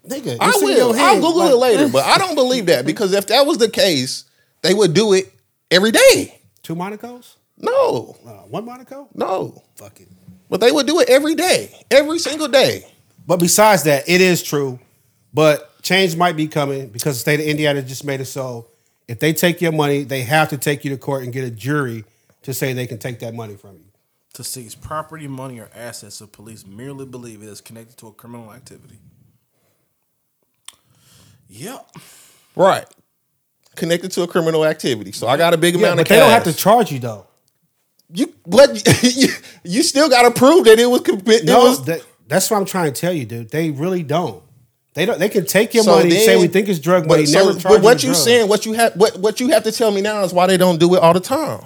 [SPEAKER 3] nigga
[SPEAKER 4] I
[SPEAKER 3] it's in
[SPEAKER 4] will.
[SPEAKER 3] your
[SPEAKER 4] I'll
[SPEAKER 3] head,
[SPEAKER 4] Google
[SPEAKER 3] like-
[SPEAKER 4] it later, but I don't believe that because if that was the case, they would do it every day.
[SPEAKER 3] [laughs] two monacos
[SPEAKER 4] No,
[SPEAKER 3] uh, one monaco
[SPEAKER 4] no,
[SPEAKER 3] fuck it
[SPEAKER 4] but they would do it every day, every single day.
[SPEAKER 3] But besides that, it is true. But change might be coming because the state of Indiana just made it so if they take your money, they have to take you to court and get a jury to say they can take that money from you.
[SPEAKER 1] To seize property, money, or assets of police merely believe it is connected to a criminal activity. Yep.
[SPEAKER 4] Right, connected to a criminal activity. So I got a big
[SPEAKER 3] Yeah,
[SPEAKER 4] amount
[SPEAKER 3] but
[SPEAKER 4] of
[SPEAKER 3] they
[SPEAKER 4] cash.
[SPEAKER 3] don't have to charge you though.
[SPEAKER 4] you, but [laughs] you, you still got to prove that it was. com- It
[SPEAKER 3] No,
[SPEAKER 4] was
[SPEAKER 3] that- that's what I'm trying to tell you, dude. They really don't. They don't. They can take your
[SPEAKER 4] So
[SPEAKER 3] money,
[SPEAKER 4] then-
[SPEAKER 3] say we think it's drug money,
[SPEAKER 4] But, so,
[SPEAKER 3] never
[SPEAKER 4] but
[SPEAKER 3] charge you.
[SPEAKER 4] what
[SPEAKER 3] the
[SPEAKER 4] you
[SPEAKER 3] drug.
[SPEAKER 4] saying? What you have? What what you have to tell me now is why they don't do it all the time.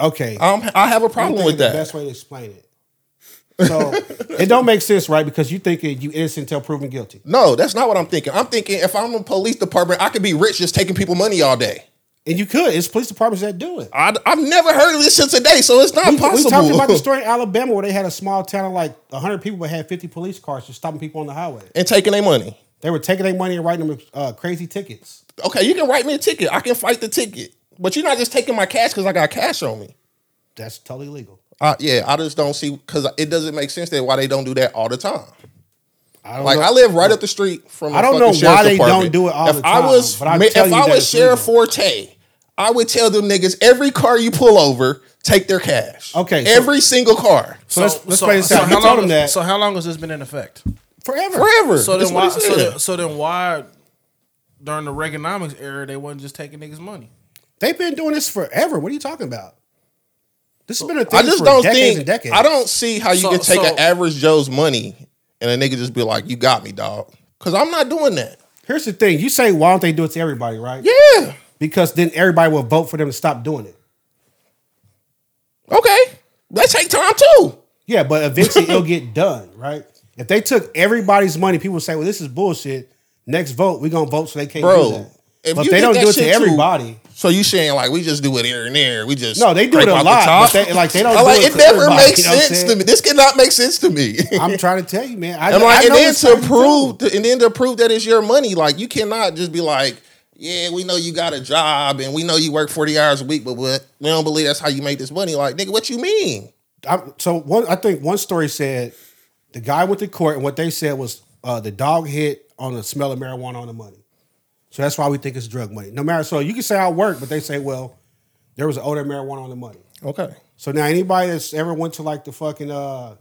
[SPEAKER 3] Okay,
[SPEAKER 4] I'm, I have a
[SPEAKER 3] I'm
[SPEAKER 4] problem
[SPEAKER 3] thinking
[SPEAKER 4] with
[SPEAKER 3] The best
[SPEAKER 4] that.
[SPEAKER 3] way to explain [laughs] it. So it don't make sense, right? Because you think you innocent until proven guilty.
[SPEAKER 4] No, that's not what I'm thinking. I'm thinking if I'm a police department, I could be rich just taking people money all day.
[SPEAKER 3] And you could. It's police departments that do it.
[SPEAKER 4] I, have never heard of this since today, so it's not
[SPEAKER 3] We, we
[SPEAKER 4] possible.
[SPEAKER 3] talked about the story in Alabama where they had a small town of like 100 people but had 50 police cars just stopping people on the highway.
[SPEAKER 4] [laughs] and taking their money.
[SPEAKER 3] They were taking their money and writing them uh, crazy tickets.
[SPEAKER 4] Okay, you can write me a ticket. I can fight the ticket, but you're not just taking my cash because I got cash on me.
[SPEAKER 3] That's totally legal.
[SPEAKER 4] I, yeah, I just don't see because it doesn't make sense that why they don't do that all the time.
[SPEAKER 3] I don't
[SPEAKER 4] Like
[SPEAKER 3] know.
[SPEAKER 4] I live right up the street from. the
[SPEAKER 3] I don't
[SPEAKER 4] fucking
[SPEAKER 3] know why
[SPEAKER 4] sheriff's
[SPEAKER 3] they
[SPEAKER 4] department.
[SPEAKER 3] don't do it all
[SPEAKER 4] if
[SPEAKER 3] the
[SPEAKER 4] I
[SPEAKER 3] time,
[SPEAKER 4] was,
[SPEAKER 3] but I
[SPEAKER 4] ma- if
[SPEAKER 3] tell you
[SPEAKER 4] I
[SPEAKER 3] that
[SPEAKER 4] was
[SPEAKER 3] it's
[SPEAKER 4] Sheriff
[SPEAKER 3] legal.
[SPEAKER 4] Forte, I would tell them niggas every car you pull over, take their cash.
[SPEAKER 3] Okay, so-
[SPEAKER 4] every single car
[SPEAKER 3] So, let's let's play this out.
[SPEAKER 1] how
[SPEAKER 3] he told
[SPEAKER 1] long-
[SPEAKER 3] him that
[SPEAKER 1] So how long has this been in effect?
[SPEAKER 3] forever.
[SPEAKER 4] forever.
[SPEAKER 1] So
[SPEAKER 4] That's
[SPEAKER 1] then
[SPEAKER 4] what
[SPEAKER 1] why? So
[SPEAKER 4] he said.
[SPEAKER 1] then, so then why? During the Reaganomics era, they wasn't just taking niggas' money.
[SPEAKER 3] They've been doing this forever. What are you talking about? This has been a thing
[SPEAKER 4] I just
[SPEAKER 3] for
[SPEAKER 4] don't
[SPEAKER 3] decades
[SPEAKER 4] think.
[SPEAKER 3] and decades.
[SPEAKER 4] I don't see how you
[SPEAKER 1] So-
[SPEAKER 4] can take
[SPEAKER 1] so-
[SPEAKER 4] an average Joe's money and a nigga just be like, "You got me, dog," because I'm not doing that.
[SPEAKER 3] Here's the thing: you say why don't they do it to everybody, right?
[SPEAKER 4] Yeah.
[SPEAKER 3] Because then everybody will vote for them to stop doing it.
[SPEAKER 4] Okay. That take time too.
[SPEAKER 3] Yeah, but eventually it'll
[SPEAKER 4] [laughs]
[SPEAKER 3] get done, right? If they took everybody's money, people would say, "Well, this is bullshit." Next vote, we're gonna vote so they can't
[SPEAKER 4] Bro,
[SPEAKER 3] do that.
[SPEAKER 4] if
[SPEAKER 3] but if
[SPEAKER 4] you
[SPEAKER 3] they
[SPEAKER 4] did
[SPEAKER 3] don't
[SPEAKER 4] that
[SPEAKER 3] do it
[SPEAKER 4] shit
[SPEAKER 3] to
[SPEAKER 4] too-
[SPEAKER 3] everybody.
[SPEAKER 4] So you saying like we just do it here and there? We just
[SPEAKER 3] No, they do
[SPEAKER 4] scrape
[SPEAKER 3] it a
[SPEAKER 4] off the
[SPEAKER 3] lot, but
[SPEAKER 4] top?
[SPEAKER 3] they- like, they don't
[SPEAKER 4] I'm
[SPEAKER 3] do
[SPEAKER 4] like
[SPEAKER 3] it
[SPEAKER 4] it,
[SPEAKER 3] to
[SPEAKER 4] never
[SPEAKER 3] everybody,
[SPEAKER 4] makes
[SPEAKER 3] you know what I'm
[SPEAKER 4] sense to
[SPEAKER 3] saying?
[SPEAKER 4] me. This cannot make sense to me.
[SPEAKER 3] [laughs] I'm trying to tell you, man.
[SPEAKER 4] [laughs]
[SPEAKER 3] I,
[SPEAKER 4] I'm like,
[SPEAKER 3] I
[SPEAKER 4] and
[SPEAKER 3] know
[SPEAKER 4] then
[SPEAKER 3] this
[SPEAKER 4] to
[SPEAKER 3] happened
[SPEAKER 4] prove,
[SPEAKER 3] too.
[SPEAKER 4] to, and then to prove that it's your money, like you cannot just be like, yeah, we know you got a job and we know you work 40 hours a week, but we we don't believe that's how you make this money. Like, nigga, what you mean?
[SPEAKER 3] I, so one, I think one story said the guy went to court, and what they said was uh, the dog hit on the smell of marijuana on the money. So that's why we think it's drug money. No matter, so you can say I work, but they say, well, there was an odor of marijuana on the money.
[SPEAKER 4] Okay.
[SPEAKER 3] So now anybody that's ever went to like the fucking uh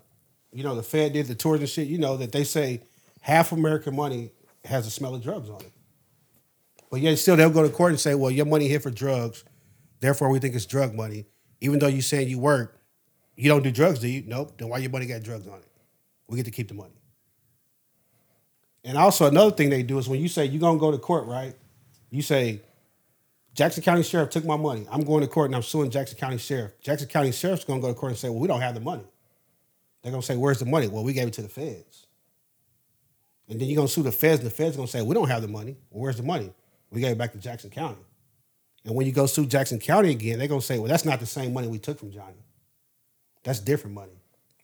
[SPEAKER 3] you know, the Fed did the tours and shit, you know that they say half American money has a smell of drugs on it. But yet still they'll go to court and say, Well, your money here for drugs, therefore we think it's drug money. Even though you saying you work, you don't do drugs, do you? Nope. Then why your money got drugs on it? We get to keep the money. And also another thing they do is when you say you're gonna go to court, right? You say, Jackson County Sheriff took my money. I'm going to court and I'm suing Jackson County Sheriff. Jackson County Sheriff's going to go to court and say, well, we don't have the money. They're going to say, where's the money? Well, we gave it to the feds. And then you're going to sue the feds and the feds going to say, we don't have the money. Well, where's the money? We gave it back to Jackson County. And when you go sue Jackson County again, they're going to say, well, that's not the same money we took from Johnny. That's different money.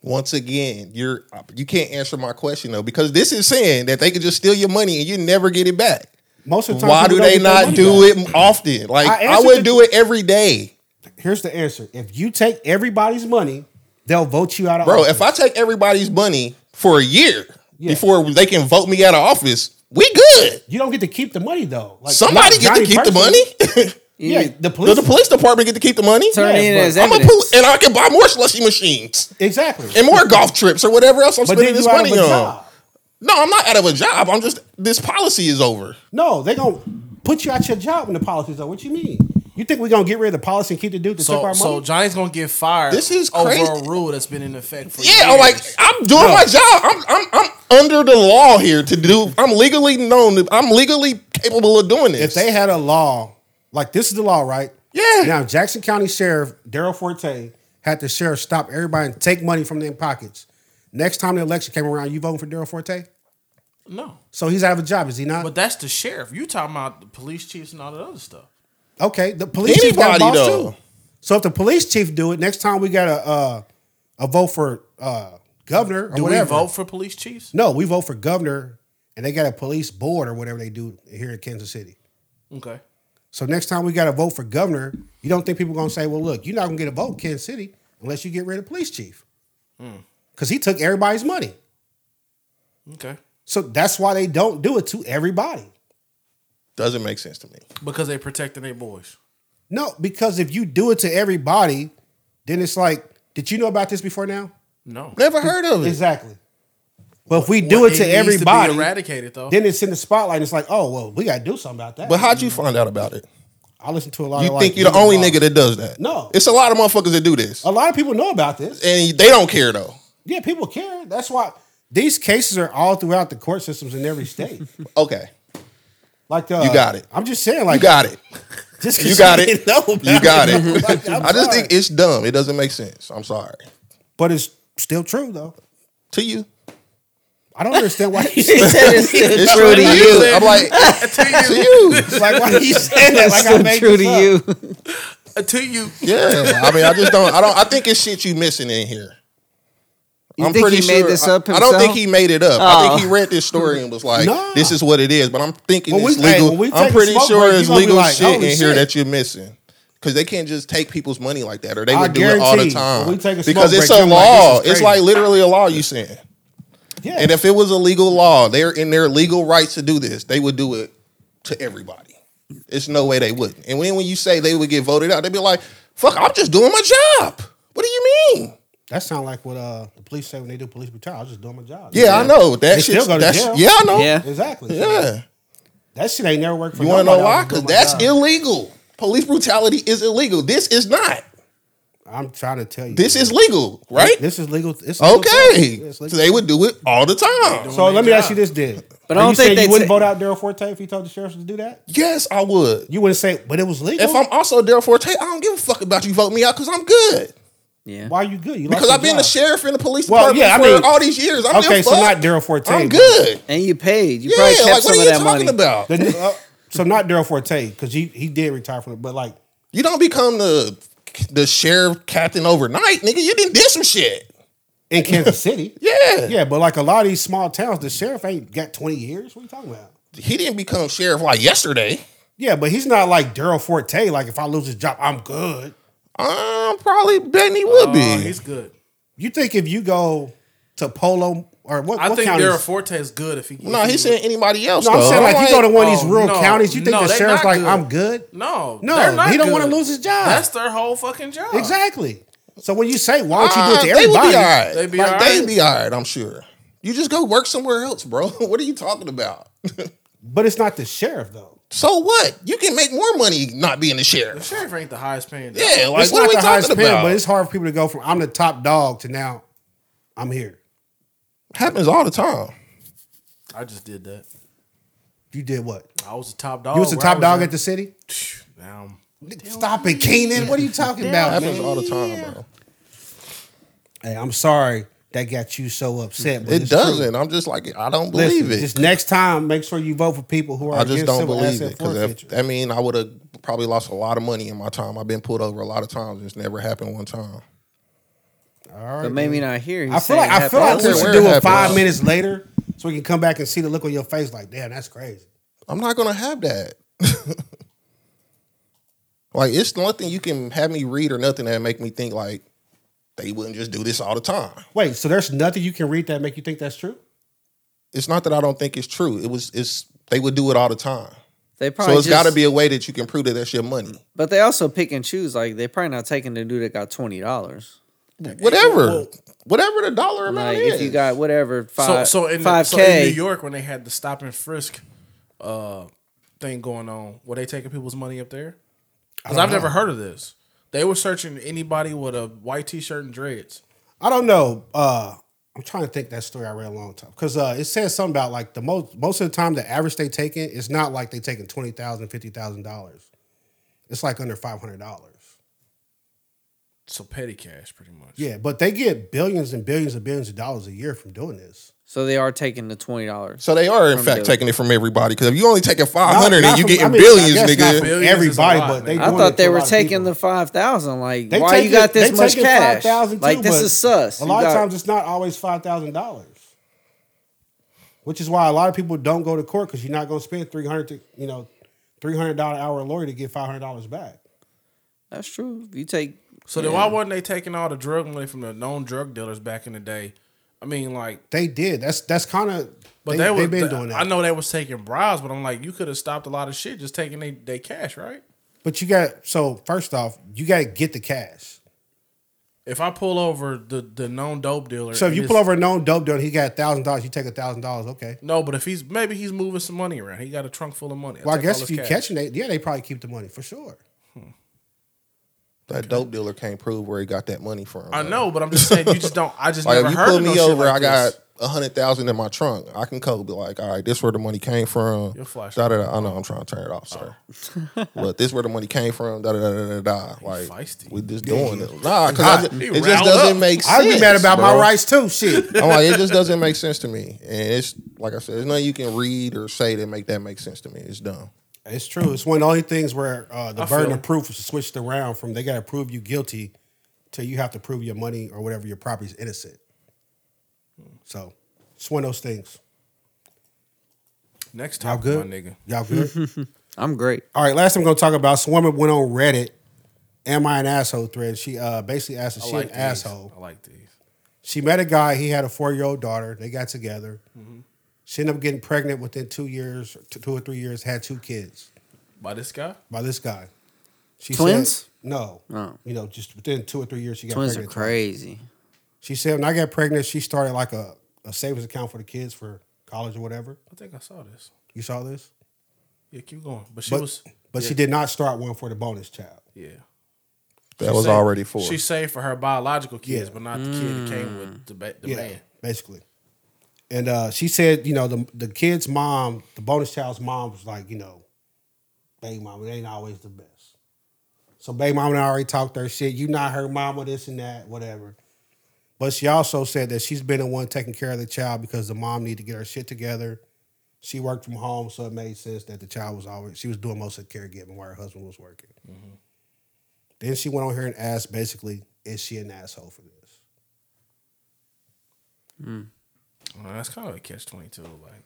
[SPEAKER 4] Once again, you're you can't answer my question though because this is saying that they could just steal your money and you never get it back.
[SPEAKER 3] Most of the time,
[SPEAKER 4] Why do
[SPEAKER 3] people
[SPEAKER 4] they
[SPEAKER 3] don't get their
[SPEAKER 4] not
[SPEAKER 3] money
[SPEAKER 4] do
[SPEAKER 3] back.
[SPEAKER 4] it often? Like
[SPEAKER 3] I
[SPEAKER 4] I,
[SPEAKER 3] answered
[SPEAKER 4] would
[SPEAKER 3] the-
[SPEAKER 4] do it every day,
[SPEAKER 3] Here's the answer. If you take everybody's money, they'll vote you out of
[SPEAKER 4] bro.
[SPEAKER 3] office.
[SPEAKER 4] If I take everybody's money for a year
[SPEAKER 3] Yeah.
[SPEAKER 4] before they can vote me out of office, we good.
[SPEAKER 3] You don't get to keep the money though. Like,
[SPEAKER 4] Somebody
[SPEAKER 3] not
[SPEAKER 4] get to
[SPEAKER 3] Johnny
[SPEAKER 4] keep the
[SPEAKER 3] personally.
[SPEAKER 4] money.
[SPEAKER 3] Yeah, the
[SPEAKER 4] Does
[SPEAKER 3] police.
[SPEAKER 4] [laughs] the police department get to keep the money?
[SPEAKER 2] Turn
[SPEAKER 3] Yeah,
[SPEAKER 2] in
[SPEAKER 3] but-
[SPEAKER 2] as
[SPEAKER 4] I'm a
[SPEAKER 2] evidence.
[SPEAKER 4] pol- and I can buy more slushy machines
[SPEAKER 3] exactly.
[SPEAKER 4] and more golf trips or whatever else I'm
[SPEAKER 3] but
[SPEAKER 4] spending
[SPEAKER 3] then
[SPEAKER 4] this
[SPEAKER 3] you out of
[SPEAKER 4] money
[SPEAKER 3] a
[SPEAKER 4] on.
[SPEAKER 3] job.
[SPEAKER 4] No, I'm not out of a job. I'm just this policy is over.
[SPEAKER 3] No, they gonna put you out your job when the policy's over. What you mean? You think we're gonna get rid of the policy and keep the dude that took
[SPEAKER 1] So,
[SPEAKER 3] our
[SPEAKER 1] so
[SPEAKER 3] money?
[SPEAKER 1] Johnny's gonna get fired.
[SPEAKER 4] This is
[SPEAKER 1] over
[SPEAKER 4] crazy.
[SPEAKER 1] a rule that's been in effect for
[SPEAKER 4] Yeah, I'm like
[SPEAKER 1] years.
[SPEAKER 4] I'm doing my job. I'm, I'm I'm under the law here to do. I'm legally known. to- I'm legally capable of doing
[SPEAKER 3] if
[SPEAKER 4] this.
[SPEAKER 3] they had a law like this is the law, right?
[SPEAKER 4] Yeah.
[SPEAKER 3] Now Jackson County Sheriff Daryl Forte had the sheriff stop everybody and take money from their pockets. Next time the election came around, you voting for Daryl Forte?
[SPEAKER 1] no,
[SPEAKER 3] So he's out of a job, is he not?
[SPEAKER 1] but that's the sheriff. You talking about the police chiefs and all that other stuff?
[SPEAKER 3] Okay, the police chief got a
[SPEAKER 4] Anybody,
[SPEAKER 3] boss
[SPEAKER 4] though.
[SPEAKER 3] too. So if the police chief do it, next time we got a uh, a vote for uh, governor or
[SPEAKER 1] Do
[SPEAKER 3] whatever.
[SPEAKER 1] we vote for police chiefs?
[SPEAKER 3] No, we vote for governor, and they got a police board or whatever they do here in Kansas City.
[SPEAKER 1] Okay.
[SPEAKER 3] So next time we got to vote for governor, you don't think people gonna say, "Well, look, you're not gonna get a vote in Kansas City unless you get rid of police chief,"
[SPEAKER 4] Hmm.
[SPEAKER 3] because he took everybody's money.
[SPEAKER 1] Okay.
[SPEAKER 3] So that's why they don't do it to everybody.
[SPEAKER 4] Doesn't make sense to me.
[SPEAKER 1] Because they protecting their boys.
[SPEAKER 3] No, because if you do it to everybody, then it's like, did you know about this before now?
[SPEAKER 1] No.
[SPEAKER 4] Never heard of it.
[SPEAKER 3] Exactly. But if we do it, to
[SPEAKER 1] needs
[SPEAKER 3] everybody,
[SPEAKER 1] be eradicated though. [laughs]
[SPEAKER 3] then it's in the spotlight. It's like, oh well, we got to do something about that.
[SPEAKER 4] But how'd you find out about it?
[SPEAKER 3] I listen to a lot.
[SPEAKER 4] You
[SPEAKER 3] of like,
[SPEAKER 4] think you're the only
[SPEAKER 3] law.
[SPEAKER 4] nigga that does that?
[SPEAKER 3] No.
[SPEAKER 4] it's a lot of motherfuckers that do this,
[SPEAKER 3] A lot of people know about this.
[SPEAKER 4] and they don't care though.
[SPEAKER 3] Yeah, people care. That's why these cases are all throughout the court systems in every
[SPEAKER 4] [laughs]
[SPEAKER 3] state.
[SPEAKER 4] Okay,
[SPEAKER 3] Like uh,
[SPEAKER 4] You got it.
[SPEAKER 3] I'm just saying, like
[SPEAKER 4] you got it.
[SPEAKER 3] Just 'cause
[SPEAKER 4] You got it.
[SPEAKER 3] didn't know about
[SPEAKER 4] You got it.
[SPEAKER 3] [laughs] Like, I'm
[SPEAKER 4] I just
[SPEAKER 3] sorry.
[SPEAKER 4] think it's dumb. It doesn't make sense. I'm sorry
[SPEAKER 3] but it's still true though.
[SPEAKER 4] to you.
[SPEAKER 3] I don't understand why you
[SPEAKER 4] [laughs]
[SPEAKER 2] He said it's still
[SPEAKER 4] It's
[SPEAKER 2] true to
[SPEAKER 4] you.
[SPEAKER 2] you.
[SPEAKER 4] I'm like to [laughs]
[SPEAKER 3] [laughs]
[SPEAKER 4] you.
[SPEAKER 3] like why you saying that. [laughs] Like
[SPEAKER 2] That's
[SPEAKER 3] I
[SPEAKER 2] still
[SPEAKER 3] made
[SPEAKER 2] true
[SPEAKER 3] this
[SPEAKER 2] to
[SPEAKER 3] up.
[SPEAKER 2] you.
[SPEAKER 1] to you.
[SPEAKER 4] Yeah, I mean, I just don't. I don't. I think it's shit you missing in here.
[SPEAKER 2] You think he made this up
[SPEAKER 4] I, I don't
[SPEAKER 2] himself? Oh.
[SPEAKER 4] think he made it up. I think he read this story and was like,
[SPEAKER 3] Nah.
[SPEAKER 4] "This is what it is." But I'm thinking
[SPEAKER 3] When we-
[SPEAKER 4] it's
[SPEAKER 3] hey,
[SPEAKER 4] legal.
[SPEAKER 3] when we take
[SPEAKER 4] I'm
[SPEAKER 3] a
[SPEAKER 4] pretty
[SPEAKER 3] smoke
[SPEAKER 4] sure
[SPEAKER 3] break, you
[SPEAKER 4] it's
[SPEAKER 3] gonna be
[SPEAKER 4] legal
[SPEAKER 3] like,
[SPEAKER 4] shit in
[SPEAKER 3] "Holy
[SPEAKER 4] here
[SPEAKER 3] shit."
[SPEAKER 4] that you're missing. Because they can't just take people's money like that, or they
[SPEAKER 3] I
[SPEAKER 4] would do it all the
[SPEAKER 3] guarantee,
[SPEAKER 4] time.
[SPEAKER 3] when we take a smoke
[SPEAKER 4] because it's
[SPEAKER 3] break,
[SPEAKER 4] a
[SPEAKER 3] they be like,
[SPEAKER 4] law.
[SPEAKER 3] this is
[SPEAKER 4] it's
[SPEAKER 3] crazy.
[SPEAKER 4] like literally a law. You saying?
[SPEAKER 3] Yeah.
[SPEAKER 4] And if it was a legal law, they're in their legal rights to do this. They would do it to everybody. It's no way they wouldn't. And then when you say they would get voted out, they'd be like, "Fuck, I'm just doing my job." What do you mean?
[SPEAKER 3] that sound like what uh, the police say when they do police brutality. I was just doing my job.
[SPEAKER 4] Yeah, I know that
[SPEAKER 3] They
[SPEAKER 4] shit.
[SPEAKER 3] still go to
[SPEAKER 4] That's
[SPEAKER 3] jail.
[SPEAKER 4] yeah, I know.
[SPEAKER 2] Yeah.
[SPEAKER 3] Exactly.
[SPEAKER 4] yeah.
[SPEAKER 3] That shit ain't never worked for
[SPEAKER 4] You want to know
[SPEAKER 3] nobody. I
[SPEAKER 4] why?
[SPEAKER 3] was
[SPEAKER 4] Because
[SPEAKER 3] doing my
[SPEAKER 4] that's
[SPEAKER 3] job.
[SPEAKER 4] illegal. Police brutality is illegal. This is not.
[SPEAKER 3] I'm trying to tell you.
[SPEAKER 4] This is legal, right?
[SPEAKER 3] This is legal. It's legal
[SPEAKER 4] Okay.
[SPEAKER 3] Yeah, it's
[SPEAKER 4] So
[SPEAKER 3] legal.
[SPEAKER 4] they would do it all the time.
[SPEAKER 3] So
[SPEAKER 1] Doing
[SPEAKER 3] let me
[SPEAKER 1] their
[SPEAKER 3] ask you
[SPEAKER 1] job.
[SPEAKER 3] this, then.
[SPEAKER 2] But
[SPEAKER 3] Are
[SPEAKER 2] I don't
[SPEAKER 3] you
[SPEAKER 2] think
[SPEAKER 3] saying
[SPEAKER 2] they'd
[SPEAKER 3] you wouldn't
[SPEAKER 2] say-
[SPEAKER 3] vote out Daryl Forte if he told the sheriff to do that.
[SPEAKER 4] Yes, I would.
[SPEAKER 3] You wouldn't say, but it was legal.
[SPEAKER 4] If I'm also there for a take, I don't give a fuck about you vote me out because I'm good.
[SPEAKER 2] Yeah.
[SPEAKER 3] why are you good? You
[SPEAKER 4] Because
[SPEAKER 3] lost
[SPEAKER 4] I've been
[SPEAKER 3] your
[SPEAKER 4] the
[SPEAKER 3] job.
[SPEAKER 4] sheriff and the police
[SPEAKER 3] Well,
[SPEAKER 4] department
[SPEAKER 3] yeah, I
[SPEAKER 4] for
[SPEAKER 3] mean-
[SPEAKER 4] all these years. I don't
[SPEAKER 3] Okay,
[SPEAKER 4] give a
[SPEAKER 3] so
[SPEAKER 4] fuck.
[SPEAKER 3] not Daryl Forte.
[SPEAKER 4] I'm good.
[SPEAKER 2] And you paid. You
[SPEAKER 4] Yeah,
[SPEAKER 2] probably kept
[SPEAKER 4] like
[SPEAKER 2] some
[SPEAKER 4] what are
[SPEAKER 2] of
[SPEAKER 4] you
[SPEAKER 2] that
[SPEAKER 4] talking
[SPEAKER 2] money.
[SPEAKER 4] about?
[SPEAKER 3] The- uh, so not Daryl Forte because he he did retire from it, but like
[SPEAKER 4] You don't become the the sheriff captain overnight, nigga. You didn't did some shit.
[SPEAKER 3] in Kansas City.
[SPEAKER 4] [laughs] Yeah.
[SPEAKER 3] Yeah, but like a lot of these small towns, the sheriff ain't got twenty years. What are you talking about?
[SPEAKER 4] He didn't become sheriff like yesterday.
[SPEAKER 3] Yeah, but he's not like Daryl Forte. Like if I lose his job, I'm good.
[SPEAKER 4] Um, probably Benny would be.
[SPEAKER 1] Oh, he's good.
[SPEAKER 3] You think if you go to Polo or what?
[SPEAKER 1] I
[SPEAKER 3] what
[SPEAKER 1] think
[SPEAKER 3] county is-
[SPEAKER 1] Daryl Forte is good if he.
[SPEAKER 4] no, he's saying anybody else.
[SPEAKER 3] No, I'm
[SPEAKER 4] though.
[SPEAKER 3] saying like, you go to one of these
[SPEAKER 1] oh,
[SPEAKER 3] rural
[SPEAKER 1] no,
[SPEAKER 3] counties. You think
[SPEAKER 1] no,
[SPEAKER 3] the
[SPEAKER 1] they
[SPEAKER 3] sheriff's
[SPEAKER 1] not
[SPEAKER 3] like,
[SPEAKER 1] good.
[SPEAKER 3] I'm good.
[SPEAKER 1] No,
[SPEAKER 3] No,
[SPEAKER 1] they're not
[SPEAKER 3] he don't
[SPEAKER 1] good.
[SPEAKER 3] wanna lose his job.
[SPEAKER 1] That's their whole fucking job.
[SPEAKER 3] Exactly. So when you say why don't you do it to
[SPEAKER 4] Uh,
[SPEAKER 3] everybody?
[SPEAKER 4] They would be all right.
[SPEAKER 1] They'd be
[SPEAKER 4] Like,
[SPEAKER 1] all
[SPEAKER 4] they'd
[SPEAKER 1] right.
[SPEAKER 4] be all right, I'm sure. You just go work somewhere else, bro. [laughs] What are you talking about? [laughs]
[SPEAKER 3] But it's not the sheriff though.
[SPEAKER 4] so what? You can make more money not being a sheriff.
[SPEAKER 1] Sheriff ain't the highest paying. job.
[SPEAKER 4] Yeah, like
[SPEAKER 3] it's
[SPEAKER 4] what
[SPEAKER 3] not
[SPEAKER 4] are we
[SPEAKER 3] the highest
[SPEAKER 4] talking
[SPEAKER 3] paying,
[SPEAKER 4] about?
[SPEAKER 3] but it's hard for people to go from I'm the top dog to now I'm here.
[SPEAKER 4] happens all the time.
[SPEAKER 1] I just did that.
[SPEAKER 3] You did what?
[SPEAKER 1] I was the top dog.
[SPEAKER 3] You was the
[SPEAKER 1] Oh, where I
[SPEAKER 3] top dog
[SPEAKER 1] at.
[SPEAKER 3] at the city?
[SPEAKER 1] Now I'm-
[SPEAKER 3] Stop it, Keenan. What are you talking about,
[SPEAKER 4] happens
[SPEAKER 3] man?
[SPEAKER 4] all the time, bro.
[SPEAKER 3] Hey, I'm sorry that got you so upset. But
[SPEAKER 4] It
[SPEAKER 3] it's true.
[SPEAKER 4] doesn't. I'm just like I don't
[SPEAKER 3] Listen,
[SPEAKER 4] believe it.
[SPEAKER 3] Just next time, make sure you vote for people who are
[SPEAKER 4] I just
[SPEAKER 3] against
[SPEAKER 4] don't
[SPEAKER 3] civil
[SPEAKER 4] believe
[SPEAKER 3] asset
[SPEAKER 4] it because
[SPEAKER 3] forfeiture.
[SPEAKER 4] I mean I would have probably lost a lot of money in my time. I've been pulled over a lot of times. It's never happened one time.
[SPEAKER 3] All
[SPEAKER 2] But
[SPEAKER 3] right.
[SPEAKER 2] maybe not here. He's
[SPEAKER 3] I feel like
[SPEAKER 2] saying it
[SPEAKER 3] I feel like
[SPEAKER 2] happened
[SPEAKER 3] we
[SPEAKER 4] Where-
[SPEAKER 3] should
[SPEAKER 2] elsewhere.
[SPEAKER 4] where it
[SPEAKER 3] do it
[SPEAKER 4] happened?
[SPEAKER 3] five minutes later so we can come back and see the look on your face. Like, damn, that's crazy.
[SPEAKER 4] I'm not gonna have that. [laughs] like it's nothing you can have me read or nothing that make me think like they wouldn't just do this all the time.
[SPEAKER 3] Wait, so there's nothing you can read that make you think that's true?
[SPEAKER 4] It's not that I don't think it's true. It was it's they would do it all the time.
[SPEAKER 2] They probably
[SPEAKER 4] so it's
[SPEAKER 2] got
[SPEAKER 4] got to be a way that you can prove that that's your money.
[SPEAKER 2] But they also pick and choose. Like they probably not taking the dude that got twenty dollars.
[SPEAKER 4] Whatever, whatever the dollar amount
[SPEAKER 2] Like
[SPEAKER 4] is.
[SPEAKER 2] if you got whatever
[SPEAKER 1] so
[SPEAKER 2] five
[SPEAKER 1] so in
[SPEAKER 2] five
[SPEAKER 1] so in
[SPEAKER 2] k.
[SPEAKER 1] New York when they had the stop and frisk uh, thing going on, were they taking people's money up there? Because I've never heard of this. They were searching anybody with a white T-shirt and dreads.
[SPEAKER 3] I don't know. Uh, I'm trying to think that story I read a long time because uh, it says something about like the most most of the time the average they taking it's not like they taking twenty thousand, fifty thousand dollars. It's like under five hundred dollars.
[SPEAKER 1] So petty cash, pretty much.
[SPEAKER 3] Yeah, but they get billions and billions and billions of dollars a year from doing this.
[SPEAKER 2] So they are taking the twenty dollars.
[SPEAKER 4] so they are in fact
[SPEAKER 2] the-
[SPEAKER 4] taking it from everybody because if you only taking five hundred
[SPEAKER 3] Not- not
[SPEAKER 4] and you
[SPEAKER 3] from-
[SPEAKER 4] getting
[SPEAKER 3] I mean, I
[SPEAKER 4] billions,
[SPEAKER 3] guess not
[SPEAKER 4] nigga.
[SPEAKER 3] from
[SPEAKER 1] Billions is a
[SPEAKER 3] everybody,
[SPEAKER 1] lot,
[SPEAKER 3] but they.
[SPEAKER 1] man.
[SPEAKER 2] I
[SPEAKER 3] doing it
[SPEAKER 2] thought
[SPEAKER 3] to
[SPEAKER 2] they
[SPEAKER 3] a
[SPEAKER 2] were
[SPEAKER 3] lot of
[SPEAKER 2] taking
[SPEAKER 3] people.
[SPEAKER 2] the five thousand. Like
[SPEAKER 3] They
[SPEAKER 2] why
[SPEAKER 3] take
[SPEAKER 2] you
[SPEAKER 3] it-
[SPEAKER 2] got this
[SPEAKER 3] they
[SPEAKER 2] much
[SPEAKER 3] take it
[SPEAKER 2] cash?
[SPEAKER 3] 5,000
[SPEAKER 2] like
[SPEAKER 3] too,
[SPEAKER 2] this
[SPEAKER 3] but
[SPEAKER 2] is sus.
[SPEAKER 3] A
[SPEAKER 2] You
[SPEAKER 3] lot
[SPEAKER 2] got-
[SPEAKER 3] of times, it's not always five thousand dollars, which is why a lot of people don't go to court because you're not going to spend three hundred, you know, three hundred dollar hour lawyer to get five hundred dollars back.
[SPEAKER 2] that's true. You take
[SPEAKER 1] So then why wasn't they taking all the drug money from the known drug dealers back in the day? I mean, like,
[SPEAKER 3] They did. That's that's kind of.
[SPEAKER 1] but
[SPEAKER 3] But
[SPEAKER 1] they,
[SPEAKER 3] they,
[SPEAKER 1] was,
[SPEAKER 3] have been doing that.
[SPEAKER 1] I know they was taking bribes, but I'm like, you could have stopped a lot of shit just taking they, they cash, right?
[SPEAKER 3] But you got so first off, you got to get the cash.
[SPEAKER 1] If I pull over the the known dope dealer,
[SPEAKER 3] So if
[SPEAKER 1] and
[SPEAKER 3] you
[SPEAKER 1] it's-
[SPEAKER 3] pull over a known dope dealer, he got thousand dollars. You take a thousand dollars. Okay.
[SPEAKER 1] No, but if he's maybe he's moving some money around. He got a trunk full of money.
[SPEAKER 3] Well, I
[SPEAKER 1] take all
[SPEAKER 3] guess if
[SPEAKER 1] his
[SPEAKER 3] you
[SPEAKER 1] cash.
[SPEAKER 3] catch them, they yeah, they probably keep the money for sure.
[SPEAKER 4] That dope dealer can't prove where he got that money from.
[SPEAKER 1] I
[SPEAKER 4] though.
[SPEAKER 1] know, but I'm just saying you just don't.
[SPEAKER 3] [laughs]
[SPEAKER 1] I just
[SPEAKER 4] Like
[SPEAKER 1] never
[SPEAKER 4] if you
[SPEAKER 1] heard
[SPEAKER 4] pull
[SPEAKER 1] of no
[SPEAKER 4] me
[SPEAKER 1] shit
[SPEAKER 4] over,
[SPEAKER 1] like
[SPEAKER 4] I got
[SPEAKER 1] this.
[SPEAKER 4] a hundred thousand in my trunk. I can code be like, all right, this where the money came from.
[SPEAKER 1] Your flash-
[SPEAKER 4] Da, da, da. I know I'm trying to turn it
[SPEAKER 3] [laughs]
[SPEAKER 4] off, sir. but this where the money came from. Da da da da da. da. Like
[SPEAKER 1] feisty.
[SPEAKER 4] we just doing it. Nah, because
[SPEAKER 1] He
[SPEAKER 4] it just
[SPEAKER 1] riled
[SPEAKER 4] doesn't
[SPEAKER 1] up.
[SPEAKER 4] make sense.
[SPEAKER 3] I'd be mad about my
[SPEAKER 4] bro.
[SPEAKER 3] rights too. Shit.
[SPEAKER 4] I'm like, it just doesn't make sense to me. And it's like I said, there's nothing you can read or say that make that make sense to me. It's dumb.
[SPEAKER 3] It's true. It's one of the only things where uh, the
[SPEAKER 1] I
[SPEAKER 3] burden
[SPEAKER 1] feel
[SPEAKER 3] of
[SPEAKER 1] it.
[SPEAKER 3] proof is switched around from they got to prove you guilty to you have to prove your money or whatever your property's innocent. So it's one of those things.
[SPEAKER 1] Next
[SPEAKER 3] Y'all
[SPEAKER 1] time, my
[SPEAKER 3] good?
[SPEAKER 1] nigga.
[SPEAKER 3] Y'all good? [laughs]
[SPEAKER 2] I'm great.
[SPEAKER 3] All right. Last thing we're going to talk about, some woman went on Reddit "Am I an asshole?" thread. She uh, basically asked, "Is
[SPEAKER 1] I
[SPEAKER 3] she
[SPEAKER 1] like
[SPEAKER 3] an
[SPEAKER 1] these.
[SPEAKER 3] asshole?"
[SPEAKER 1] I like these.
[SPEAKER 3] She met a guy. He had a four year old daughter. They got together.
[SPEAKER 1] Mm-hmm.
[SPEAKER 3] She ended up getting pregnant within two years, t- two or three years. Had two kids
[SPEAKER 1] By this guy?
[SPEAKER 3] by this guy. She
[SPEAKER 2] Twins?
[SPEAKER 3] said- no.
[SPEAKER 2] Oh.
[SPEAKER 3] You know, just within two or three years, she got
[SPEAKER 2] Twins are
[SPEAKER 3] pregnant.
[SPEAKER 2] crazy.
[SPEAKER 3] She said when I got pregnant, she started like a, a savings account for the kids for college or whatever.
[SPEAKER 1] I think I saw this.
[SPEAKER 3] You saw this?
[SPEAKER 1] Yeah, keep going. But she
[SPEAKER 3] But,
[SPEAKER 1] was.
[SPEAKER 3] but
[SPEAKER 1] yeah,
[SPEAKER 3] she did not start one for the bonus child.
[SPEAKER 1] Yeah.
[SPEAKER 4] That was
[SPEAKER 1] saved-
[SPEAKER 4] already four.
[SPEAKER 1] She saved for her biological kids,
[SPEAKER 3] Yeah.
[SPEAKER 1] but not the kid that came
[SPEAKER 2] Mm.
[SPEAKER 1] with the, ba- the
[SPEAKER 3] Yeah,
[SPEAKER 1] man.
[SPEAKER 3] basically. And uh, she said, you know, the the kid's mom, the bonus child's mom was like, you know, baby mama, they ain't always the best. So baby mama done already talked her shit. You not her mama, this and that, whatever. But she also said that she's been the one taking care of the child because the mom needed to get her shit together. She worked from home, so it made sense that the child was always she was doing most of the caregiving while her husband was working. Then she went on here and asked, basically, is she an asshole for this?
[SPEAKER 1] Well, that's kind of a catch twenty two. Like,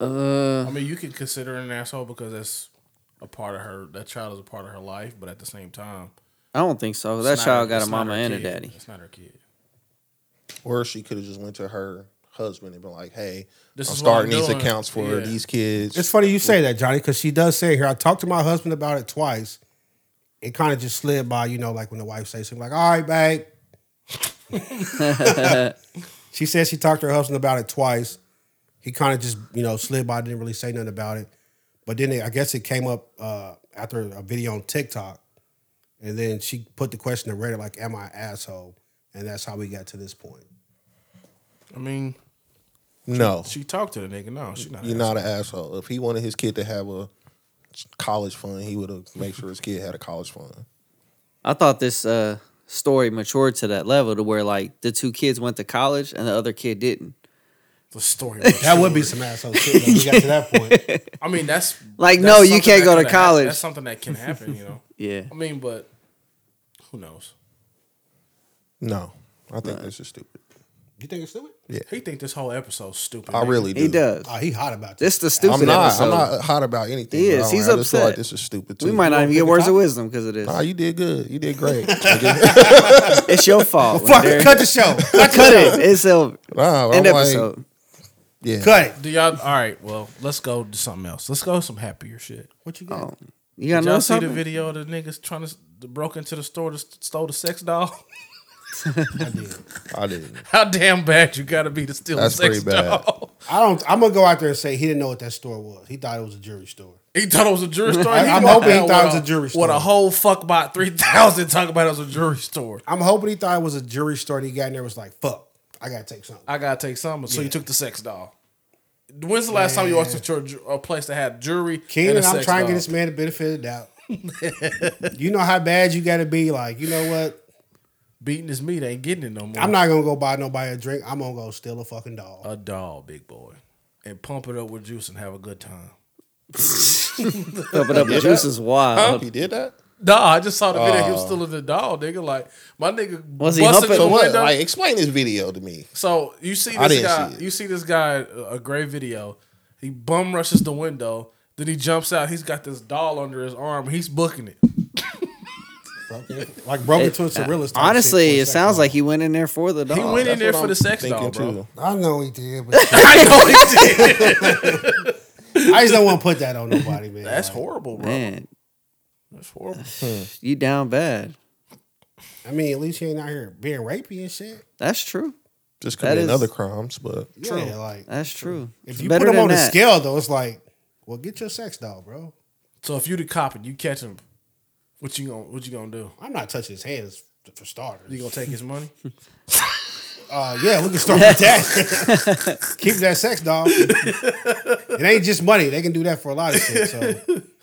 [SPEAKER 2] Uh,
[SPEAKER 1] I mean, you could consider her an asshole because that's a part of her. That child is a part of her life, but at the same time,
[SPEAKER 2] I don't think so. That
[SPEAKER 1] it's not her-
[SPEAKER 2] child got a
[SPEAKER 1] it's not
[SPEAKER 2] mama
[SPEAKER 1] her
[SPEAKER 2] and a
[SPEAKER 1] kid.
[SPEAKER 2] daddy.
[SPEAKER 1] It's not her kid.
[SPEAKER 4] or she could have just went to her husband and been like, "Hey,
[SPEAKER 1] This
[SPEAKER 4] I'm
[SPEAKER 1] is what I'm
[SPEAKER 4] starting these
[SPEAKER 1] doing."
[SPEAKER 4] accounts for
[SPEAKER 1] Yeah.
[SPEAKER 4] these kids."
[SPEAKER 3] It's funny you say that, Johnny, because she does say here. I talked to my husband about it twice. It kind of just slid by, you know, like when the wife says something like, "All right, babe." she said she talked to her husband about it twice. He kind of just, you know, slid by, didn't really say nothing about it. But then it, I guess it came up uh, after a video on TikTok, and then she put the question to Reddit like, "Am I an asshole?" And that's how we got to this point.
[SPEAKER 1] I mean,
[SPEAKER 4] no,
[SPEAKER 1] she talked to the nigga. No, she not.
[SPEAKER 4] you're not an asshole. If he wanted his kid to have a college fund, he would have made sure his kid had a college fund.
[SPEAKER 2] [laughs] I thought this uh, story matured to that level to where like the two kids went to college and the other kid didn't. [laughs]
[SPEAKER 1] the story.
[SPEAKER 3] That would be some asshole shit. though. We got to that point.
[SPEAKER 1] I mean, that's
[SPEAKER 2] Like,
[SPEAKER 1] that's
[SPEAKER 2] no, you
[SPEAKER 1] something
[SPEAKER 2] can't
[SPEAKER 1] that
[SPEAKER 2] go to
[SPEAKER 1] coulda hap-
[SPEAKER 2] college.
[SPEAKER 1] That's something that can happen. You know.
[SPEAKER 2] Yeah.
[SPEAKER 1] I mean, but who knows?
[SPEAKER 4] No, I think that's just stupid.
[SPEAKER 3] You think it's stupid?
[SPEAKER 1] He think this whole episode's stupid.
[SPEAKER 4] I
[SPEAKER 1] nigga.
[SPEAKER 4] really do.
[SPEAKER 2] He does.
[SPEAKER 3] Oh, he hot about this.
[SPEAKER 2] This the stupid
[SPEAKER 4] I'm not.
[SPEAKER 2] episode.
[SPEAKER 4] I'm not hot about anything.
[SPEAKER 2] He
[SPEAKER 4] bro.
[SPEAKER 2] is. He's
[SPEAKER 4] I just feel
[SPEAKER 2] upset.
[SPEAKER 4] like this is stupid too.
[SPEAKER 2] we might not even get words of wisdom because of this.
[SPEAKER 4] Nah, you did good. You did
[SPEAKER 2] [laughs]
[SPEAKER 4] great. nigga.
[SPEAKER 2] It's your fault.
[SPEAKER 3] Fuck,
[SPEAKER 2] Derek.
[SPEAKER 3] cut the show.
[SPEAKER 2] [laughs] Cut, it. It's over.
[SPEAKER 4] Nah, I'm
[SPEAKER 2] End
[SPEAKER 4] like-
[SPEAKER 2] episode.
[SPEAKER 4] yeah.
[SPEAKER 3] Cut it.
[SPEAKER 1] Do y'all? All right. Well, let's go to something else. Let's go to some happier shit.
[SPEAKER 3] What you got?
[SPEAKER 2] Oh, you got
[SPEAKER 1] Did
[SPEAKER 2] no
[SPEAKER 1] y'all see
[SPEAKER 2] something?
[SPEAKER 1] the video of the niggas trying to broke into the store to s- stole the sex doll? [laughs]
[SPEAKER 4] I did.
[SPEAKER 1] How damn bad you gotta be to steal
[SPEAKER 4] That's
[SPEAKER 1] a sex
[SPEAKER 4] pretty bad.
[SPEAKER 1] doll?
[SPEAKER 3] I don't. I'm gonna go out there and say he didn't know what that store was. He thought it was a jewelry store.
[SPEAKER 1] He thought it was a jewelry
[SPEAKER 3] [laughs]
[SPEAKER 1] store.
[SPEAKER 3] I-
[SPEAKER 1] He
[SPEAKER 3] I'm
[SPEAKER 1] walked
[SPEAKER 3] hoping he
[SPEAKER 1] out
[SPEAKER 3] thought it
[SPEAKER 1] with
[SPEAKER 3] was a jewelry
[SPEAKER 1] With a
[SPEAKER 3] store.
[SPEAKER 1] whole fuckbot three thousand [laughs] talking about it was a jewelry store.
[SPEAKER 3] I'm hoping he thought it was a jewelry store. And he got in there and was like, "Fuck, I gotta take something."
[SPEAKER 1] I gotta take something. So you took the sex doll. When's the last time you walked into a, ju- a place that had jewelry? and
[SPEAKER 3] Keenan,
[SPEAKER 1] a
[SPEAKER 3] I'm
[SPEAKER 1] sex
[SPEAKER 3] trying
[SPEAKER 1] doll?
[SPEAKER 3] to get this man the benefit of the doubt.
[SPEAKER 1] [laughs]
[SPEAKER 3] you know how bad you gotta be. Like, you know what?
[SPEAKER 1] beating his meat ain't getting it no more.
[SPEAKER 3] I'm not gonna go buy nobody a drink. I'm gonna go steal a fucking dog.
[SPEAKER 1] a doll, big boy, and pump it up with juice and have a good time.
[SPEAKER 2] Pump it up. The juice is wild.
[SPEAKER 4] He did that.
[SPEAKER 1] Nah, I just saw the video.
[SPEAKER 3] Uh.
[SPEAKER 1] He was still in the doll, nigga. Like my nigga
[SPEAKER 2] Was he
[SPEAKER 1] busted
[SPEAKER 2] humping-
[SPEAKER 1] the
[SPEAKER 4] So what?
[SPEAKER 1] window.
[SPEAKER 4] Like, explain this video to me.
[SPEAKER 1] So you see
[SPEAKER 4] I
[SPEAKER 1] this
[SPEAKER 4] didn't
[SPEAKER 1] guy.
[SPEAKER 4] see it.
[SPEAKER 1] you see this guy. A great video. He bum rushes the window. Then he jumps out. He's got this doll under his arm. He's booking it.
[SPEAKER 3] Like broke into a surrealist. type shit
[SPEAKER 2] Uh, Honestly,
[SPEAKER 3] for a
[SPEAKER 2] it sounds
[SPEAKER 3] second.
[SPEAKER 2] like he went in there for the dog.
[SPEAKER 1] He went in there
[SPEAKER 4] That's what
[SPEAKER 1] for the
[SPEAKER 4] I'm
[SPEAKER 1] sex doll,
[SPEAKER 4] thinking,
[SPEAKER 1] bro.
[SPEAKER 4] too.
[SPEAKER 3] I know he did, [laughs] but
[SPEAKER 1] I know he did.
[SPEAKER 3] I just don't want to put that on nobody, man.
[SPEAKER 1] That's
[SPEAKER 3] Like,
[SPEAKER 1] horrible, bro.
[SPEAKER 2] Man,
[SPEAKER 1] That's horrible.
[SPEAKER 2] you down bad.
[SPEAKER 3] I mean, at least he ain't out here being rapey and shit.
[SPEAKER 2] That's true.
[SPEAKER 4] Just could
[SPEAKER 2] That
[SPEAKER 4] be
[SPEAKER 2] is-
[SPEAKER 4] another crimes, but
[SPEAKER 3] Yeah, like
[SPEAKER 2] That's true.
[SPEAKER 3] If
[SPEAKER 2] It's
[SPEAKER 3] you put
[SPEAKER 2] better
[SPEAKER 3] them
[SPEAKER 2] than
[SPEAKER 3] on the
[SPEAKER 2] that.
[SPEAKER 3] scale, though, it's like, well, get your sex doll, bro.
[SPEAKER 1] So if you the cop and you catch him, what you gonna what you gonna do?
[SPEAKER 3] I'm not touching his hands f- for starters.
[SPEAKER 1] You gonna take his [laughs] money?
[SPEAKER 3] Uh, yeah, we can start with that. Keep that [laughs] sex doll. it ain't just money; they can do that for a lot of shit. So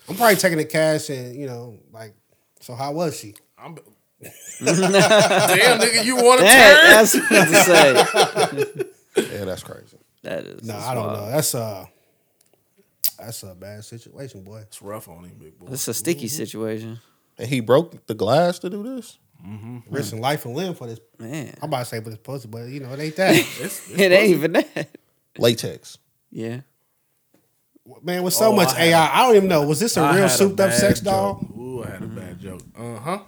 [SPEAKER 3] I'm probably taking the cash and you know, like, so how was she?
[SPEAKER 1] I'm. [laughs] Damn, nigga, you want to
[SPEAKER 2] That-
[SPEAKER 1] turn?
[SPEAKER 2] that's what to say.
[SPEAKER 4] yeah, that's crazy.
[SPEAKER 2] That is.
[SPEAKER 3] No,
[SPEAKER 2] that's
[SPEAKER 3] I don't
[SPEAKER 2] wild.
[SPEAKER 3] know. That's a that's a bad situation, boy.
[SPEAKER 1] It's rough on him, big boy.
[SPEAKER 2] It's a sticky situation.
[SPEAKER 4] And he broke the glass to do this.
[SPEAKER 3] Risking life and limb for this.
[SPEAKER 2] Man,
[SPEAKER 3] I'm about to say for this pussy, but
[SPEAKER 1] [laughs]
[SPEAKER 3] you know it ain't that.
[SPEAKER 1] It's,
[SPEAKER 2] it ain't even that.
[SPEAKER 4] Latex.
[SPEAKER 2] Yeah.
[SPEAKER 3] Man, with so
[SPEAKER 1] Oh,
[SPEAKER 3] much
[SPEAKER 1] I had
[SPEAKER 3] AI, I don't even know. Was this a
[SPEAKER 1] I had
[SPEAKER 3] real souped up
[SPEAKER 1] bad
[SPEAKER 3] sex
[SPEAKER 1] joke.
[SPEAKER 3] doll?
[SPEAKER 1] Ooh, I had a bad joke. Uh huh.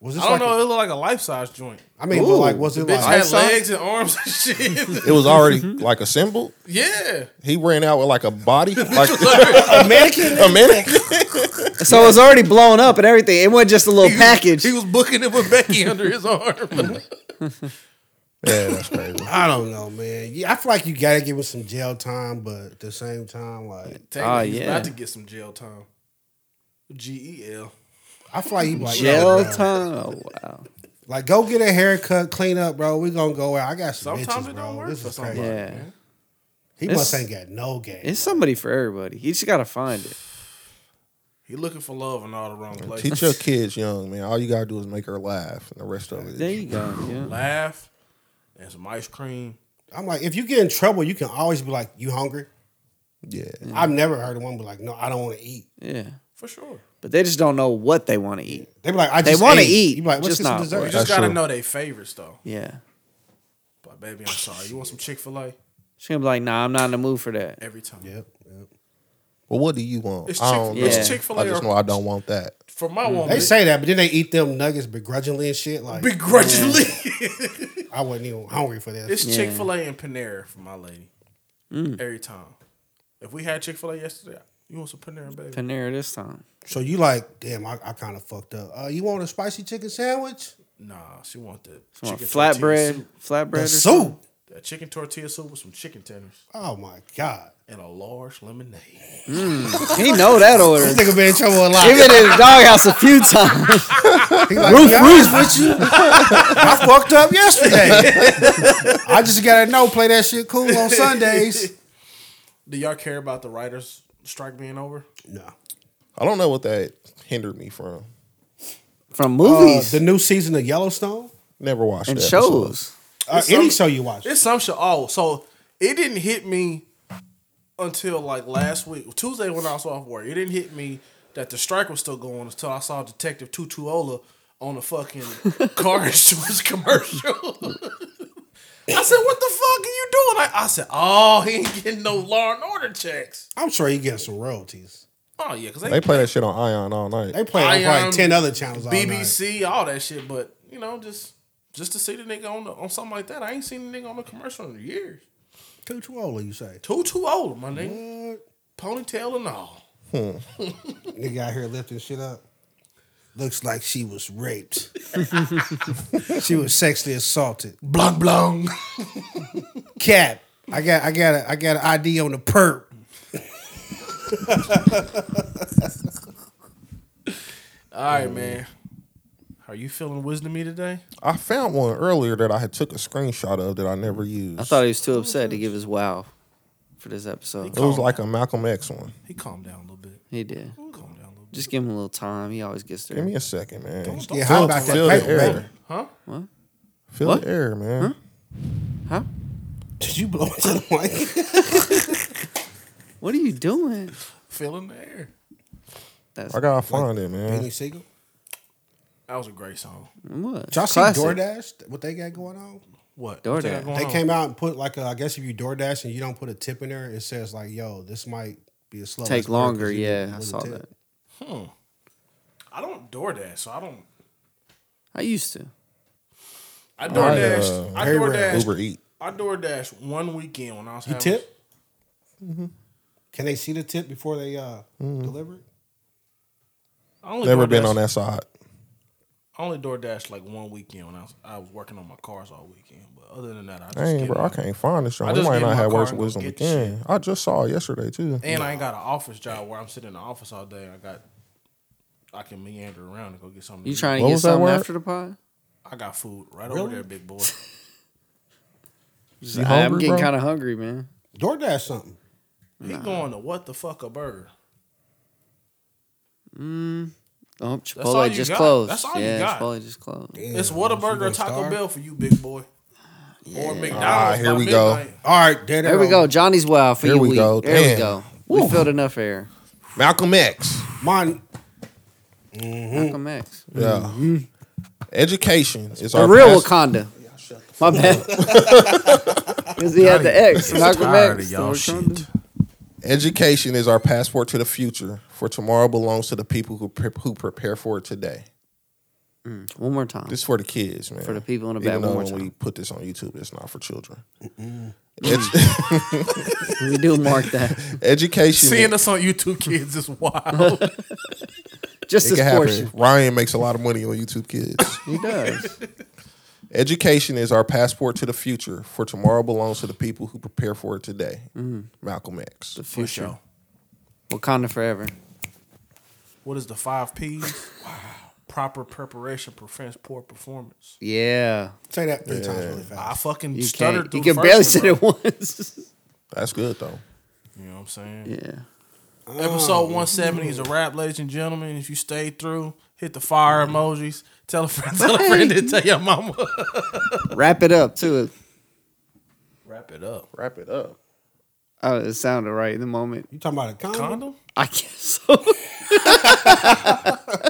[SPEAKER 3] Was this
[SPEAKER 1] I don't
[SPEAKER 3] like
[SPEAKER 1] know.
[SPEAKER 3] a-
[SPEAKER 1] it looked like a life size joint.
[SPEAKER 3] I mean, but
[SPEAKER 2] Ooh,
[SPEAKER 3] like, was it
[SPEAKER 1] Bitch
[SPEAKER 3] like
[SPEAKER 1] had
[SPEAKER 2] size?
[SPEAKER 1] legs and arms and [laughs] shit.
[SPEAKER 4] It was already like assembled.
[SPEAKER 1] yeah.
[SPEAKER 4] He ran out with like a body, like
[SPEAKER 3] a mannequin?
[SPEAKER 4] [laughs] a mannequin.
[SPEAKER 2] So it was already blown up and everything. It wasn't just a little package.
[SPEAKER 1] He was booking it with Becky under his [laughs] arm.
[SPEAKER 4] Yeah, that's crazy.
[SPEAKER 3] I don't know, man. Yeah, I feel like you gotta give him some jail time, but at the same time, like,
[SPEAKER 1] Technically, he's
[SPEAKER 2] Ah, yeah.
[SPEAKER 1] about to get some jail time. G E L.
[SPEAKER 3] I feel like you like,
[SPEAKER 2] Jail
[SPEAKER 3] yo, bro.
[SPEAKER 2] time. Oh wow.
[SPEAKER 3] Like, go get a haircut, clean up, bro. We gonna go out. I got some
[SPEAKER 1] Sometimes
[SPEAKER 3] bitches,
[SPEAKER 1] it
[SPEAKER 3] bro.
[SPEAKER 1] don't work
[SPEAKER 3] This
[SPEAKER 1] for
[SPEAKER 3] is crazy.
[SPEAKER 1] somebody.
[SPEAKER 2] Yeah.
[SPEAKER 1] man.
[SPEAKER 3] He
[SPEAKER 2] It's-
[SPEAKER 3] must ain't got no game.
[SPEAKER 2] It's somebody for everybody. You just gotta find it.
[SPEAKER 1] He looking for love in all the wrong places.
[SPEAKER 4] Teach your kids young, man. All you gotta do is make her laugh, and the rest of it.
[SPEAKER 2] There
[SPEAKER 4] Is,
[SPEAKER 2] you go. Yeah.
[SPEAKER 1] Laugh and some ice cream.
[SPEAKER 3] I'm like, if you get in trouble, you can always be like, you hungry?
[SPEAKER 4] yeah,
[SPEAKER 3] I've never heard a woman be like, no, I don't want to eat.
[SPEAKER 2] Yeah.
[SPEAKER 1] For sure.
[SPEAKER 2] But they just don't know what they want to eat.
[SPEAKER 3] They be like, I
[SPEAKER 2] They
[SPEAKER 3] just
[SPEAKER 2] wanna
[SPEAKER 3] ate.
[SPEAKER 2] eat,
[SPEAKER 3] You be like, what's
[SPEAKER 2] just
[SPEAKER 3] this
[SPEAKER 2] not
[SPEAKER 3] dessert?
[SPEAKER 2] what-
[SPEAKER 1] You just
[SPEAKER 4] That's
[SPEAKER 1] gotta
[SPEAKER 4] true.
[SPEAKER 1] know they favorites though.
[SPEAKER 2] Yeah.
[SPEAKER 1] But baby, I'm sorry. You want some Chick Fil A
[SPEAKER 2] She's gonna be like, nah, I'm not in the mood for that.
[SPEAKER 1] every time.
[SPEAKER 3] Yep, yep.
[SPEAKER 4] But what do you want?
[SPEAKER 1] It's
[SPEAKER 4] I don't
[SPEAKER 1] Chick-
[SPEAKER 4] know.
[SPEAKER 2] it's
[SPEAKER 1] Chick-fil-A
[SPEAKER 4] I just
[SPEAKER 1] or-
[SPEAKER 4] know I don't want that.
[SPEAKER 1] For my woman,
[SPEAKER 3] They say that, but then they eat them nuggets begrudgingly and shit. Like,
[SPEAKER 1] begrudgingly,
[SPEAKER 3] I wasn't even hungry for that.
[SPEAKER 1] [laughs] it's Chick Fil A and Panera for my lady.
[SPEAKER 2] Mm.
[SPEAKER 1] Every time. If we had Chick Fil A yesterday, you want some Panera, baby?
[SPEAKER 2] Panera this time.
[SPEAKER 3] So you like, damn, I, I kind of fucked up. Uh, you want a spicy chicken sandwich?
[SPEAKER 1] nah, she want the
[SPEAKER 2] Come on,
[SPEAKER 1] chicken tortilla
[SPEAKER 2] flatbread.
[SPEAKER 1] soup.
[SPEAKER 2] Flatbread.
[SPEAKER 3] The
[SPEAKER 2] or
[SPEAKER 3] soup.
[SPEAKER 1] That chicken tortilla soup with some chicken tenders
[SPEAKER 3] Oh my god,
[SPEAKER 1] and a large lemonade.
[SPEAKER 2] something. He know that [laughs] order.
[SPEAKER 3] this nigga been in trouble a lot.
[SPEAKER 2] He been in the doghouse a few times.
[SPEAKER 3] He like, "Be honest with you, [laughs] I fucked up yesterday. I just gotta know, play that shit cool on Sundays.
[SPEAKER 1] Do y'all care about the writers' strike being over?
[SPEAKER 3] [laughs] No,
[SPEAKER 4] I don't know what that hindered me from.
[SPEAKER 2] [laughs] From
[SPEAKER 3] uh,
[SPEAKER 2] movies
[SPEAKER 3] the new season of Yellowstone.
[SPEAKER 4] Never watched
[SPEAKER 2] and
[SPEAKER 4] that
[SPEAKER 2] shows.
[SPEAKER 3] Uh,
[SPEAKER 1] It's
[SPEAKER 3] any
[SPEAKER 1] some-
[SPEAKER 3] show you watch,
[SPEAKER 1] It's some shit. Oh, so it didn't hit me until like last week, Tuesday when I was off work. It didn't hit me that the strike was still going until I saw Detective Tutuola on a fucking [laughs] car insurance commercial. [laughs] I said, "What the fuck are you doing?" Like, I said, "Oh, he ain't getting no Law and Order checks."
[SPEAKER 3] I'm sure he getting some royalties.
[SPEAKER 1] Oh yeah, because
[SPEAKER 4] They play that shit on Ion all night.
[SPEAKER 3] They play on
[SPEAKER 1] Ion,
[SPEAKER 3] probably ten other channels. all night.
[SPEAKER 1] BBC, all that shit. But you know, just just to see the nigga on the, on something like that, I ain't seen the nigga on a commercial in years.
[SPEAKER 3] Tutuola, you say?
[SPEAKER 1] Too too old, my nigga.
[SPEAKER 3] What?
[SPEAKER 1] Ponytail and all.
[SPEAKER 3] Nigga out here lifting shit up. Looks like she was [laughs] raped. she was sexually assaulted.
[SPEAKER 1] Blong blong.
[SPEAKER 3] Cap. I got I got a, I got an ID on the perp.
[SPEAKER 1] all
[SPEAKER 3] Oh,
[SPEAKER 1] right, man. Are you feeling wisdom me today?
[SPEAKER 4] I found one earlier that I had took a screenshot of that I never used.
[SPEAKER 2] I thought he was too upset to give his wow for this episode.
[SPEAKER 4] it was like a Malcolm X one.
[SPEAKER 1] He calmed down a little bit.
[SPEAKER 2] He did.
[SPEAKER 1] Calm down a little bit.
[SPEAKER 2] Just give him a little time. He always gets
[SPEAKER 4] Give
[SPEAKER 2] there.
[SPEAKER 4] me a second, man.
[SPEAKER 3] Yeah, how about that
[SPEAKER 4] feel the
[SPEAKER 3] paper,
[SPEAKER 4] air.
[SPEAKER 3] baby?
[SPEAKER 1] Huh?
[SPEAKER 4] Feel
[SPEAKER 2] What?
[SPEAKER 4] the air, man.
[SPEAKER 2] Huh?
[SPEAKER 3] Did you blow into the mic?
[SPEAKER 2] What are you doing?
[SPEAKER 1] Feeling the air.
[SPEAKER 2] That's
[SPEAKER 4] I gotta find it, man.
[SPEAKER 3] Benny Siegel?
[SPEAKER 1] That was a great song.
[SPEAKER 2] what?
[SPEAKER 3] Did y'all see
[SPEAKER 2] Classic.
[SPEAKER 3] DoorDash? What they got going on?
[SPEAKER 1] What?
[SPEAKER 2] DoorDash.
[SPEAKER 1] What got going
[SPEAKER 3] They
[SPEAKER 1] on?
[SPEAKER 3] came out and put like a, I guess if you DoorDash and you don't put a tip in there, it says like, yo, this might be a slow.
[SPEAKER 2] Take longer. Yeah, I saw that.
[SPEAKER 1] Hmm. I don't DoorDash, so I don't.
[SPEAKER 2] I used to.
[SPEAKER 1] I
[SPEAKER 4] uh,
[SPEAKER 1] DoorDash. I,
[SPEAKER 3] very rare.
[SPEAKER 1] DoorDash.
[SPEAKER 4] Uber Eat.
[SPEAKER 1] I DoorDash one weekend when I was
[SPEAKER 3] You
[SPEAKER 1] having
[SPEAKER 3] tip?
[SPEAKER 1] Mm-hmm.
[SPEAKER 3] Can they see the tip before they uh,
[SPEAKER 2] Mm-hmm.
[SPEAKER 3] deliver it?
[SPEAKER 1] I only
[SPEAKER 4] Never been
[SPEAKER 1] DoorDash
[SPEAKER 4] on that side.
[SPEAKER 1] I only DoorDash like one weekend when I was I was working on my cars all weekend. But other than that, I just
[SPEAKER 4] Dang,
[SPEAKER 1] get
[SPEAKER 4] bro,
[SPEAKER 1] my-
[SPEAKER 4] I can't find this.
[SPEAKER 1] I
[SPEAKER 4] Show. We
[SPEAKER 1] just
[SPEAKER 4] might
[SPEAKER 1] get in
[SPEAKER 4] not
[SPEAKER 1] my
[SPEAKER 4] have
[SPEAKER 1] car
[SPEAKER 4] worse
[SPEAKER 1] and go
[SPEAKER 4] wisdom
[SPEAKER 1] get the
[SPEAKER 4] again. I just saw it yesterday too.
[SPEAKER 1] And I ain't got an office job where I'm sitting in the office all day. I got I can meander around and go get something.
[SPEAKER 2] You
[SPEAKER 1] to eat.
[SPEAKER 2] trying
[SPEAKER 4] What
[SPEAKER 2] to get
[SPEAKER 4] was that
[SPEAKER 2] something
[SPEAKER 4] word?
[SPEAKER 2] after the pod?
[SPEAKER 1] I got food right
[SPEAKER 3] Really?
[SPEAKER 1] over there, big boy.
[SPEAKER 2] Just,
[SPEAKER 4] You
[SPEAKER 2] I'm
[SPEAKER 4] hungry,
[SPEAKER 2] getting
[SPEAKER 4] bro?
[SPEAKER 2] kind of hungry, man.
[SPEAKER 3] DoorDash something.
[SPEAKER 1] He going to what the fuck a burger?
[SPEAKER 2] Oh,
[SPEAKER 1] all
[SPEAKER 2] Chipotle
[SPEAKER 1] you
[SPEAKER 2] just
[SPEAKER 1] got.
[SPEAKER 2] closed.
[SPEAKER 1] That's all you
[SPEAKER 2] yeah,
[SPEAKER 1] got.
[SPEAKER 2] Chipotle just closed.
[SPEAKER 1] it's
[SPEAKER 3] Damn,
[SPEAKER 1] what a
[SPEAKER 3] you
[SPEAKER 1] burger,
[SPEAKER 3] gonna
[SPEAKER 1] or Taco
[SPEAKER 3] starve?
[SPEAKER 1] Bell for you, big boy. Or McDonald's.
[SPEAKER 4] Ah, here
[SPEAKER 1] by
[SPEAKER 4] we go.
[SPEAKER 1] midnight.
[SPEAKER 3] All right, there,
[SPEAKER 2] There we go. Johnny's wow for
[SPEAKER 4] Here
[SPEAKER 2] you.
[SPEAKER 4] we
[SPEAKER 2] week.
[SPEAKER 4] go.
[SPEAKER 2] There we
[SPEAKER 4] Damn.
[SPEAKER 2] go.
[SPEAKER 4] Woo.
[SPEAKER 2] We filled enough air.
[SPEAKER 4] Malcolm X.
[SPEAKER 3] Mine,
[SPEAKER 1] Mm-hmm.
[SPEAKER 2] Malcolm X.
[SPEAKER 4] Yeah. Education is
[SPEAKER 2] The
[SPEAKER 4] our
[SPEAKER 2] real
[SPEAKER 4] past-
[SPEAKER 2] Wakanda. [laughs] My bad. Because he had the X. Malcolm
[SPEAKER 1] tired
[SPEAKER 2] X.
[SPEAKER 1] of
[SPEAKER 2] the
[SPEAKER 1] y'all
[SPEAKER 2] Wakanda.
[SPEAKER 1] shit.
[SPEAKER 4] Education is our passport to the future, for tomorrow belongs to the people who pre- who prepare for it today.
[SPEAKER 2] One more time.
[SPEAKER 4] This is for the kids, man.
[SPEAKER 2] For the people in the back,
[SPEAKER 4] Even though
[SPEAKER 2] one more
[SPEAKER 4] when we
[SPEAKER 2] time.
[SPEAKER 4] put this on YouTube, it's not for children.
[SPEAKER 2] We do mark
[SPEAKER 1] [laughs]
[SPEAKER 2] that.
[SPEAKER 4] [laughs]
[SPEAKER 1] [laughs]
[SPEAKER 4] Education.
[SPEAKER 1] Seeing us on YouTube, kids, is wild.
[SPEAKER 2] Just
[SPEAKER 4] it
[SPEAKER 2] this
[SPEAKER 4] can
[SPEAKER 2] portion.
[SPEAKER 4] happen. Ryan makes a lot of money on YouTube Kids.
[SPEAKER 2] He does.
[SPEAKER 4] Education is our passport to the future, for tomorrow belongs to the people who prepare for it today. Malcolm X.
[SPEAKER 2] Mm-hmm. The
[SPEAKER 1] For
[SPEAKER 2] future.
[SPEAKER 1] sure.
[SPEAKER 2] Wakanda forever.
[SPEAKER 1] What is the five P's? Proper preparation prevents poor performance.
[SPEAKER 2] Yeah.
[SPEAKER 3] Say that three times really fast.
[SPEAKER 1] I fucking
[SPEAKER 2] You can't.
[SPEAKER 1] stuttered through
[SPEAKER 2] You
[SPEAKER 1] the
[SPEAKER 2] can
[SPEAKER 1] first
[SPEAKER 2] barely
[SPEAKER 1] one,
[SPEAKER 2] say
[SPEAKER 1] bro.
[SPEAKER 2] it once. [laughs]
[SPEAKER 4] That's good though.
[SPEAKER 1] You know what I'm saying?
[SPEAKER 2] yeah.
[SPEAKER 1] Episode 170 is a wrap, ladies and gentlemen. If you stayed through, hit the fire emojis. Tell a friend, [laughs] tell a
[SPEAKER 2] [laughs]
[SPEAKER 1] friend, and tell your mama.
[SPEAKER 2] Wrap it up too.
[SPEAKER 1] Wrap it up.
[SPEAKER 4] Wrap it up.
[SPEAKER 2] Oh, it sounded right in the moment.
[SPEAKER 3] You talking about a condom?
[SPEAKER 1] Condom?
[SPEAKER 2] I guess so.